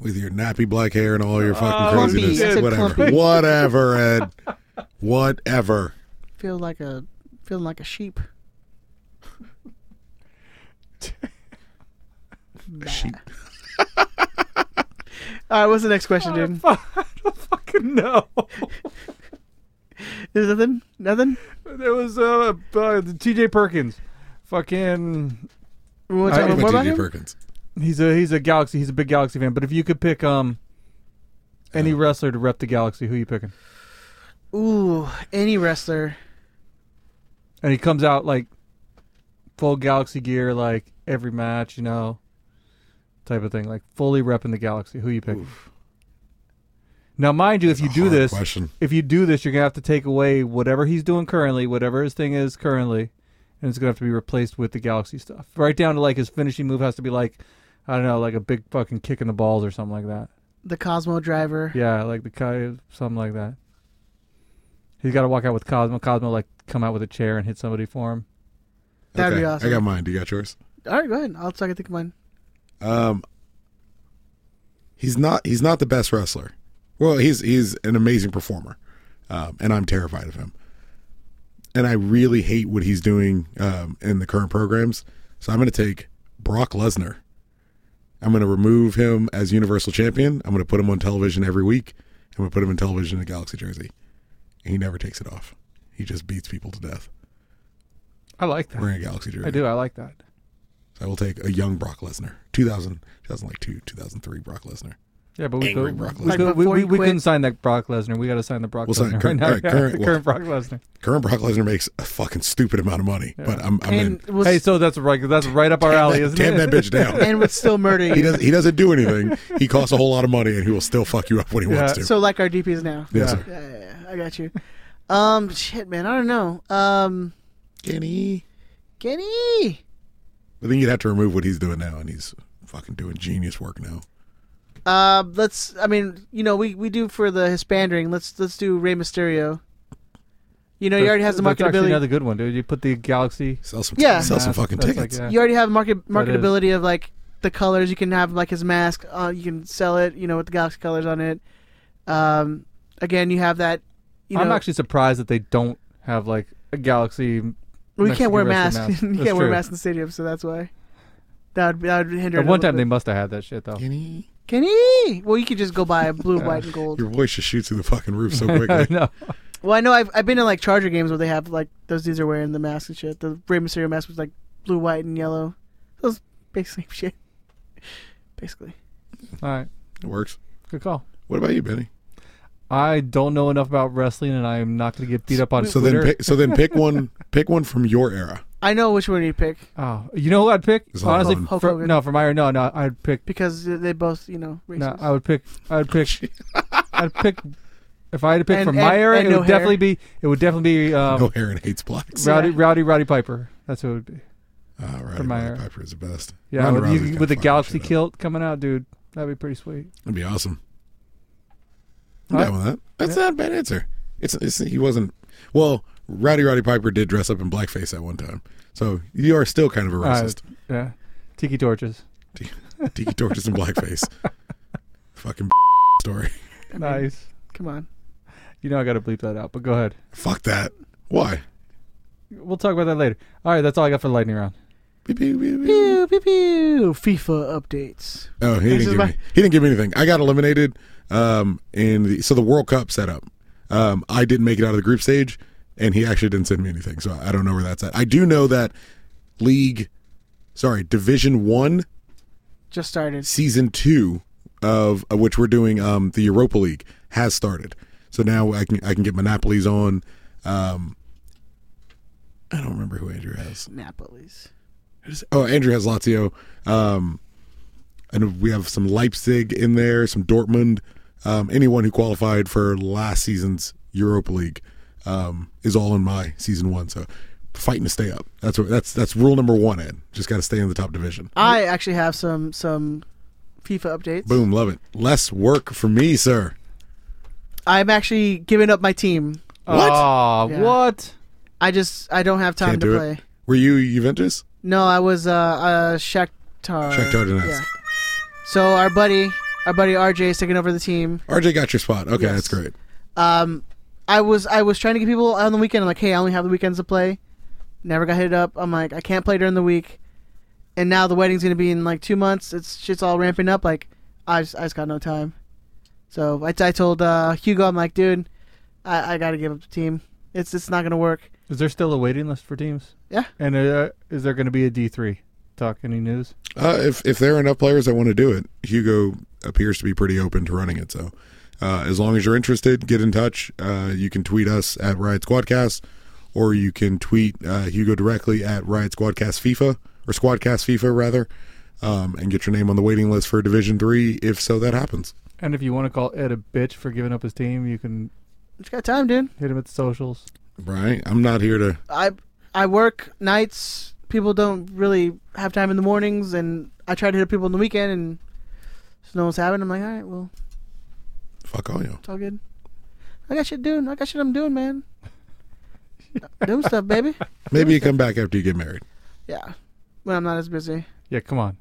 S5: with your nappy black hair and all your
S4: Oh,
S5: fucking
S4: Clumpy.
S5: craziness.
S4: I said
S5: Whatever,
S4: clumpy.
S5: whatever, Ed. Whatever.
S4: Feel like a feeling like a sheep. sheep. All right, what's the next question, dude?
S6: fucking know.
S4: There's nothing. Nothing.
S6: There was uh, uh T.J. Perkins, fucking.
S4: We wanna talk
S6: I-
S4: about more about T.J. him?
S5: Perkins.
S6: He's a he's a Galaxy. He's a big Galaxy fan. But if you could pick um any
S5: Uh.
S6: wrestler to rep the Galaxy, who you picking?
S4: Ooh, any wrestler.
S6: And he comes out like full Galaxy gear, like every match, you know, type of thing, like fully repping the Galaxy. Who you picking? Now, mind you, if you do
S5: hard
S6: this,
S5: question.
S6: if you do this, you're gonna have to take away whatever he's doing currently, whatever his thing is currently, and it's gonna have to be replaced with the Galaxy stuff. Right down to like his finishing move has to be like, I don't know, like a big fucking kick in the balls or something like that.
S4: The Cosmo Driver.
S6: Yeah, like the guy, something like that. He's got to walk out with Cosmo. Cosmo like come out with a chair and hit somebody for him.
S4: That'd be awesome.
S5: I got mine. Do you got yours?
S4: All right, go ahead. I'll try to think of mine.
S5: Um, he's not. He's not the best wrestler. Well, he's he's an amazing performer, um, and I'm terrified of him. And I really hate what he's doing um, in the current programs. So I'm going to take Brock Lesnar. I'm going to remove him as Universal Champion. I'm going to put him on television every week. I'm going to put him in television in a Galaxy jersey. And he never takes it off. He just beats people to death.
S6: I like that.
S5: Wearing a Galaxy jersey.
S6: I do. I like that.
S5: So I will take a young Brock Lesnar, 2000, 2002, 2003 Brock Lesnar.
S6: Yeah, but we
S5: Angry
S6: could,
S5: Brock
S6: we,
S5: Lesnar.
S6: could-
S5: Like
S6: we,
S5: before
S6: we,
S5: he
S6: we
S5: quit.
S6: couldn't sign that Brock Lesnar. We got to sign the Brock
S5: We'll sign
S6: Lesnar
S5: current-
S6: right now.
S5: all right, current-
S6: current Brock Lesnar.
S5: Current Brock Lesnar makes a fucking stupid amount of money, but I'm, I'm in.
S6: hey, so that's right. That's right up our alley,
S5: that-
S6: isn't
S5: damn
S6: it?
S5: that bitch down.
S4: And would still murder you.
S5: He doesn't. He doesn't do anything. He costs a whole lot of money, and he will still fuck you up when he wants to.
S4: So like our DPs now.
S5: Yes, sir.
S4: Yeah, yeah, yeah. I got you. Um, shit, man. I don't know. Um,
S5: Kenny.
S4: Kenny.
S5: but then you'd have to remove what he's doing now, and he's fucking doing genius work now.
S4: Uh, let's. I mean, you know, we we do for the Hispandering. Let's let's do Rey Mysterio. You know, he already has the
S6: That's actually
S4: marketability.
S6: another good one, dude. You put the Galaxy.
S5: Sell some.
S4: Yeah.
S6: That's- that's like, yeah.
S4: You already have market
S6: That is.
S4: marketability of like the colors. You can have like his mask. Uh, you can sell it. You know, with the galaxy colors on it. Um, again, you have that. You know,
S6: I'm actually surprised that they don't have like a Galaxy.
S4: we can't wear masks.
S6: wrestling
S4: you
S6: That's
S4: can't wear
S6: true.
S4: masks in the stadium, so that's why. That would that would hinder.
S6: At
S4: it a
S6: one
S4: little
S6: time, they
S4: bit.
S6: must have had that shit though.
S5: Kenny.
S4: Kenny. Well, you could just go buy blue, white, and gold.
S5: Your voice just shoots through the fucking roof so quickly.
S6: I know.
S4: Well, I know I've, I've been in like Charger games where they have like those dudes are wearing the masks and shit. The Rey Mysterio mask was like blue, white, and yellow. Those basically shit. Basically.
S6: All right.
S5: It works.
S6: Good call.
S5: What about you, Benny?
S6: I don't know enough about wrestling, and I am not going to get beat up on.
S5: So then,
S6: Twitter.
S5: pick, so then, pick one. Pick one from your era.
S4: I know which one you pick.
S6: Oh, you know who I'd pick?
S5: Hulk
S6: Honestly,
S5: Hogan.
S6: for,
S4: Hulk Hogan.
S6: no, for my no, no, I'd pick.
S4: Because they both, you know, racist.
S6: No, I would pick. I would pick. I'd pick. If I had to pick
S4: And-
S6: from
S4: and-
S6: my era,
S4: and
S6: it
S4: no
S6: would
S4: hair.
S6: definitely be. It would definitely be. Um,
S5: No hair and hates blacks.
S6: Rowdy,
S5: Yeah.
S6: Rowdy, Rowdy Piper. That's what it would be.
S5: Uh, Rowdy,
S6: my
S5: Roddy
S6: era.
S5: Piper is the best.
S6: Yeah,
S5: Ronda
S6: with, you-
S5: Rousey's
S6: with
S5: gonna
S6: the
S5: fuck
S6: Galaxy
S5: shit up.
S6: kilt coming out, dude. That'd be pretty sweet.
S5: That'd be awesome. I'm down with that. That's not a bad answer. It's, it's he wasn't. Well, Rowdy Roddy Piper did dress up in blackface at one time, so you are still kind of a
S6: Uh,
S5: racist.
S6: yeah, tiki torches.
S5: Tiki torches and blackface. Fucking story.
S4: I mean,
S6: nice.
S4: Come on.
S6: You know I got to bleep that out, but go ahead.
S5: Fuck that. Why?
S6: We'll talk about that later. All right, that's all I got for the lightning round.
S4: Pew pew pew. FIFA updates.
S5: Oh, he
S4: This
S5: didn't
S4: is
S5: give
S4: my-
S5: me. He didn't give me anything. I got eliminated. Um, in the so the World Cup setup. Um, I didn't make it out of the group stage, and he actually didn't send me anything. So I don't know where that's at. I do know that league, sorry, Division One,
S4: Just started.
S5: season two of, of which we're doing um the Europa League has started. So now I can I can get monopolies on. Um, I don't remember who Andrew has.
S4: Napoli's.
S5: Oh, Andrew has Lazio. Um, and we have some Leipzig in there, some Dortmund. Um, anyone who qualified for last season's Europa League um, is all in my season one. So fighting to stay up. That's what, that's that's rule number one. Ed, just got to stay in the top division.
S4: I actually have some some FIFA updates.
S5: Boom, love it. Less work for me, sir.
S4: I'm actually giving up my team.
S5: What?
S6: Aw,
S4: Yeah.
S6: what?
S4: I just I don't have time
S5: Can't
S4: to
S5: do
S4: play.
S5: it. Were you Juventus?
S4: No, I was uh, uh Shakhtar.
S5: Shakhtar Donetsk.
S4: Yeah. So our buddy, our buddy RJ is taking over the team.
S5: RJ got your spot. Okay,
S4: Yes.
S5: that's great.
S4: Um, I was I was trying to get people on the weekend. I'm like, hey, I only have the weekends to play. Never got hit up. I'm like, I can't play during the week. And now the wedding's gonna be in like two months. It's shit's all ramping up. Like, I just, I just got no time. So I, I told uh, Hugo, I'm like, dude, I, I gotta give up the team. It's it's not gonna work.
S6: Is there still a waiting list for teams?
S4: Yeah.
S6: And uh, is there going to be a D three? Talk any news?
S5: Uh, if if there are enough players that want to do it, Hugo appears to be pretty open to running it. So, uh, as long as you're interested, get in touch. Uh, you can tweet us at Riot Squadcast, or you can tweet uh, Hugo directly at Riot Squadcast FIFA or Squadcast FIFA rather, um, and get your name on the waiting list for Division Three if so that happens.
S6: And if you want to call Ed a bitch for giving up his team, you can
S4: Just got time, dude.
S6: hit him at the socials.
S5: Right? I'm not here to.
S4: I I work nights. People don't really have time in the mornings, and I try to hit up people on the weekend, and just no one's having. I'm like, all right, well,
S5: Fuck all you.
S4: it's all good. I got shit doing. I got shit I'm doing, man. doing stuff, baby.
S5: Maybe you come back after you get married.
S4: Yeah, when I'm not as busy.
S6: Yeah, come on.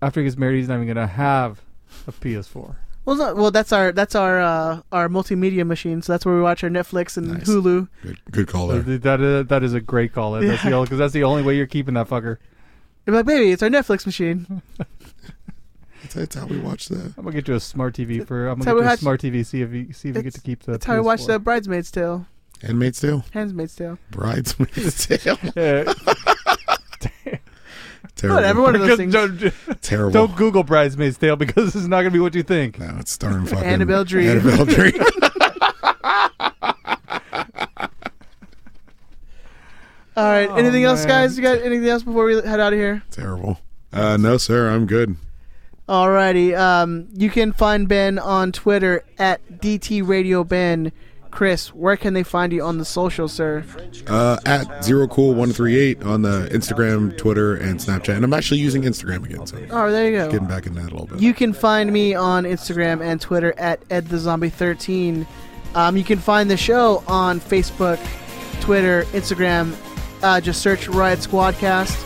S6: After he gets married, he's not even going to have a PS4.
S4: Well, it's not- well, that's our that's our uh, our multimedia machine. So that's where we watch our Netflix and
S5: Nice.
S4: Hulu.
S5: Good, good call there.
S6: That is, that is a great call, Ed. That's the
S4: Yeah.
S6: because that's the only way you're keeping that fucker.
S4: I'm like, baby, it's our Netflix machine.
S5: That's, that's how we watch that.
S6: I'm gonna get you a smart TV for. I'm
S4: That's how
S6: gonna get
S4: we
S6: you a
S4: watch-
S6: smart TV. See if you see if you
S4: That's-
S6: get to keep the.
S4: That's how I watch the
S6: PS4.
S4: Bridesmaid's Tale,
S5: Handmaid's Tale,
S4: Handmaid's Tale.
S5: Bridesmaid's Tale.
S6: Yeah.
S5: Terrible.
S4: Not every one of those things.
S6: Don't,
S5: Terrible.
S6: don't Google bridesmaids tale because it's not gonna be what you think.
S5: No, it's starring fucking
S4: Annabelle Drew.
S5: Annabelle Drew.
S4: All right.
S6: Oh,
S4: anything else,
S6: man.
S4: guys? You got anything else before we head out of here?
S5: Terrible. Uh, no, sir, I'm good.
S4: Alrighty. Um, you can find Ben on Twitter at DT Radio Ben. Chris, where can they find you on the social, sir?
S5: Uh, at zero cool one three eight on the Instagram, Twitter, and Snapchat, and I'm actually using Instagram again, so
S4: Oh, there you go.
S5: getting back in that a little bit.
S4: You can find me on Instagram and Twitter at EdTheZombie13. Um, you can find the show on Facebook, Twitter, Instagram. Uh, just search Riot Squadcast.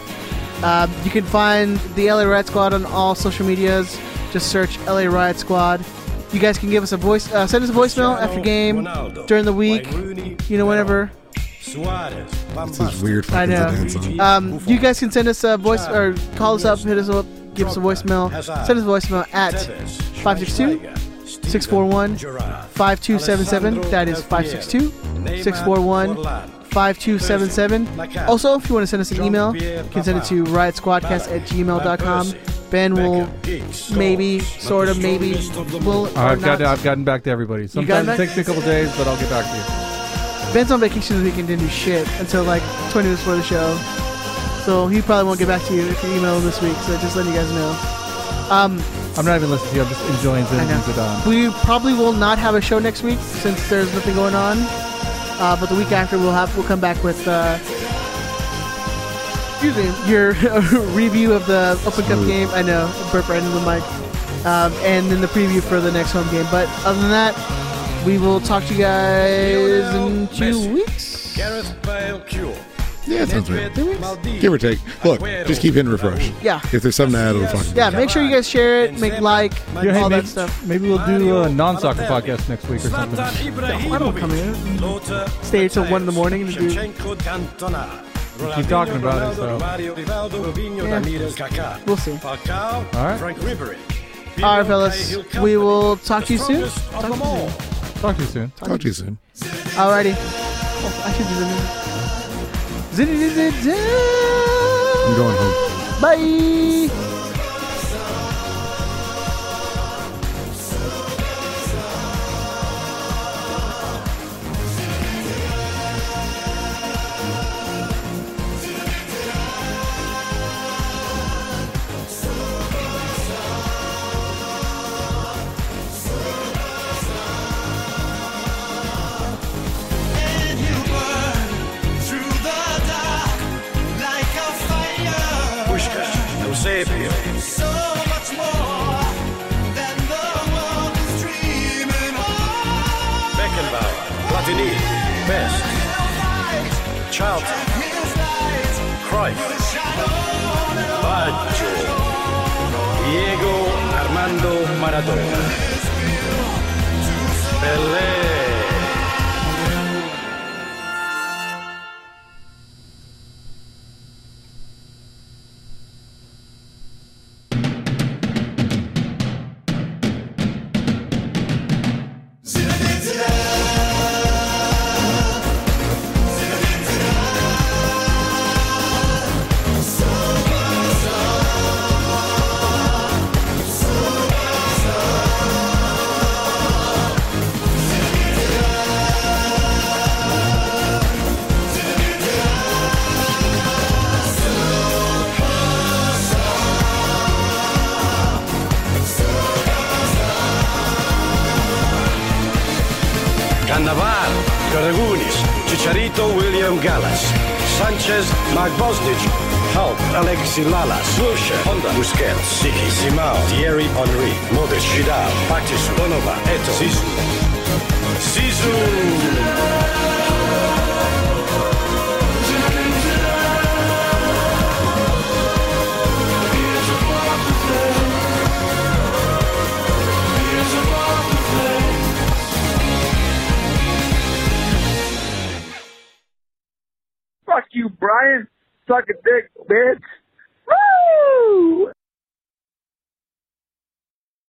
S4: Um, you can find the LA Riot Squad on all social medias. Just search LA Riot Squad. You guys can give us a voice, uh, send us a voicemail after game, during the week, you know, whenever.
S5: This is weird.
S4: I
S5: fucking
S4: know.
S5: Zidane song.
S4: Um, you guys can send us a voice or call us up, hit us up, give us a voicemail. Send us a voicemail at 562-641-5277. That is 562-641-5277. Also, if you want to send us an email, you can send it to riotsquadcast at gmail.com. Ben will maybe, sort of, maybe, will or
S6: I've
S4: not.
S6: got I've gotten back to everybody.
S4: gotten
S6: Sometimes
S4: back?
S6: it takes me a couple days, but I'll get back to you.
S4: Ben's on vacation this week and didn't do shit until like 20 minutes before the show. So he probably won't get back to you if you email him this week. So just letting you guys know. Um,
S6: I'm not even listening to you. I'm just enjoying um,
S4: I know.
S6: Zinzin Zidane.
S4: We probably will not have a show next week since there's nothing going on. Uh, but the week after, we'll have we'll come back with uh, excuse me your review of the Open Cup
S7: Smooth.
S4: game. I know burp right into the mic, um, and then the preview for the next home game. But other than that, we will talk to you guys in two weeks.
S5: Yeah, that sounds right. Give or take. Look, just keep hitting refresh.
S4: Yeah.
S5: If there's something to add, it'll fucking.
S4: Yeah, make sure you guys share it, make like,
S6: Yeah, hey,
S4: all
S6: maybe,
S4: that stuff.
S6: maybe we'll do a non-soccer podcast next week or something.
S4: I don't come here. Stay here till one in the morning and do.
S6: Keep talking about it, so.
S4: Yeah. We'll see.
S6: All right.
S4: All right, fellas. We will talk to you soon. Talk to you soon.
S6: Talk to you soon.
S5: Talk to you soon.
S4: Alrighty. Oh, I should do the music. Zzzz.
S5: I'm going home.
S4: Bye.
S7: And you burn through the dark like a fire. So much more than the world is dreaming of.
S13: Beckenbauer, Platini, Best, Charlton, Cruyff, Baggio, Diego Armando Maradona, Pelé. Cannavale, Karagunis, Chicharito, William Gallas, Sanchez, Mark Bosnich, Halp, Alexi Lalas, Lucia, Honda, Busquets, Siki, Simao, Thierry Henry, Modric, Vidal, Patis, Bonova, Eto, Sisu. Sisu!
S14: Fuck you, Brian. Suck a dick, bitch. Woo!